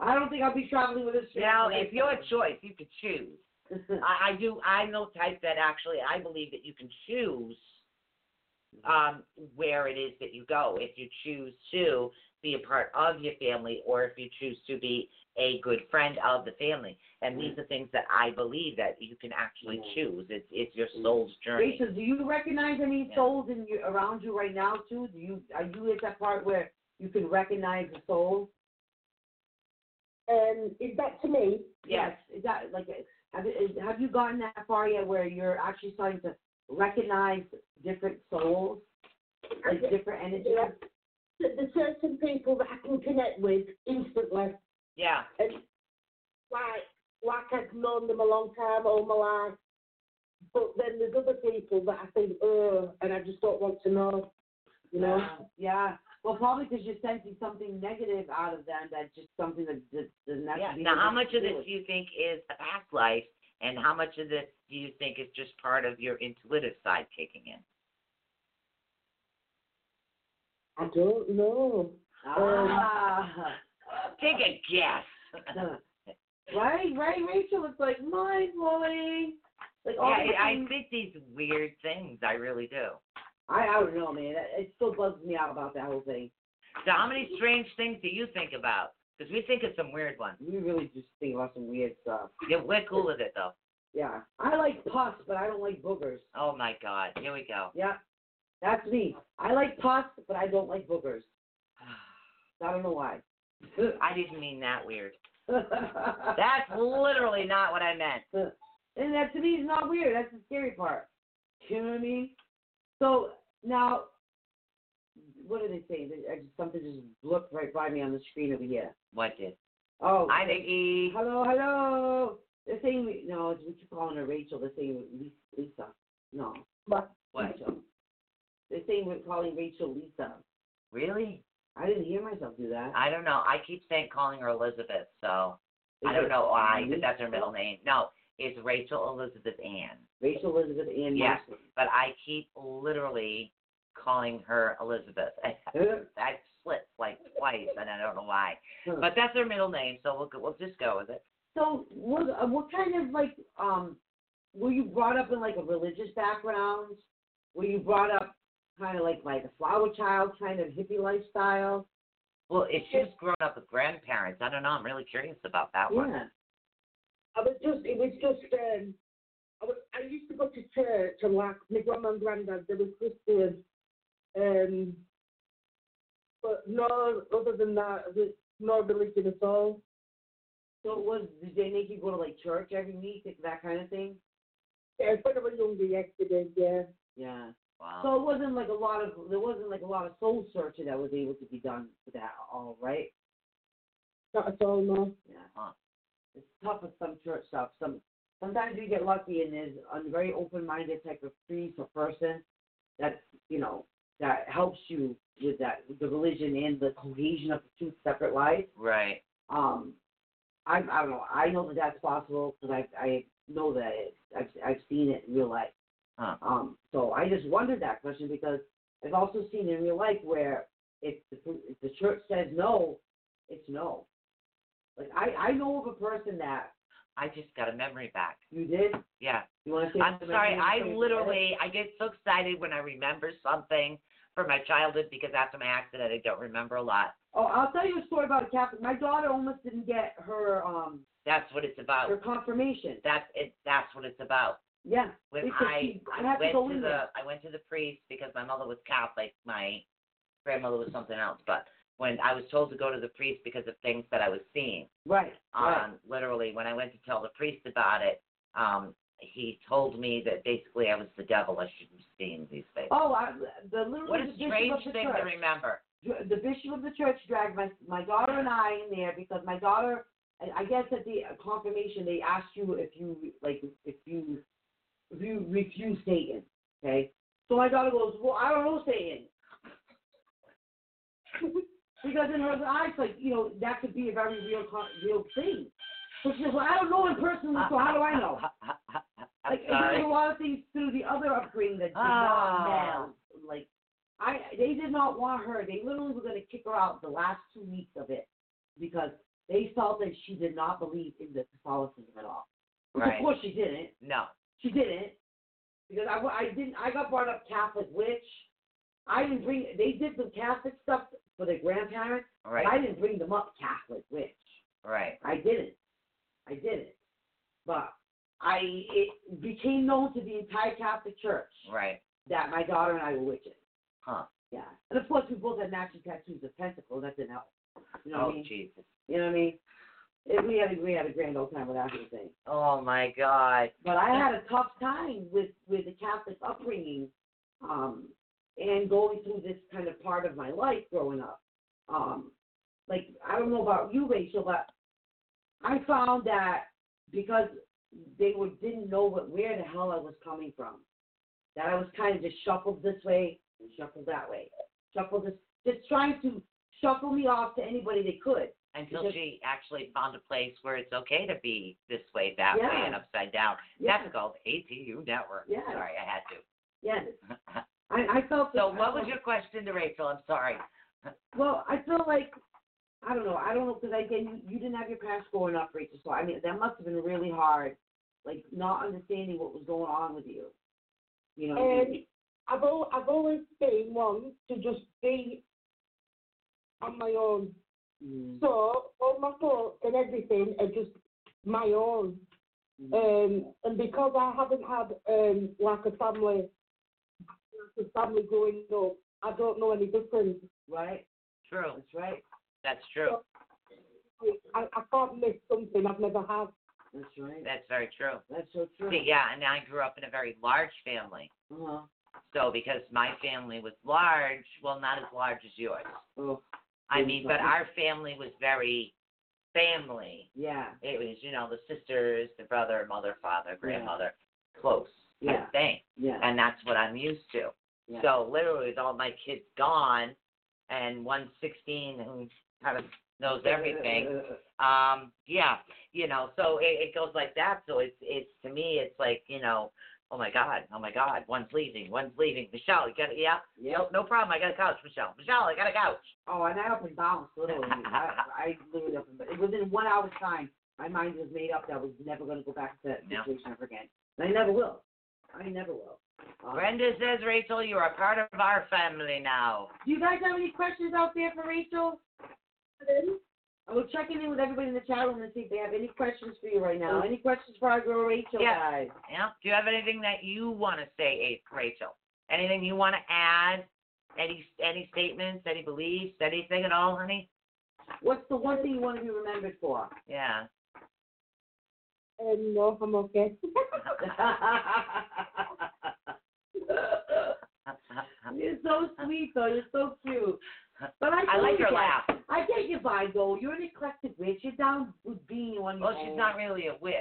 [SPEAKER 1] I don't think I'll be traveling with this.
[SPEAKER 2] Now,
[SPEAKER 1] family.
[SPEAKER 2] if your choice, you could choose. I, I do. I know type that actually. I believe that you can Mm-hmm. choose um, where it is that you go if you choose to, be a part of your family or if you choose to be a good friend of the family. And these are things that I believe that you can actually choose. It's it's your soul's journey.
[SPEAKER 1] Rachel, do you recognize any
[SPEAKER 2] Yeah.
[SPEAKER 1] souls in you around you right now too? Do you are you at that part where you can recognize the soul?
[SPEAKER 3] Um, is that to me?
[SPEAKER 2] Yes.
[SPEAKER 1] Is that like have, is, have you gotten that far yet where you're actually starting to recognize different souls, like different energies?
[SPEAKER 3] Yeah. Th- There's certain people that I can connect with instantly.
[SPEAKER 2] Yeah.
[SPEAKER 3] And like, like I've known them a long time, all my life. But then there's other people that I think, oh, and I just don't want to know. You know?
[SPEAKER 1] Yeah. Well, probably because you're sensing something negative out of them. That's just something that that doesn't have
[SPEAKER 2] yeah.
[SPEAKER 1] to be.
[SPEAKER 2] Now how
[SPEAKER 1] anything
[SPEAKER 2] much
[SPEAKER 1] to
[SPEAKER 2] of
[SPEAKER 1] do
[SPEAKER 2] this
[SPEAKER 1] with-
[SPEAKER 2] do you think is a past life and how much of this do you think is just part of your intuitive side kicking in?
[SPEAKER 3] I don't know.
[SPEAKER 1] Ah.
[SPEAKER 2] Oh. Take a guess.
[SPEAKER 1] right, right, Rachel. It's like mind blowing. Like
[SPEAKER 2] Yeah,
[SPEAKER 1] all the
[SPEAKER 2] I, I
[SPEAKER 1] things-
[SPEAKER 2] think these weird things. I really do.
[SPEAKER 1] I, I don't know, man. It, it still bugs me out about that whole thing.
[SPEAKER 2] So how many strange things do you think about? Because we think of some weird ones.
[SPEAKER 1] We really just think about some weird stuff.
[SPEAKER 2] Yeah, we're cool with it though.
[SPEAKER 1] Yeah, I like pus, but I don't like boogers.
[SPEAKER 2] Oh my God, here we go.
[SPEAKER 1] Yeah, that's me. I like pus, but I don't like boogers. I don't know why.
[SPEAKER 2] I didn't mean that weird.
[SPEAKER 1] that
[SPEAKER 2] That's literally not what I meant.
[SPEAKER 1] and that to me is not weird. That's the scary part. You know what I mean? So now, what are they saying? They- I just- Something just looked right by me on the screen over here.
[SPEAKER 2] What did?
[SPEAKER 1] Oh,
[SPEAKER 2] I think he.
[SPEAKER 1] Hello, hello. They're saying no. it's- We keep calling her Rachel. They're saying Lis- Lisa. No,
[SPEAKER 3] But
[SPEAKER 2] What?
[SPEAKER 1] Rachel. They're saying we're calling Rachel Lisa.
[SPEAKER 2] Really?
[SPEAKER 1] I didn't hear myself do that.
[SPEAKER 2] I don't know. I keep saying calling her Elizabeth, so I don't know why, but that's her middle name. No, it's Rachel Elizabeth Ann.
[SPEAKER 1] Rachel Elizabeth Ann.
[SPEAKER 2] Yeah. But I keep literally calling her Elizabeth.
[SPEAKER 1] Marston.
[SPEAKER 2] I slipped like twice, and I don't know why.
[SPEAKER 1] Huh.
[SPEAKER 2] But that's her middle name, so we'll go- we'll just go with it.
[SPEAKER 1] So what uh, what kind of like um were you brought up in like a religious background? Were you brought up kind of like like a flower child kind of hippie lifestyle?
[SPEAKER 2] Well, if she was grown up with grandparents, I don't know. I'm really curious about that one.
[SPEAKER 1] Yeah.
[SPEAKER 3] I was just, it was just, um, I, was, I used to go to church and like my grandma and granddad, they were Christian. Um, but no, other than that, there's no religion at all.
[SPEAKER 1] So it was did they make you go to like church every week like, that kind of thing?
[SPEAKER 3] Yeah, when I was younger, yes, it is, yeah.
[SPEAKER 1] Yeah.
[SPEAKER 2] Wow.
[SPEAKER 1] So it wasn't like a lot of there wasn't like a lot of soul searching that was able to be done for that all right.
[SPEAKER 3] Not at all, no.
[SPEAKER 1] Yeah.
[SPEAKER 2] Huh.
[SPEAKER 1] It's tough with some church stuff. Some sometimes you get lucky and there's a very open minded type of priest or person that you know that helps you with that the religion and the cohesion of the two separate lives.
[SPEAKER 2] right.
[SPEAKER 1] Um, I I don't know. I know that that's possible because I I know that it, I've I've seen it in real life.
[SPEAKER 2] Huh.
[SPEAKER 1] Um, so I just wondered that question because I've also seen in real life where if the if the church says no, it's no. Like I I know of a person that
[SPEAKER 2] I just got a memory back.
[SPEAKER 1] you did.
[SPEAKER 2] Yeah.
[SPEAKER 1] You want to say?
[SPEAKER 2] I'm
[SPEAKER 1] something
[SPEAKER 2] sorry.
[SPEAKER 1] about
[SPEAKER 2] I
[SPEAKER 1] that?
[SPEAKER 2] literally I get so excited when I remember something from my childhood because after my accident I don't remember a lot.
[SPEAKER 1] Oh, I'll tell you a story about a Catholic. My daughter almost didn't get her um
[SPEAKER 2] That's what it's about.
[SPEAKER 1] her confirmation.
[SPEAKER 2] That's it. That's what it's about.
[SPEAKER 1] Yeah.
[SPEAKER 2] when
[SPEAKER 1] Because
[SPEAKER 2] I,
[SPEAKER 1] she- I
[SPEAKER 2] I
[SPEAKER 1] have to
[SPEAKER 2] went
[SPEAKER 1] go
[SPEAKER 2] to
[SPEAKER 1] in
[SPEAKER 2] the
[SPEAKER 1] there.
[SPEAKER 2] I went to the priest because my mother was Catholic, my grandmother was something else, but when I was told to go to the priest because of things that I was seeing.
[SPEAKER 1] Right.
[SPEAKER 2] Um
[SPEAKER 1] right.
[SPEAKER 2] literally when I went to tell the priest about it, um he told me that basically I was the devil, I shouldn't be seeing these things.
[SPEAKER 1] Oh, I, the literally
[SPEAKER 2] what
[SPEAKER 1] the bishop
[SPEAKER 2] a strange
[SPEAKER 1] of the
[SPEAKER 2] thing
[SPEAKER 1] church.
[SPEAKER 2] to remember.
[SPEAKER 1] the bishop of the church dragged my my daughter and I in there because my daughter, I- I guess at the confirmation they asked you if you like if you if you refuse Satan, okay? So my daughter goes, well, I don't know Satan. Because in her eyes, like you know, that could be a very real, con- real thing. So she goes, well, I don't know him personally, so how do I know?
[SPEAKER 2] Uh, I'm
[SPEAKER 1] like
[SPEAKER 2] sorry.
[SPEAKER 1] there's a lot of things through the other upbringing that did
[SPEAKER 2] Ah.
[SPEAKER 1] not meld. Like I, they did not want her. They literally were going to kick her out the last two weeks of it because they felt that she did not believe in the Catholicism at all. Which
[SPEAKER 2] Right.
[SPEAKER 1] of course she didn't.
[SPEAKER 2] No.
[SPEAKER 1] She didn't because I, wa- I didn't. I got brought up Catholic witch. I didn't bring. They did some Catholic stuff for their grandparents.
[SPEAKER 2] All
[SPEAKER 1] but
[SPEAKER 2] right.
[SPEAKER 1] I didn't bring them up Catholic, which
[SPEAKER 2] All right.
[SPEAKER 1] I didn't. I didn't. But I it became known to the entire Catholic Church
[SPEAKER 2] All right.
[SPEAKER 1] that my daughter and I were witches.
[SPEAKER 2] Huh.
[SPEAKER 1] Yeah. And of course, we both had matching tattoos of pentacles. That didn't help. You know what
[SPEAKER 2] Oh
[SPEAKER 1] I mean?
[SPEAKER 2] Jesus.
[SPEAKER 1] You know what I mean? It, we had a we had a grand old time without anything.
[SPEAKER 2] Oh my God.
[SPEAKER 1] But I had a tough time with with the Catholic upbringing, um, and going through this kind of part of my life growing up. Um, like I don't know about you, Rachel, but I found that because they were, didn't know what where the hell I was coming from, that I was kind of just shuffled this way and shuffled that way, shuffled this, just trying to shuffle me off to anybody they could.
[SPEAKER 2] Until
[SPEAKER 1] Because-
[SPEAKER 2] she actually found a place where it's okay to be this way, that way,
[SPEAKER 1] Yeah.
[SPEAKER 2] and upside down.
[SPEAKER 1] Yeah.
[SPEAKER 2] That's called ATU network.
[SPEAKER 1] Yeah.
[SPEAKER 2] Sorry, I had to.
[SPEAKER 1] Yes. I, I felt
[SPEAKER 2] So what was your question to Rachel? I'm sorry.
[SPEAKER 1] Well, I feel like I don't know. I don't know because again, you, you didn't have your parents growing up, Rachel. So I mean, that must have been really hard, like not understanding what was going on with you. You know. what I mean?
[SPEAKER 3] Um, I've al- I've always been one to just be on my own.
[SPEAKER 1] Mm.
[SPEAKER 3] So all my thoughts and everything are just my own.
[SPEAKER 2] uh,
[SPEAKER 3] Um, and because I haven't had um, like a family, like a family growing up, I don't know any difference.
[SPEAKER 1] Right.
[SPEAKER 2] True.
[SPEAKER 1] That's right.
[SPEAKER 2] That's true.
[SPEAKER 3] I, I can't miss something I've never had.
[SPEAKER 1] That's right.
[SPEAKER 2] That's very true.
[SPEAKER 1] That's so true.
[SPEAKER 2] See, yeah, and I grew up in a very large family.
[SPEAKER 1] Uh huh.
[SPEAKER 2] So because my family was large, well, not as large as yours.
[SPEAKER 1] Oh
[SPEAKER 2] I mean, but our family was very family.
[SPEAKER 1] yeah.
[SPEAKER 2] It was, you know, the sisters, the brother, mother, father, grandmother, close.
[SPEAKER 1] Yeah.
[SPEAKER 2] I think.
[SPEAKER 1] Yeah.
[SPEAKER 2] And that's what I'm used to.
[SPEAKER 1] Yeah.
[SPEAKER 2] So literally, with all my kids gone, and one's 16 and kind of knows
[SPEAKER 1] Uh,
[SPEAKER 2] everything. Um, yeah, you know, so it, it goes like that. So it's it's to me, it's like you know, oh my god, oh my god, one's leaving, one's leaving. Michelle, you got yeah,
[SPEAKER 1] Yep.
[SPEAKER 2] no problem. I got a couch, Michelle. Michelle, I got a couch.
[SPEAKER 1] Oh, and I up and bounced literally. I, I literally up and bounced. Within one hour's time, my mind was made up that I was never going to go back to that
[SPEAKER 2] Yeah.
[SPEAKER 1] situation ever again. And I never will. I never will. Um,
[SPEAKER 2] Brenda says, Rachel, you are a part of our family now.
[SPEAKER 1] do you guys have any questions out there for Rachel? I was checking in with everybody in the chat room to see if they have any questions for you right now. Any questions for our girl Rachel,
[SPEAKER 2] Yeah.
[SPEAKER 1] guys?
[SPEAKER 2] Yeah. Do you have anything that you want to say, A- Rachel? Anything you want to add? Any any statements? Any beliefs? Anything at all, honey?
[SPEAKER 1] What's the one thing you want to be remembered for?
[SPEAKER 2] Yeah.
[SPEAKER 3] Um, no, I'm okay.
[SPEAKER 1] You're so sweet, though. You're so cute. But I,
[SPEAKER 2] I
[SPEAKER 1] told
[SPEAKER 2] like
[SPEAKER 1] you
[SPEAKER 2] your
[SPEAKER 1] guys,
[SPEAKER 2] laugh.
[SPEAKER 1] I get your vibe though. You're an eclectic witch. You're down with being on your
[SPEAKER 2] Well, she's
[SPEAKER 1] own.
[SPEAKER 2] not really a witch.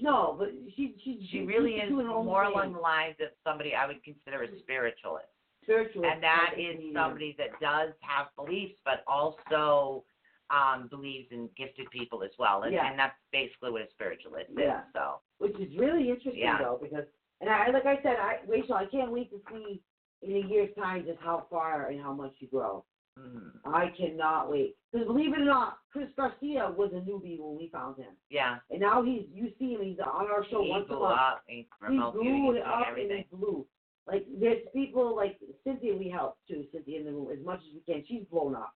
[SPEAKER 1] No, but she she
[SPEAKER 2] She really
[SPEAKER 1] she's
[SPEAKER 2] is
[SPEAKER 1] doing her own
[SPEAKER 2] more
[SPEAKER 1] thing.
[SPEAKER 2] along the lines of somebody I would consider a spiritualist.
[SPEAKER 1] spiritual.
[SPEAKER 2] And that
[SPEAKER 1] spiritual
[SPEAKER 2] is
[SPEAKER 1] medium.
[SPEAKER 2] somebody that does have beliefs, but also um, believes in gifted people as well. And,
[SPEAKER 1] Yeah.
[SPEAKER 2] and that's basically what a spiritualist
[SPEAKER 1] Yeah.
[SPEAKER 2] is. So,
[SPEAKER 1] which is really interesting
[SPEAKER 2] Yeah.
[SPEAKER 1] though because and I like I said, I Rachel, I can't wait to see in a year's time just how far and how much you grow.
[SPEAKER 2] mm,
[SPEAKER 1] I cannot wait. Because believe it or not, Chris Garcia was a newbie when we found him,
[SPEAKER 2] yeah.
[SPEAKER 1] and now he's you see him, he's on our show
[SPEAKER 2] he
[SPEAKER 1] once a
[SPEAKER 2] blew
[SPEAKER 1] month.
[SPEAKER 2] up. He
[SPEAKER 1] He
[SPEAKER 2] remote viewing.
[SPEAKER 1] blew
[SPEAKER 2] He's
[SPEAKER 1] it
[SPEAKER 2] doing
[SPEAKER 1] up and
[SPEAKER 2] everything.
[SPEAKER 1] he blew. Like there's people like Cynthia we help too, Cynthia in the room as much as we can. She's blown up.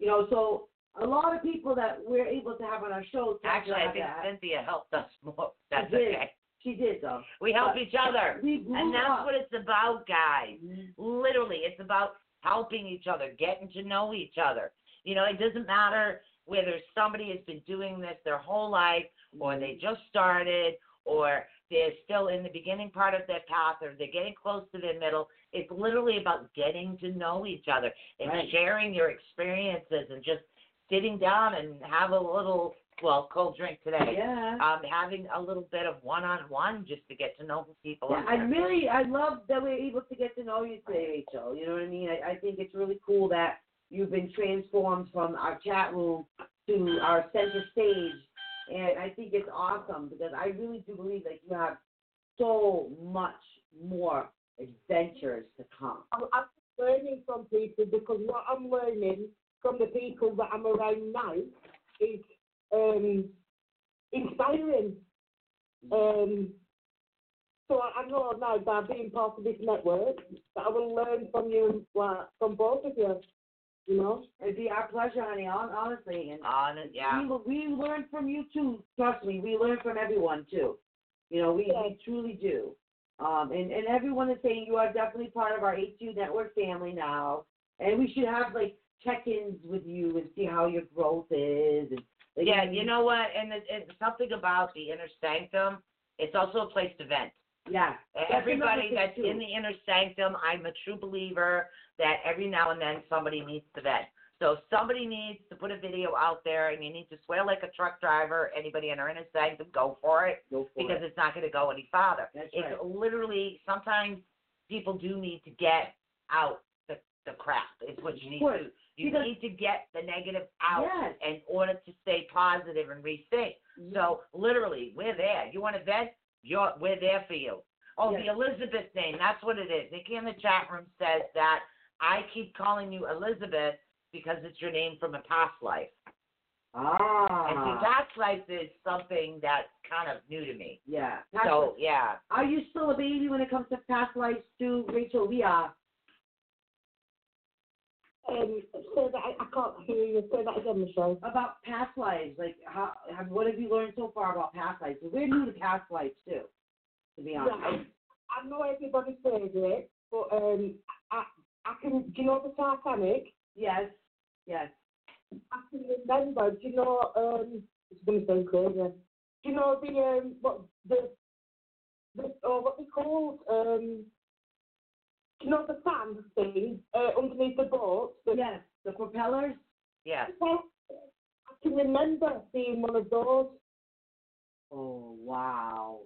[SPEAKER 1] You know, so a lot of people that we're able to have on our show tend to
[SPEAKER 2] Actually, I
[SPEAKER 1] have
[SPEAKER 2] think
[SPEAKER 1] that.
[SPEAKER 2] Cynthia helped us more. That's
[SPEAKER 1] She did.
[SPEAKER 2] okay.
[SPEAKER 1] she did though.
[SPEAKER 2] We help
[SPEAKER 1] But
[SPEAKER 2] each other.
[SPEAKER 1] We blew
[SPEAKER 2] And that's
[SPEAKER 1] up.
[SPEAKER 2] what it's about, guys.
[SPEAKER 1] Mhm.
[SPEAKER 2] literally it's about helping each other getting to know each other you know it doesn't matter whether somebody has been doing this their whole life or they just started or they're still in the beginning part of their path or they're getting close to their middle it's literally about getting to know each other and
[SPEAKER 1] Right.
[SPEAKER 2] sharing your experiences and just sitting down and have a little well cold drink today
[SPEAKER 1] Yeah.
[SPEAKER 2] um having a little bit of one on one just to get to know who people
[SPEAKER 1] Yeah,
[SPEAKER 2] are
[SPEAKER 1] I really, I love that we're able to get to know you today, Rachel. You know what I mean? I, I think it's really cool that you've been transformed from our chat room to our center stage, and I think it's awesome because I really do believe that you have so much more adventures to come.
[SPEAKER 3] I'm, I'm learning from people because what I'm learning from the people that I'm around now is um, inspiring. Um, So I know now by being part of this network that I will learn from you, and, like, from both of you. You know,
[SPEAKER 1] It'd be our pleasure, honey. hon- Honestly, and
[SPEAKER 2] On it, yeah.
[SPEAKER 1] we we learn from you too. Trust me, we learn from everyone too. You know, we, we truly do. Um, and and everyone is saying you are definitely part of our HU network family now, and we should have like check-ins with you and see how your growth is. And, like,
[SPEAKER 2] Yeah, you know what? And it, it's something about the inner sanctum. It's also a place to vent.
[SPEAKER 1] Yeah. That's another
[SPEAKER 2] Everybody
[SPEAKER 1] thing,
[SPEAKER 2] that's
[SPEAKER 1] too.
[SPEAKER 2] in the inner sanctum, I'm a true believer that every now and then somebody needs to vent. So if somebody needs to put a video out there and you need to swear like a truck driver, anybody in our inner sanctum, go for it
[SPEAKER 1] Go for
[SPEAKER 2] because
[SPEAKER 1] it.
[SPEAKER 2] it's not going to go any farther.
[SPEAKER 1] That's
[SPEAKER 2] it's
[SPEAKER 1] right.
[SPEAKER 2] literally sometimes people do need to get out the, the crap. It's what you need
[SPEAKER 1] course.
[SPEAKER 2] to. do. You
[SPEAKER 1] Because-
[SPEAKER 2] need to get the negative out
[SPEAKER 1] Yes.
[SPEAKER 2] in order to stay positive and rethink. So literally, we're there. You want to vent? You're, we're there for you. Oh, the
[SPEAKER 1] Yes.
[SPEAKER 2] Elizabeth name. That's what it is. Nikki in the chat room says that I keep calling you Elizabeth because it's your name from a past life. And see,
[SPEAKER 1] ah.
[SPEAKER 2] past life is something that's kind of new to me.
[SPEAKER 1] Yeah.
[SPEAKER 2] So, yeah.
[SPEAKER 1] Are you still a baby when it comes to past lives too, Rachel? We are.
[SPEAKER 3] um, say that I, I can't hear you. Say that again, Michelle.
[SPEAKER 1] About past lives, like how, have, what have you learned so far about past lives? We're new to past lives too, to be honest.
[SPEAKER 3] Right. I know everybody says it, but um, I, I can. Do you know the Titanic?
[SPEAKER 1] Yes. Yes.
[SPEAKER 3] I can remember. Do you know? Um, it's going to sound crazy. Do you know the um, what the the oh, what they called um, do you know the fan thing uh, underneath the boat? The,
[SPEAKER 1] Yes. The propellers.
[SPEAKER 2] Yeah.
[SPEAKER 3] Well, I can remember seeing one of those,
[SPEAKER 1] Oh wow.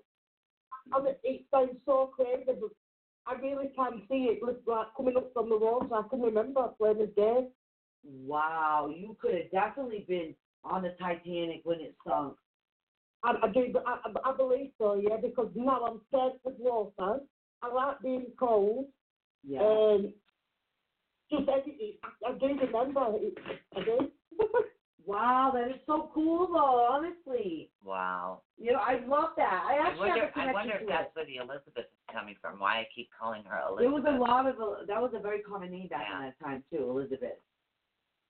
[SPEAKER 3] and it, it sounds so crazy, but I really can see it look like coming up from the water. I can remember playing as day.
[SPEAKER 1] Wow. You could have definitely been on the Titanic when it sunk.
[SPEAKER 3] I, I do, but I, I- I believe so, yeah, because now I'm scared of water. I like being cold.
[SPEAKER 1] Yeah.
[SPEAKER 2] Oh.
[SPEAKER 3] Um, just everything. I, I do remember. It, I do.
[SPEAKER 1] wow. That is so cool though. Honestly.
[SPEAKER 2] Wow.
[SPEAKER 1] You know, I love that. I
[SPEAKER 2] I
[SPEAKER 1] actually
[SPEAKER 2] wonder,
[SPEAKER 1] have a
[SPEAKER 2] I
[SPEAKER 1] connection
[SPEAKER 2] wonder
[SPEAKER 1] to it.
[SPEAKER 2] if that's where the Elizabeth is coming from, why I keep calling her
[SPEAKER 1] There was
[SPEAKER 2] Elizabeth.
[SPEAKER 1] a lot of that was a very common name back in
[SPEAKER 2] Yeah.
[SPEAKER 1] that time too, Elizabeth.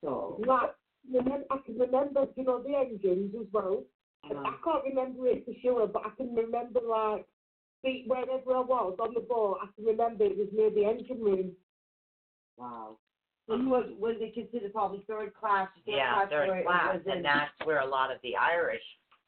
[SPEAKER 1] So
[SPEAKER 3] Like, remem- I can remember, you know, the engines as well. I-
[SPEAKER 1] um,
[SPEAKER 3] I can't remember it for sure, but I can remember like the, wherever I was on the boat, I can remember it was near the engine room.
[SPEAKER 1] wow. So you was was it considered probably third class? fourth
[SPEAKER 2] yeah,
[SPEAKER 1] class or
[SPEAKER 2] third
[SPEAKER 1] it
[SPEAKER 2] class.
[SPEAKER 1] was in-
[SPEAKER 2] And that's where a lot of the Irish,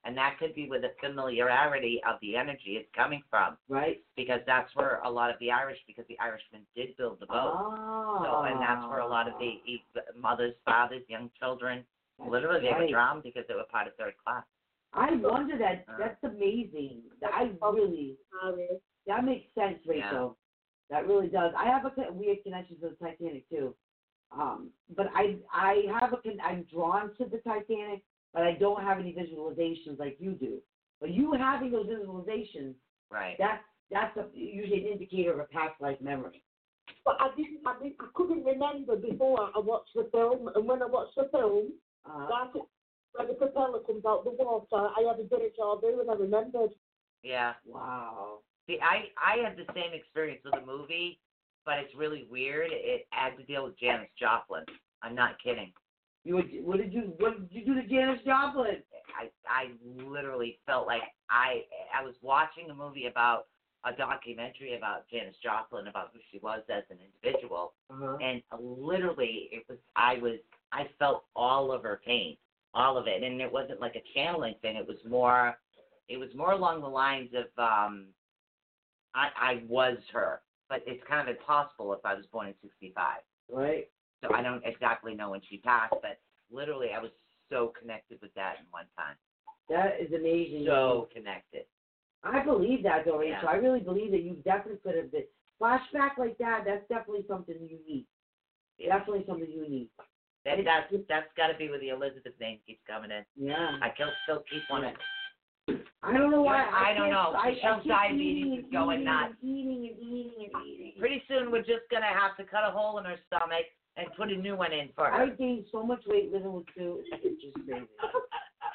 [SPEAKER 2] and that could be where the familiarity of the energy is coming from,
[SPEAKER 1] right.
[SPEAKER 2] because that's where a lot of the Irish, because the Irishmen did build the boat.
[SPEAKER 1] Ah.
[SPEAKER 2] So, and that's where a lot of the, e, the mothers, fathers, young children,
[SPEAKER 1] That's
[SPEAKER 2] literally they were
[SPEAKER 1] right.
[SPEAKER 2] drowned because they were part of third class.
[SPEAKER 1] I wonder that.
[SPEAKER 2] Uh.
[SPEAKER 1] That's amazing. I
[SPEAKER 2] Oh.
[SPEAKER 1] really
[SPEAKER 3] Sorry.
[SPEAKER 1] that makes sense, Rachel. That really does. I have a co- weird connection to the Titanic too. Um, but I I have a con- I'm drawn to the Titanic, but I don't have any visualizations like you do. But you having those visualizations,
[SPEAKER 2] Right.
[SPEAKER 1] that's that's a, usually an indicator of a past life memory.
[SPEAKER 3] But I didn't, I didn't, I couldn't remember before I watched the film, and when I watched the film,
[SPEAKER 1] Uh,
[SPEAKER 3] like when the propeller comes out the water, I had a deja vu and I remembered.
[SPEAKER 2] Yeah.
[SPEAKER 1] wow.
[SPEAKER 2] See, I I had the same experience with a movie, but it's really weird. It had to deal with Janis Joplin. I'm not kidding.
[SPEAKER 1] You would, what did you what did you do to Janis Joplin?
[SPEAKER 2] I I literally felt like I I was watching a movie about a documentary about Janis Joplin about who she was as an individual,
[SPEAKER 1] Uh-huh.
[SPEAKER 2] and literally it was I was I felt all of her pain, all of it, and it wasn't like a channeling thing. It was more, it was more along the lines of um, I I was her, but it's kind of impossible if I was born in '65,
[SPEAKER 1] Right.
[SPEAKER 2] so I don't exactly know when she passed, but literally I was so connected with that in one time,
[SPEAKER 1] That is amazing.
[SPEAKER 2] so connected.
[SPEAKER 1] I believe that though, Rachel.
[SPEAKER 2] Yeah.
[SPEAKER 1] I really believe that you definitely could have been flashback like that. That's definitely something unique. Definitely something unique.
[SPEAKER 2] That that's that's got to be where the Elizabeth name keeps coming in.
[SPEAKER 1] Yeah.
[SPEAKER 2] I can still keep one of
[SPEAKER 1] I don't know why.
[SPEAKER 2] Yeah, I don't
[SPEAKER 1] can't-
[SPEAKER 2] know.
[SPEAKER 1] I,
[SPEAKER 2] Michelle's
[SPEAKER 1] I keep
[SPEAKER 2] diabetes
[SPEAKER 1] eating
[SPEAKER 2] is
[SPEAKER 1] and
[SPEAKER 2] going
[SPEAKER 1] eating
[SPEAKER 2] nuts.
[SPEAKER 1] And eating and eating and eating.
[SPEAKER 2] Pretty soon we're just gonna have to cut a hole in her stomach and put a new one in for
[SPEAKER 1] I
[SPEAKER 2] her.
[SPEAKER 1] gained so much weight living with Sue. It's just crazy.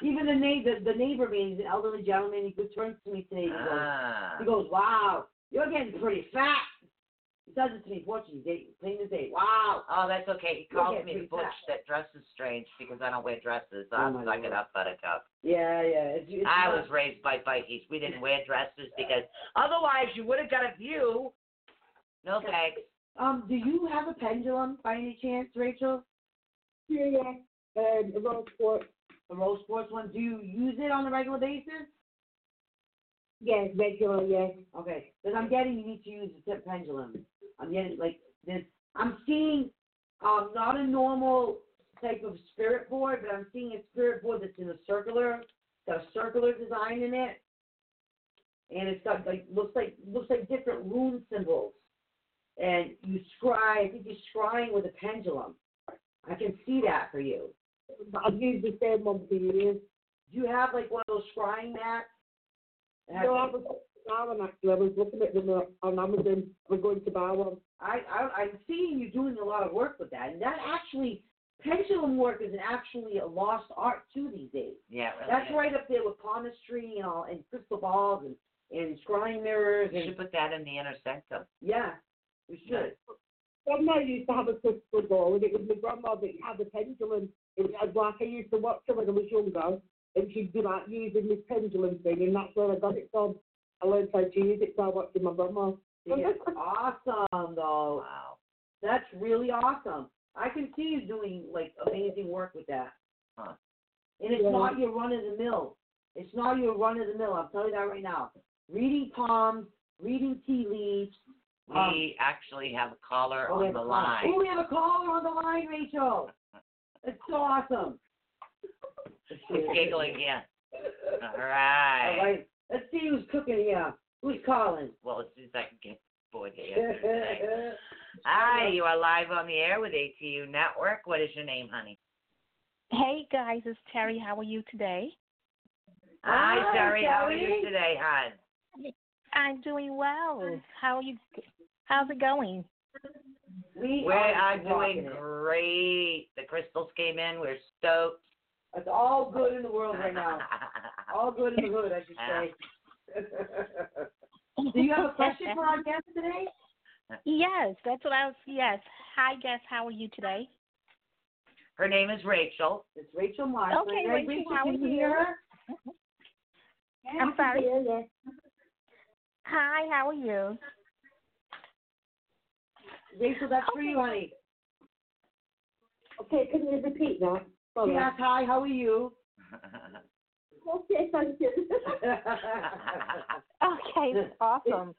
[SPEAKER 1] Even the neighbor, the, the neighbor man, he's an elderly gentleman. He goes- turns to me today. and He goes,
[SPEAKER 2] Ah.
[SPEAKER 1] he goes, wow, you're getting pretty fat. He does it to me in Portuguese, they plain as day. Wow.
[SPEAKER 2] Oh, that's okay. He
[SPEAKER 1] Look
[SPEAKER 2] calls
[SPEAKER 1] at
[SPEAKER 2] me the
[SPEAKER 1] his
[SPEAKER 2] butch
[SPEAKER 1] back.
[SPEAKER 2] that dresses strange because I don't wear dresses.
[SPEAKER 1] Oh,
[SPEAKER 2] I
[SPEAKER 1] my
[SPEAKER 2] suck it
[SPEAKER 1] Lord.
[SPEAKER 2] up, buttercup.
[SPEAKER 1] Yeah, yeah. It's, it's
[SPEAKER 2] I
[SPEAKER 1] not-
[SPEAKER 2] was raised by bikies. We didn't wear dresses because otherwise you would have got a view. No thanks.
[SPEAKER 1] Um, do you have a pendulum by any chance, Rachel?
[SPEAKER 3] Yeah, yeah. Um, a roll sport.
[SPEAKER 1] The Rose Sports one. Do you use it on a regular basis?
[SPEAKER 3] Yeah, regular, yeah.
[SPEAKER 1] Okay, because I'm getting you need to use a tip pendulum. I'm getting like this. I'm seeing, um, not a normal type of spirit board, but I'm seeing a spirit board that's in a circular, got a circular design in it, and it's got like looks like looks like different rune symbols, and you scry. I think you're scrying with a pendulum. I can see that for you.
[SPEAKER 3] But I've used the same one for years.
[SPEAKER 1] Do you have like one of those scrying mats? It has-
[SPEAKER 3] No, I was buy one actually. I was looking at them on- on Amazon. We're going to buy one.
[SPEAKER 1] I, I I'm seeing you doing a lot of work with that, and that actually pendulum work is an actually a lost art too these days.
[SPEAKER 2] Oh, Yeah, it really.
[SPEAKER 1] That's
[SPEAKER 2] is.
[SPEAKER 1] right up there with palmistry and all, and crystal balls and and scrying mirrors
[SPEAKER 2] You
[SPEAKER 1] and
[SPEAKER 2] should put that in the inner sanctum.
[SPEAKER 1] yeah, we should.
[SPEAKER 3] Grandma used to have a crystal ball, and it was my grandma that had the pendulum. It was like I used to watch her when I was younger, and she'd be like using this pendulum thing, and that's where I got it from. I learned how to use it by watching my grandma.
[SPEAKER 1] Yeah. awesome though.
[SPEAKER 2] Wow.
[SPEAKER 1] That's really awesome. I can see you doing like amazing work with that.
[SPEAKER 2] Huh.
[SPEAKER 1] And it's
[SPEAKER 3] Yeah.
[SPEAKER 1] not your run of the mill. It's not your run of the mill. I'm telling you that right now. Reading palms, reading tea leaves.
[SPEAKER 2] We
[SPEAKER 1] um,
[SPEAKER 2] actually have a caller
[SPEAKER 1] Oh, we have
[SPEAKER 2] on the
[SPEAKER 1] a caller.
[SPEAKER 2] line.
[SPEAKER 1] Oh, we have a caller on the line, Rachel. That's so awesome.
[SPEAKER 2] He's giggling again. All
[SPEAKER 1] All
[SPEAKER 2] right.
[SPEAKER 1] right. Let's see who's cooking here. Who's calling?
[SPEAKER 2] Well, as soon as I can get bored to answer the thing. Hi, you are live on the air with ATU Network. What is your name, honey?
[SPEAKER 4] Hey guys, it's Terry. How are you today?
[SPEAKER 2] Hi,
[SPEAKER 1] Hi,
[SPEAKER 2] Terry. How are you
[SPEAKER 1] Ah, Terry.
[SPEAKER 2] today, hon?
[SPEAKER 4] I'm doing well. How are you? How's it going?
[SPEAKER 1] we
[SPEAKER 2] We are
[SPEAKER 1] rocking
[SPEAKER 2] uh, doing
[SPEAKER 1] it.
[SPEAKER 2] great. The crystals came in. We're stoked.
[SPEAKER 1] It's all good in the world right now. All good in the hood, I should say. Do you have a question for our guest today?
[SPEAKER 4] yes, that's what I was. Yes. Hi, guest. How are you today?
[SPEAKER 2] Her name is Rachel.
[SPEAKER 1] It's Rachel Meisner.
[SPEAKER 4] Okay,
[SPEAKER 1] Hey,
[SPEAKER 4] Rachel, how
[SPEAKER 1] can
[SPEAKER 4] are
[SPEAKER 1] you
[SPEAKER 4] you?
[SPEAKER 1] hear her?
[SPEAKER 4] I'm sorry.
[SPEAKER 3] Yeah, yeah.
[SPEAKER 4] Hi, how are you?
[SPEAKER 1] Rachel, that's for you, honey.
[SPEAKER 3] Okay, can you repeat that? Sorry.
[SPEAKER 1] She asked, hi, how are you?
[SPEAKER 3] Okay, thank you.
[SPEAKER 4] Okay, awesome.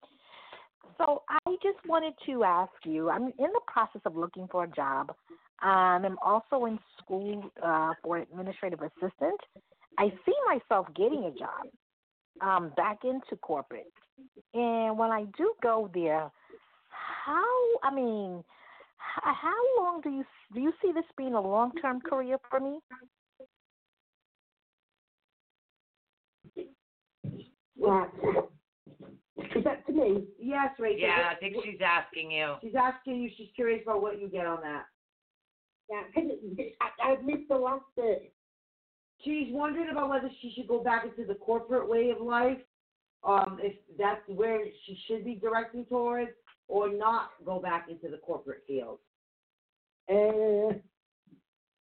[SPEAKER 4] So I just wanted to ask you. I'm in the process of looking for a job. Um, I'm also in school uh, for administrative assistant. I see myself getting a job um, back into corporate, and when I do go there, how? I mean, h- how long do you do you see this being a long term career for me?
[SPEAKER 3] Right. Is that to me?
[SPEAKER 1] yes, Rachel.
[SPEAKER 2] yeah, I think she's asking you.
[SPEAKER 1] She's asking you, she's curious about what you get on that.
[SPEAKER 3] Yeah. Can you, I, I missed the last bit.
[SPEAKER 1] She's wondering about whether she should go back into the corporate way of life, um, if that's where she should be directing towards, or not go back into the corporate field.
[SPEAKER 3] Uh,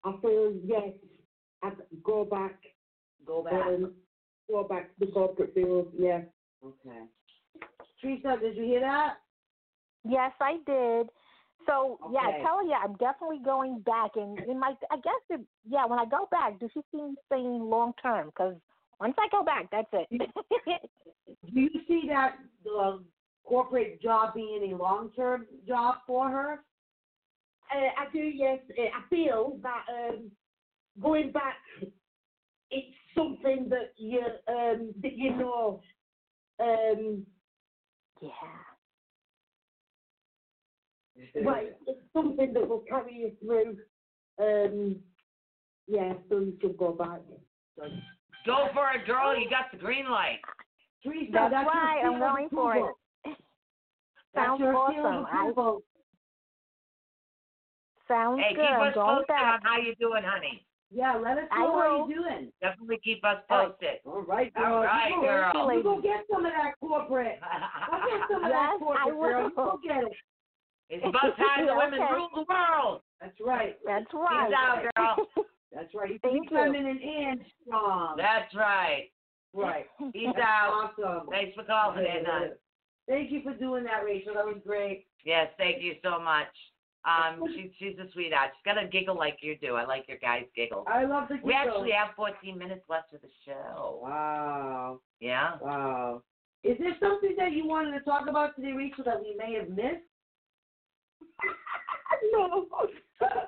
[SPEAKER 3] I feel yes. I go back.
[SPEAKER 1] Go back.
[SPEAKER 3] Um, go back to the corporate field. Yeah.
[SPEAKER 1] Okay. Teresa, did you hear that?
[SPEAKER 4] Yes, I did. So yeah, I
[SPEAKER 1] Okay.
[SPEAKER 4] tell you, I'm definitely going back, and in my, I guess, it, yeah, when I go back, does she seem staying long term? Because once I go back, that's it.
[SPEAKER 1] Do you see that uh, corporate job being a long-term job for her?
[SPEAKER 3] Uh, I do, yes. Uh, I feel that um, going back, it's something that you um, that you know. Um,
[SPEAKER 4] yeah.
[SPEAKER 3] well, it's something that will carry you through. Um, yeah, so you should go back.
[SPEAKER 2] Go for it, girl. You got the green light.
[SPEAKER 1] Teresa,
[SPEAKER 4] That's
[SPEAKER 1] that's your
[SPEAKER 4] right, I'm
[SPEAKER 1] seal of
[SPEAKER 4] going for it.
[SPEAKER 1] approval. That's
[SPEAKER 4] Sounds
[SPEAKER 1] your seal of
[SPEAKER 4] awesome. I-
[SPEAKER 1] approval.
[SPEAKER 4] Sounds
[SPEAKER 2] Hey, keep
[SPEAKER 4] good.
[SPEAKER 2] us
[SPEAKER 4] I'm going
[SPEAKER 2] posted on
[SPEAKER 4] Oh, back.
[SPEAKER 2] how you doing, honey.
[SPEAKER 1] Yeah, let us
[SPEAKER 4] I
[SPEAKER 1] know how
[SPEAKER 4] will.
[SPEAKER 1] you're doing.
[SPEAKER 2] Definitely keep us
[SPEAKER 4] Oh.
[SPEAKER 2] posted.
[SPEAKER 1] All right,
[SPEAKER 2] All
[SPEAKER 1] girl.
[SPEAKER 2] right,
[SPEAKER 1] you go,
[SPEAKER 2] girl.
[SPEAKER 1] You go get some of that corporate. Go get some of that
[SPEAKER 4] Yes, I
[SPEAKER 1] corporate,
[SPEAKER 4] will.
[SPEAKER 1] girl. You go get it.
[SPEAKER 2] it's about time the women
[SPEAKER 4] Okay.
[SPEAKER 2] rule the world.
[SPEAKER 1] That's right.
[SPEAKER 4] That's right.
[SPEAKER 2] out, girl.
[SPEAKER 1] That's right. You can
[SPEAKER 4] Thank
[SPEAKER 1] be feminine and strong.
[SPEAKER 2] That's right.
[SPEAKER 1] right.
[SPEAKER 2] Peace
[SPEAKER 1] That's
[SPEAKER 2] out.
[SPEAKER 1] awesome.
[SPEAKER 2] Thanks for calling in. hon.
[SPEAKER 1] Thank you for doing that, Rachel. That was great.
[SPEAKER 2] Yes, thank you so much. Um, she, she's a sweetheart. She's got a giggle like you do. I like your guys' giggle.
[SPEAKER 1] I love the
[SPEAKER 2] We
[SPEAKER 1] giggle.
[SPEAKER 2] actually have 14 minutes left of the show.
[SPEAKER 1] Wow.
[SPEAKER 2] Yeah.
[SPEAKER 1] Wow. Is there something that you wanted to talk about today, Rachel, that we may have missed?
[SPEAKER 3] No.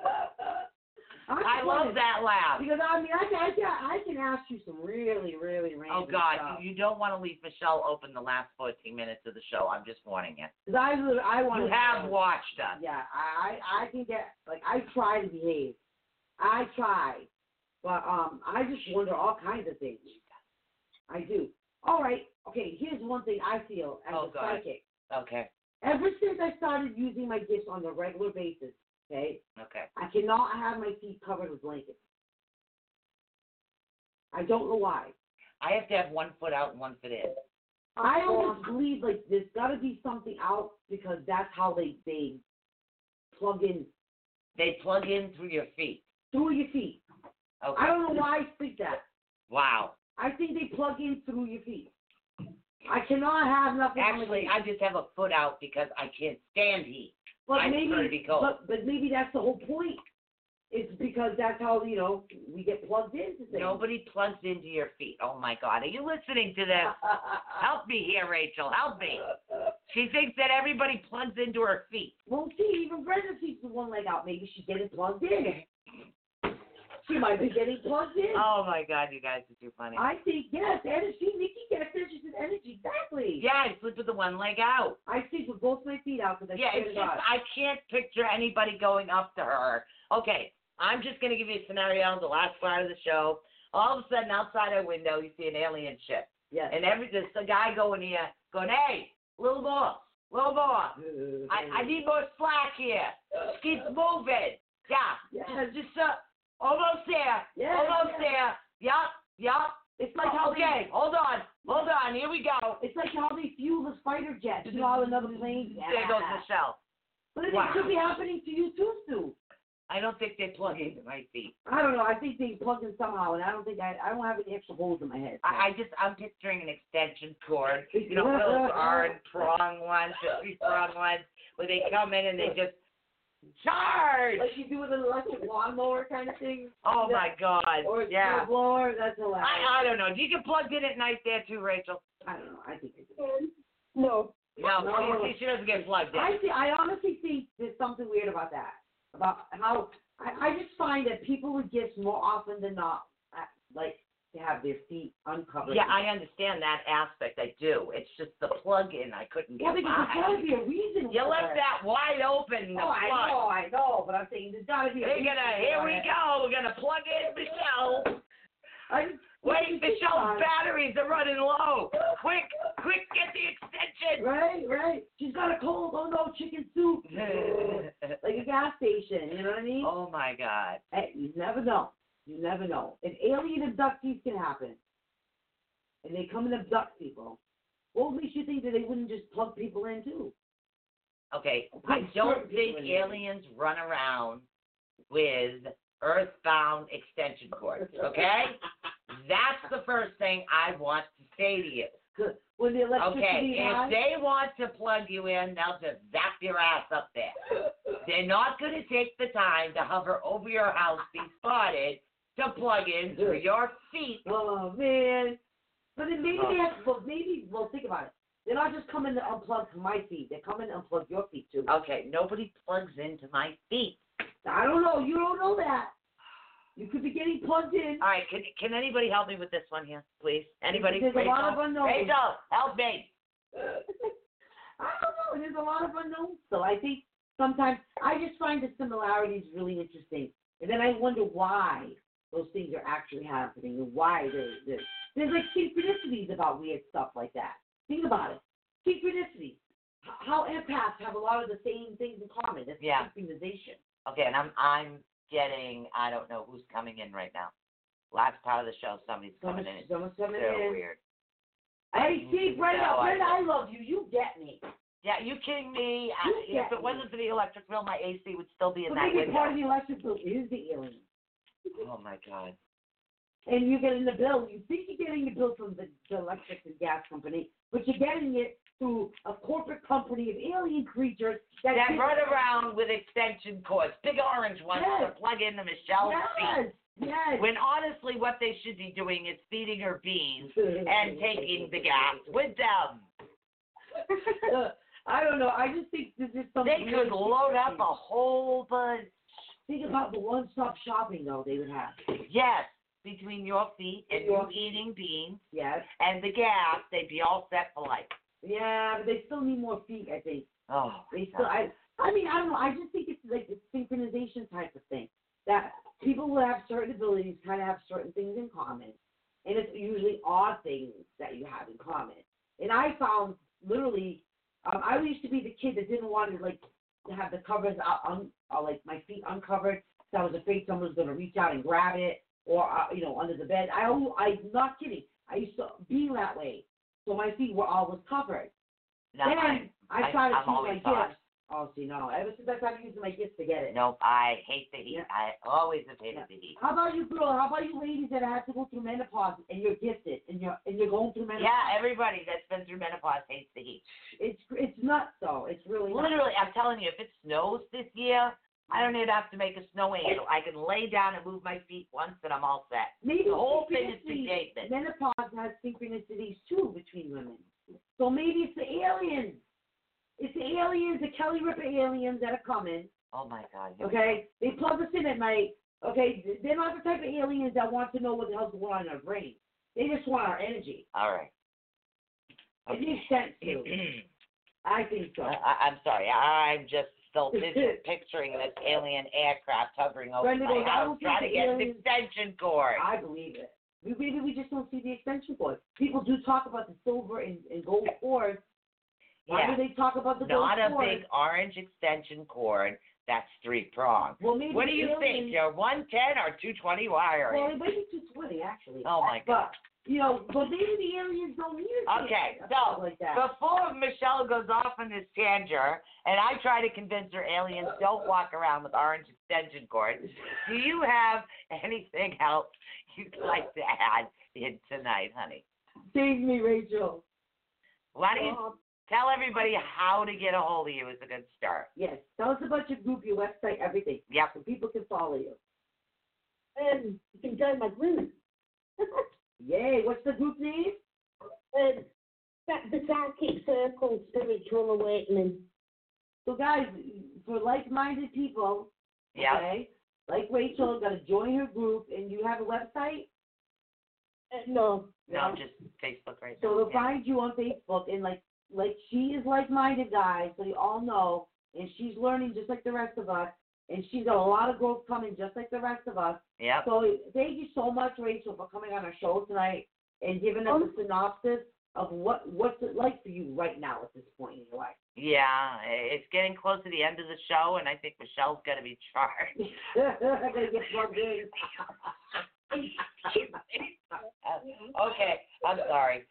[SPEAKER 2] I
[SPEAKER 1] wanted-
[SPEAKER 2] love that laugh.
[SPEAKER 1] Because I mean, I can, I can, I can ask you some really, really random
[SPEAKER 2] Oh God,
[SPEAKER 1] stuff.
[SPEAKER 2] you, you don't want to leave Michelle open the last 14 minutes of the show. I'm just warning you.
[SPEAKER 1] 'Cause I, lit- I want
[SPEAKER 2] You
[SPEAKER 1] to
[SPEAKER 2] have watched us.
[SPEAKER 1] Yeah, I, I, I can get like I try to behave. I try, but um, I just wonder all kinds of things. I do. All right. Okay. Here's one thing I feel as
[SPEAKER 2] Oh,
[SPEAKER 1] a
[SPEAKER 2] God.
[SPEAKER 1] psychic.
[SPEAKER 2] Okay.
[SPEAKER 1] Ever since I started using my gifts on a regular basis, okay,
[SPEAKER 2] Okay.
[SPEAKER 1] I cannot have my feet covered with blankets. I don't know why.
[SPEAKER 2] I have to have one foot out and one foot in.
[SPEAKER 1] I almost believe like there's got to be something out because that's how they they plug in
[SPEAKER 2] They plug in through your feet.
[SPEAKER 1] through your feet.
[SPEAKER 2] Okay.
[SPEAKER 1] I don't know why I think that.
[SPEAKER 2] Wow.
[SPEAKER 1] I think they plug in through your feet. I cannot have nothing. on my
[SPEAKER 2] Actually,
[SPEAKER 1] feet.
[SPEAKER 2] I just have a foot out because I can't stand heat.
[SPEAKER 1] but
[SPEAKER 2] I
[SPEAKER 1] maybe,
[SPEAKER 2] prefer to be cold.
[SPEAKER 1] But, but maybe that's the whole point. It's because that's how you know we get plugged into things.
[SPEAKER 2] Nobody plugs into your feet. Oh my God, are you listening to
[SPEAKER 1] Uh,
[SPEAKER 2] this? Help me here, Rachel. Help me. She thinks that everybody plugs into her feet.
[SPEAKER 1] Well, see, even Brenda sees the one leg out. Maybe she's getting plugged in. She might be getting plugged in.
[SPEAKER 2] Oh my God, you guys are too funny.
[SPEAKER 1] I think yes, energy. Nikki gets it. She says energy exactly.
[SPEAKER 2] Yeah, I sleep with the one leg out.
[SPEAKER 1] I sleep with both my feet out because I
[SPEAKER 2] yeah,
[SPEAKER 1] swear
[SPEAKER 2] it's
[SPEAKER 1] to
[SPEAKER 2] just
[SPEAKER 1] God.
[SPEAKER 2] I can't picture anybody going up to her. Okay, I'm just gonna give you a scenario. The last part of the show. All of a sudden, outside our window, you see an alien ship,
[SPEAKER 1] Yes.
[SPEAKER 2] and every there's a guy going here, going, "Hey, little boy, little boy, I, I need more slack here. Just keep moving. Yeah.
[SPEAKER 1] Yes.
[SPEAKER 2] Just, just uh, almost there.
[SPEAKER 1] Yes,
[SPEAKER 2] almost
[SPEAKER 1] yes.
[SPEAKER 2] there. Yup, yup.
[SPEAKER 1] It's like how they-
[SPEAKER 2] okay, hold on. Hold on. Here we go.
[SPEAKER 1] It's like how they fuel the fighter jets. You know, how another plane.
[SPEAKER 2] There goes
[SPEAKER 1] Yeah.
[SPEAKER 2] Michelle.
[SPEAKER 1] But it
[SPEAKER 2] Wow.
[SPEAKER 1] could be happening to you too, Sue.
[SPEAKER 2] I don't think they plug into my feet.
[SPEAKER 1] I don't know. I think they plugged in somehow, and I don't think I, I don't have any extra holes in my head. so.
[SPEAKER 2] I, I just I'm picturing an extension cord. You know, those orange prong ones, the three prong ones, where they come in and they just charge.
[SPEAKER 1] like you do with an electric lawnmower kind of thing,
[SPEAKER 2] Oh my God.
[SPEAKER 1] or a
[SPEAKER 2] Yeah.
[SPEAKER 1] blower. That's hilarious.
[SPEAKER 2] I I don't know. Do you get plugged in at night there too, Rachel?
[SPEAKER 1] I, don't know. I think I do.
[SPEAKER 3] No.
[SPEAKER 2] No,
[SPEAKER 1] No.
[SPEAKER 2] she, she doesn't get plugged in.
[SPEAKER 1] I see. I honestly think there's something weird about that. About how I, I just find that people with gifts more often than not uh, like to have their feet uncovered.
[SPEAKER 2] Yeah, I understand that aspect. I do. It's just the plug in. I couldn't
[SPEAKER 1] Yeah,
[SPEAKER 2] get
[SPEAKER 1] because there's
[SPEAKER 2] by.
[SPEAKER 1] gotta be a reason.
[SPEAKER 2] You
[SPEAKER 1] for
[SPEAKER 2] left
[SPEAKER 1] it.
[SPEAKER 2] that wide open. The
[SPEAKER 1] Oh, I
[SPEAKER 2] plug.
[SPEAKER 1] know, I know, but I'm saying there's gotta be. a
[SPEAKER 2] They're
[SPEAKER 1] reason
[SPEAKER 2] gonna.
[SPEAKER 1] for
[SPEAKER 2] Here we
[SPEAKER 1] it.
[SPEAKER 2] go. We're gonna plug in Michelle.
[SPEAKER 1] I just,
[SPEAKER 2] Wait, Michelle's
[SPEAKER 1] Michelle's
[SPEAKER 2] batteries are running low. Quick, quick, get the extension.
[SPEAKER 1] Right, right. She's got a cold. Oh no, chicken soup. like a gas station. You know what I mean?
[SPEAKER 2] oh my God.
[SPEAKER 1] Hey, you never know. You never know. If alien abductees can happen, and they come and abduct people, what makes you think that they wouldn't just plug people in too?
[SPEAKER 2] Okay, I
[SPEAKER 1] Put
[SPEAKER 2] don't
[SPEAKER 1] certain people
[SPEAKER 2] think
[SPEAKER 1] in there.
[SPEAKER 2] aliens run around with earthbound extension cords. Okay, that's the first thing I want to say to you.
[SPEAKER 1] Good. When the
[SPEAKER 2] Okay,
[SPEAKER 1] electricity
[SPEAKER 2] if
[SPEAKER 1] high,
[SPEAKER 2] they want to plug you in, they'll just zap your ass up there. They're not going to take the time to hover over your house, be spotted, to plug in through your feet.
[SPEAKER 1] oh man. But then maybe they have. Well, maybe. Well, think about it. They're not just coming to unplug my feet. They're coming to unplug your feet too.
[SPEAKER 2] Okay, nobody plugs into my feet.
[SPEAKER 1] I don't know. You don't know that. You could be getting plugged in.
[SPEAKER 2] All right, can can anybody help me with this one here, please? Anybody?
[SPEAKER 1] There's a
[SPEAKER 2] Rachel?
[SPEAKER 1] lot of unknowns.
[SPEAKER 2] Rachel, help me.
[SPEAKER 1] I don't know. There's a lot of unknowns. So I think sometimes I just find the similarities really interesting, and then I wonder why those things are actually happening and why they're, they're there's like synchronicities about weird stuff like that. Think about it. Synchronicity. How empaths have a lot of the same things in common. That's
[SPEAKER 2] Yeah.
[SPEAKER 1] synchronization.
[SPEAKER 2] Okay, and I'm I'm getting, I don't know who's coming in right now. Last part of the show, somebody's coming
[SPEAKER 1] Someone's,
[SPEAKER 2] in. It's
[SPEAKER 1] someone's coming
[SPEAKER 2] so
[SPEAKER 1] in.
[SPEAKER 2] weird.
[SPEAKER 1] Hey, Steve, right
[SPEAKER 2] No,
[SPEAKER 1] now,
[SPEAKER 2] I
[SPEAKER 1] Brenda, I love you. You get me.
[SPEAKER 2] Yeah, you kidding me? I,
[SPEAKER 1] You
[SPEAKER 2] if
[SPEAKER 1] get
[SPEAKER 2] it wasn't for the electric bill, my AC would still be in
[SPEAKER 1] So
[SPEAKER 2] that
[SPEAKER 1] maybe part of
[SPEAKER 2] window.
[SPEAKER 1] the election bill is the alien.
[SPEAKER 2] Oh my god.
[SPEAKER 1] And you're getting the bill. You think you're getting the bill from the, the electric and gas company, but you're getting it through a corporate company of alien creatures that,
[SPEAKER 2] That
[SPEAKER 1] think-
[SPEAKER 2] run around with extension cords, big orange ones
[SPEAKER 1] Yes.
[SPEAKER 2] to plug into Michelle's
[SPEAKER 1] Yes, yes.
[SPEAKER 2] feet. When honestly, what they should be doing is feeding her beans and taking the gas with them.
[SPEAKER 1] I don't know. I just think this is something.
[SPEAKER 2] They could load up a whole bunch.
[SPEAKER 1] Think about the one-stop shopping though they would have.
[SPEAKER 2] Yes, between your feet and
[SPEAKER 1] Your
[SPEAKER 2] you eating beans
[SPEAKER 1] Yes.
[SPEAKER 2] and the gas, they'd be all set for life.
[SPEAKER 1] Yeah, but they still need more feet. I think
[SPEAKER 2] Oh,
[SPEAKER 1] they still. I. I mean, I don't know. I just think it's like the synchronization type of thing that people who have certain abilities kind of have certain things in common, and it's usually odd things that you have in common. And I found literally, um, I used to be the kid that didn't want to like have the covers out, un, uh, like my feet uncovered, because I was afraid someone was going to reach out and grab it, or uh, you know, under the bed. I, al- I'm not kidding. I used to be that way, so my feet were always covered.
[SPEAKER 2] no,
[SPEAKER 1] then
[SPEAKER 2] I,
[SPEAKER 1] I started
[SPEAKER 2] I'm
[SPEAKER 1] to
[SPEAKER 2] always
[SPEAKER 1] use my
[SPEAKER 2] soft.
[SPEAKER 1] gifts. Oh, see, no. Ever since I started using my gifts to get it.
[SPEAKER 2] nope, I hate the heat.
[SPEAKER 1] Yeah.
[SPEAKER 2] I always have hated
[SPEAKER 1] Yeah.
[SPEAKER 2] the heat.
[SPEAKER 1] How about you, girl? How about you, ladies that have to go through menopause and you're gifted and you're and you're going through menopause?
[SPEAKER 2] Yeah, everybody that's been through menopause hates the heat.
[SPEAKER 1] It's it's nuts though. It's really nuts.
[SPEAKER 2] Literally, I'm telling you, if it snows this year, I don't even have to make a snow angel. I can lay down and move my feet once, and I'm all set.
[SPEAKER 1] Maybe
[SPEAKER 2] The whole thing is
[SPEAKER 1] synchronicity-
[SPEAKER 2] predicted.
[SPEAKER 1] Menopause has synchronicities too between women. So maybe it's the aliens. It's the aliens, the Kelly Ripa aliens that are coming.
[SPEAKER 2] Oh my God. you-
[SPEAKER 1] Okay, they plug us in at night. Okay, they're not the type of aliens that want to know what the hell's going on in our brain. They just want our energy.
[SPEAKER 2] All right.
[SPEAKER 1] It makes sense too. I think so.
[SPEAKER 2] I, I'm sorry. I'm just still vis- picturing this alien aircraft hovering over
[SPEAKER 1] Brenda
[SPEAKER 2] my
[SPEAKER 1] goes, I
[SPEAKER 2] house
[SPEAKER 1] don't think
[SPEAKER 2] trying to
[SPEAKER 1] the
[SPEAKER 2] get an
[SPEAKER 1] aliens-
[SPEAKER 2] extension cord.
[SPEAKER 1] I believe it. We, maybe we just don't see the extension cord. People do talk about the silver and, and gold cord. Why
[SPEAKER 2] yeah.
[SPEAKER 1] do they talk about the
[SPEAKER 2] Not
[SPEAKER 1] gold
[SPEAKER 2] a
[SPEAKER 1] cord?
[SPEAKER 2] big orange extension cord that's three prong.
[SPEAKER 1] well, maybe
[SPEAKER 2] What do you
[SPEAKER 1] aliens,
[SPEAKER 2] think? You're 110 or 220 wire?
[SPEAKER 1] Well, maybe two twenty actually.
[SPEAKER 2] Oh my God.
[SPEAKER 1] But you know, but maybe the aliens don't need us.
[SPEAKER 2] Okay,
[SPEAKER 1] Stuff
[SPEAKER 2] so
[SPEAKER 1] like that.
[SPEAKER 2] Before Michelle goes off on this tangent, and I try to convince her aliens don't walk around with orange extension cords, do you have anything else you'd like to add in tonight, honey?
[SPEAKER 1] Save me, Rachel.
[SPEAKER 2] Why don't you tell everybody how to get a hold of you is a good start.
[SPEAKER 1] Yes, tell us about your group, your website, everything,
[SPEAKER 2] Yep.
[SPEAKER 1] so people can follow you.
[SPEAKER 3] Um, you can join my group.
[SPEAKER 1] Yay! What's the group name?
[SPEAKER 3] um, that the psychic circle spiritual awakening.
[SPEAKER 1] So, guys, for like-minded people,
[SPEAKER 2] Yep.
[SPEAKER 1] okay, like Rachel, got to join her group, and you have a website.
[SPEAKER 3] Uh, no,
[SPEAKER 2] No, just Facebook right
[SPEAKER 1] So they'll
[SPEAKER 2] now.
[SPEAKER 1] find you on Facebook, and like like she is like-minded, guys. So you all know, and she's learning just like the rest of us, and she's got a lot of growth coming, just like the rest of us.
[SPEAKER 2] Yep.
[SPEAKER 1] So thank you so much, Rachel, for coming on our show tonight and giving
[SPEAKER 2] Oh.
[SPEAKER 1] us a synopsis of what what's it like for you right now at this point in your life.
[SPEAKER 2] Yeah, it's getting close to the end of the show, and I think Michelle's going to be charged.
[SPEAKER 1] I'm gonna get plugged in.
[SPEAKER 2] Mm-hmm. okay, I'm sorry.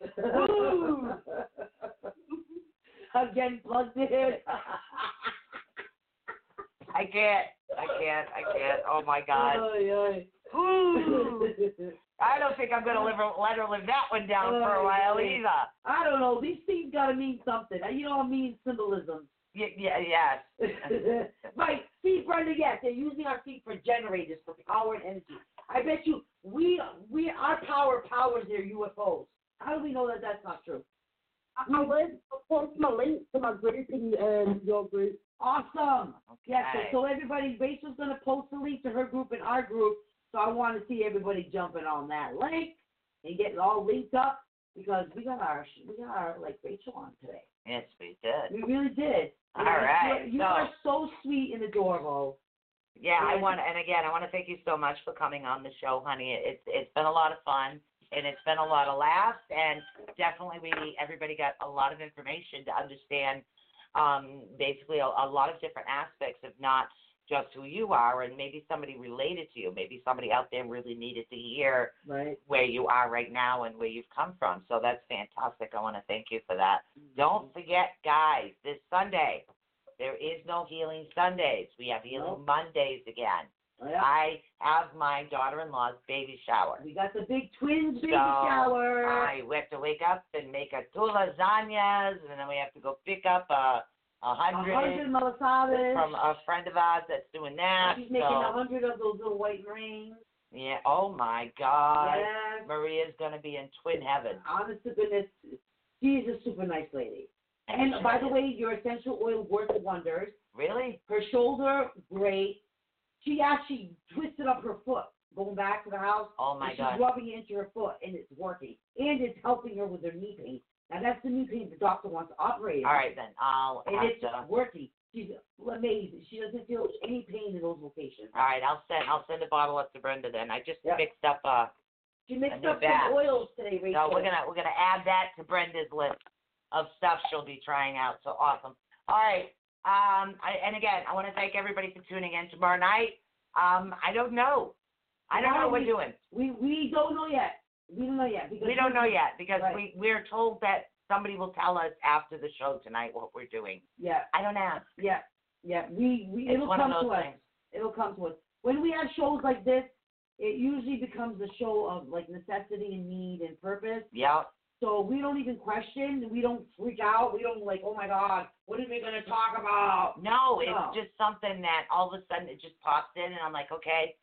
[SPEAKER 1] I'm getting plugged in.
[SPEAKER 2] I can't. I can't. I can't. Oh my God.
[SPEAKER 1] Oy, oy.
[SPEAKER 2] Ooh. I don't think I'm gonna live, let her live that one down for a while either.
[SPEAKER 1] I don't know. These things gotta mean something. You know, I mean symbolism.
[SPEAKER 2] Yeah. yeah yes.
[SPEAKER 1] right, feet, Brenda. Yes, they're using our feet for generators for power and energy. I bet you we we our power powers their UFOs. How do we know that that's not true?
[SPEAKER 3] I, I will post my link to my group in um, your group.
[SPEAKER 1] Awesome. Yes. so-
[SPEAKER 2] Okay.
[SPEAKER 1] So, everybody, Rachel's gonna post the link to her group and our group. So I want to see everybody jumping on that link and getting all linked up because we got our we got our like Rachel on today.
[SPEAKER 2] Yes, we did.
[SPEAKER 1] We really did.
[SPEAKER 2] All
[SPEAKER 1] You know,
[SPEAKER 2] right,
[SPEAKER 1] You
[SPEAKER 2] so-
[SPEAKER 1] are so sweet and adorable.
[SPEAKER 2] Yeah, I
[SPEAKER 1] Yeah.
[SPEAKER 2] want. And again, I want to thank you so much for coming on the show, honey. It's it's been a lot of fun, and it's been a lot of laughs, and definitely we everybody got a lot of information to understand, um, basically a, a lot of different aspects of not just who you are, and maybe somebody related to you. Maybe somebody out there really needed to hear
[SPEAKER 1] right?
[SPEAKER 2] where you are right now and where you've come from. So that's fantastic. I want to thank you for that.
[SPEAKER 1] Mm-hmm.
[SPEAKER 2] Don't forget, guys, this Sunday, there is no Healing Sundays. We have Healing
[SPEAKER 1] Nope.
[SPEAKER 2] Mondays again.
[SPEAKER 1] Oh, yeah.
[SPEAKER 2] I have my daughter in law's baby shower.
[SPEAKER 1] We got the big twins baby
[SPEAKER 2] So,
[SPEAKER 1] shower.
[SPEAKER 2] I, we have to wake up and make a two lasagnas, and then we have to go pick up a, a
[SPEAKER 1] a hundred malasadas.
[SPEAKER 2] from a friend of ours that's doing that.
[SPEAKER 1] She's making
[SPEAKER 2] so,
[SPEAKER 1] a hundred of those little white rings.
[SPEAKER 2] yeah. Oh my God.
[SPEAKER 1] yes.
[SPEAKER 2] Maria's gonna be in twin heaven.
[SPEAKER 1] Honest to goodness, she's a super nice lady. And by the way, your essential oil works wonders.
[SPEAKER 2] really?
[SPEAKER 1] Her shoulder, great. She actually twisted up her foot going back to the house.
[SPEAKER 2] Oh my
[SPEAKER 1] she's
[SPEAKER 2] God.
[SPEAKER 1] rubbing it into her foot, and it's working. And it's helping her with her knee pain. Now, that's the knee pain the doctor wants to operate on.
[SPEAKER 2] All right then. I'll
[SPEAKER 1] And
[SPEAKER 2] have
[SPEAKER 1] it's
[SPEAKER 2] to. All
[SPEAKER 1] working. She's amazing. She doesn't feel any pain in those locations.
[SPEAKER 2] right. I'll send. I'll send a bottle up to Brenda then. I just
[SPEAKER 1] Yeah.
[SPEAKER 2] mixed up. Uh.
[SPEAKER 1] She mixed
[SPEAKER 2] And they're
[SPEAKER 1] up
[SPEAKER 2] back.
[SPEAKER 1] some oils today, Rachel.
[SPEAKER 2] No, we're gonna we're gonna add that to Brenda's list of stuff she'll be trying out. So awesome. All right. Um. I, and again, I want to thank everybody for tuning in tomorrow night. Um. I don't know. I don't know what we're doing.
[SPEAKER 1] We we don't know yet. We don't know yet because
[SPEAKER 2] We don't know yet because
[SPEAKER 1] Right.
[SPEAKER 2] we we're told that somebody will tell us after the show tonight what we're doing.
[SPEAKER 1] Yeah,
[SPEAKER 2] I don't ask.
[SPEAKER 1] yeah, yeah. We we
[SPEAKER 2] It's
[SPEAKER 1] it'll
[SPEAKER 2] one of
[SPEAKER 1] come to
[SPEAKER 2] those
[SPEAKER 1] us.
[SPEAKER 2] things.
[SPEAKER 1] It'll come to us when we have shows like this. It usually becomes a show of like necessity and need and purpose.
[SPEAKER 2] Yeah.
[SPEAKER 1] So we don't even question. We don't freak out. We don't like, oh my god, what are we gonna talk about?
[SPEAKER 2] No, it's
[SPEAKER 1] No.
[SPEAKER 2] just something that all of a sudden it just pops in, and I'm like, okay,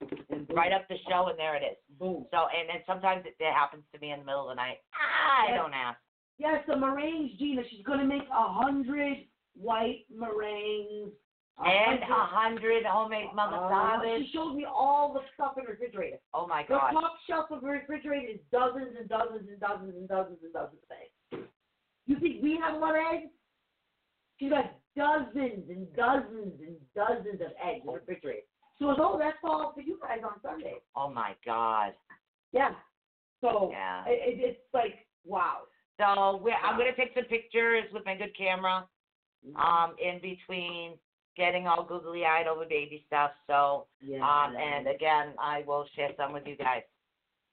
[SPEAKER 1] And boom,
[SPEAKER 2] right up the show, and there it is.
[SPEAKER 1] Boom.
[SPEAKER 2] So, and then sometimes it, it happens to me in the middle of the night. I
[SPEAKER 1] Yes.
[SPEAKER 2] don't ask.
[SPEAKER 1] Yes, the meringues, Gina. She's gonna make a hundred white meringues. A
[SPEAKER 2] And
[SPEAKER 1] hundred-
[SPEAKER 2] a hundred homemade
[SPEAKER 1] Uh,
[SPEAKER 2] mamasadas.
[SPEAKER 1] She showed me all the stuff in her refrigerator.
[SPEAKER 2] Oh my
[SPEAKER 1] The
[SPEAKER 2] god.
[SPEAKER 1] top shelf of her refrigerator is dozens and dozens and dozens and dozens and dozens of eggs. You think we have one egg? She's got dozens and dozens and dozens of eggs in her refrigerator. She goes, oh, that's all for you guys on Sunday.
[SPEAKER 2] Oh my god.
[SPEAKER 1] Yeah. So
[SPEAKER 2] Yeah.
[SPEAKER 1] It, it, it's like, wow.
[SPEAKER 2] So we're, I'm gonna take some pictures with my good camera. Um, in between getting all googly eyed over baby stuff. So,
[SPEAKER 1] Yeah.
[SPEAKER 2] um, and again, I will share some with you guys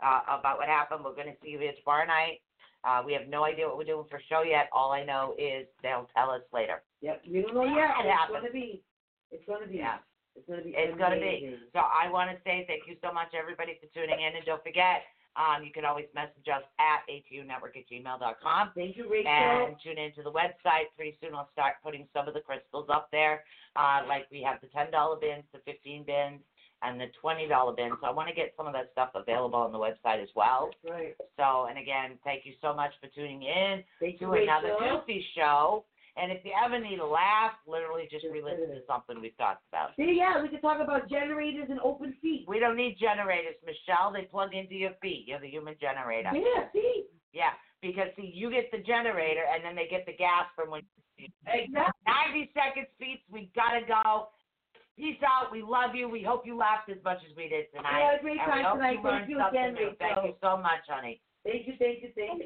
[SPEAKER 2] uh, about what happened. We're going to see you here tomorrow night. Uh, we have no idea what we're doing for show yet. All I know is they'll tell us later.
[SPEAKER 1] yep. We don't know yet.
[SPEAKER 2] That
[SPEAKER 1] it's
[SPEAKER 2] happened.
[SPEAKER 1] gonna be. It's gonna be.
[SPEAKER 2] Yeah.
[SPEAKER 1] It's gonna be.
[SPEAKER 2] It's going to be.
[SPEAKER 1] amazing.
[SPEAKER 2] So I want to say thank you so much, everybody, for tuning in. And don't forget, um, you can always message us at atunetwork at gmail dot com.
[SPEAKER 1] Thank you, Rachel.
[SPEAKER 2] and tune into the website. Pretty soon I'll start putting some of the crystals up there. Uh, like we have the ten dollar bins, the fifteen bins, and the twenty dollar bins. So I want to get some of that stuff available on the website as well.
[SPEAKER 1] That's right.
[SPEAKER 2] So and again, thank you so much for tuning in
[SPEAKER 1] Thank you,
[SPEAKER 2] to another
[SPEAKER 1] Rachel.
[SPEAKER 2] goofy show. And if you ever need a laugh, literally just
[SPEAKER 1] Just
[SPEAKER 2] re-listen to
[SPEAKER 1] listen.
[SPEAKER 2] something we've talked about.
[SPEAKER 1] See, yeah, we could talk about generators and open feet.
[SPEAKER 2] We don't need generators, Michelle. They plug into your feet. You're the human generator.
[SPEAKER 1] Yeah, see?
[SPEAKER 2] Yeah, because see, you get the generator, and then they get the gas from when.
[SPEAKER 1] Exactly.
[SPEAKER 2] 90 second speech. We gotta go. Peace out. We love you. We hope you laughed as much as we did
[SPEAKER 1] I
[SPEAKER 2] tonight.
[SPEAKER 1] had a great
[SPEAKER 2] and we
[SPEAKER 1] time
[SPEAKER 2] hope
[SPEAKER 1] tonight.
[SPEAKER 2] you learned
[SPEAKER 1] Thank you
[SPEAKER 2] something
[SPEAKER 1] again,
[SPEAKER 2] new. Thank you
[SPEAKER 1] Rachel.
[SPEAKER 2] so much, honey.
[SPEAKER 1] Thank you, thank you, thank you.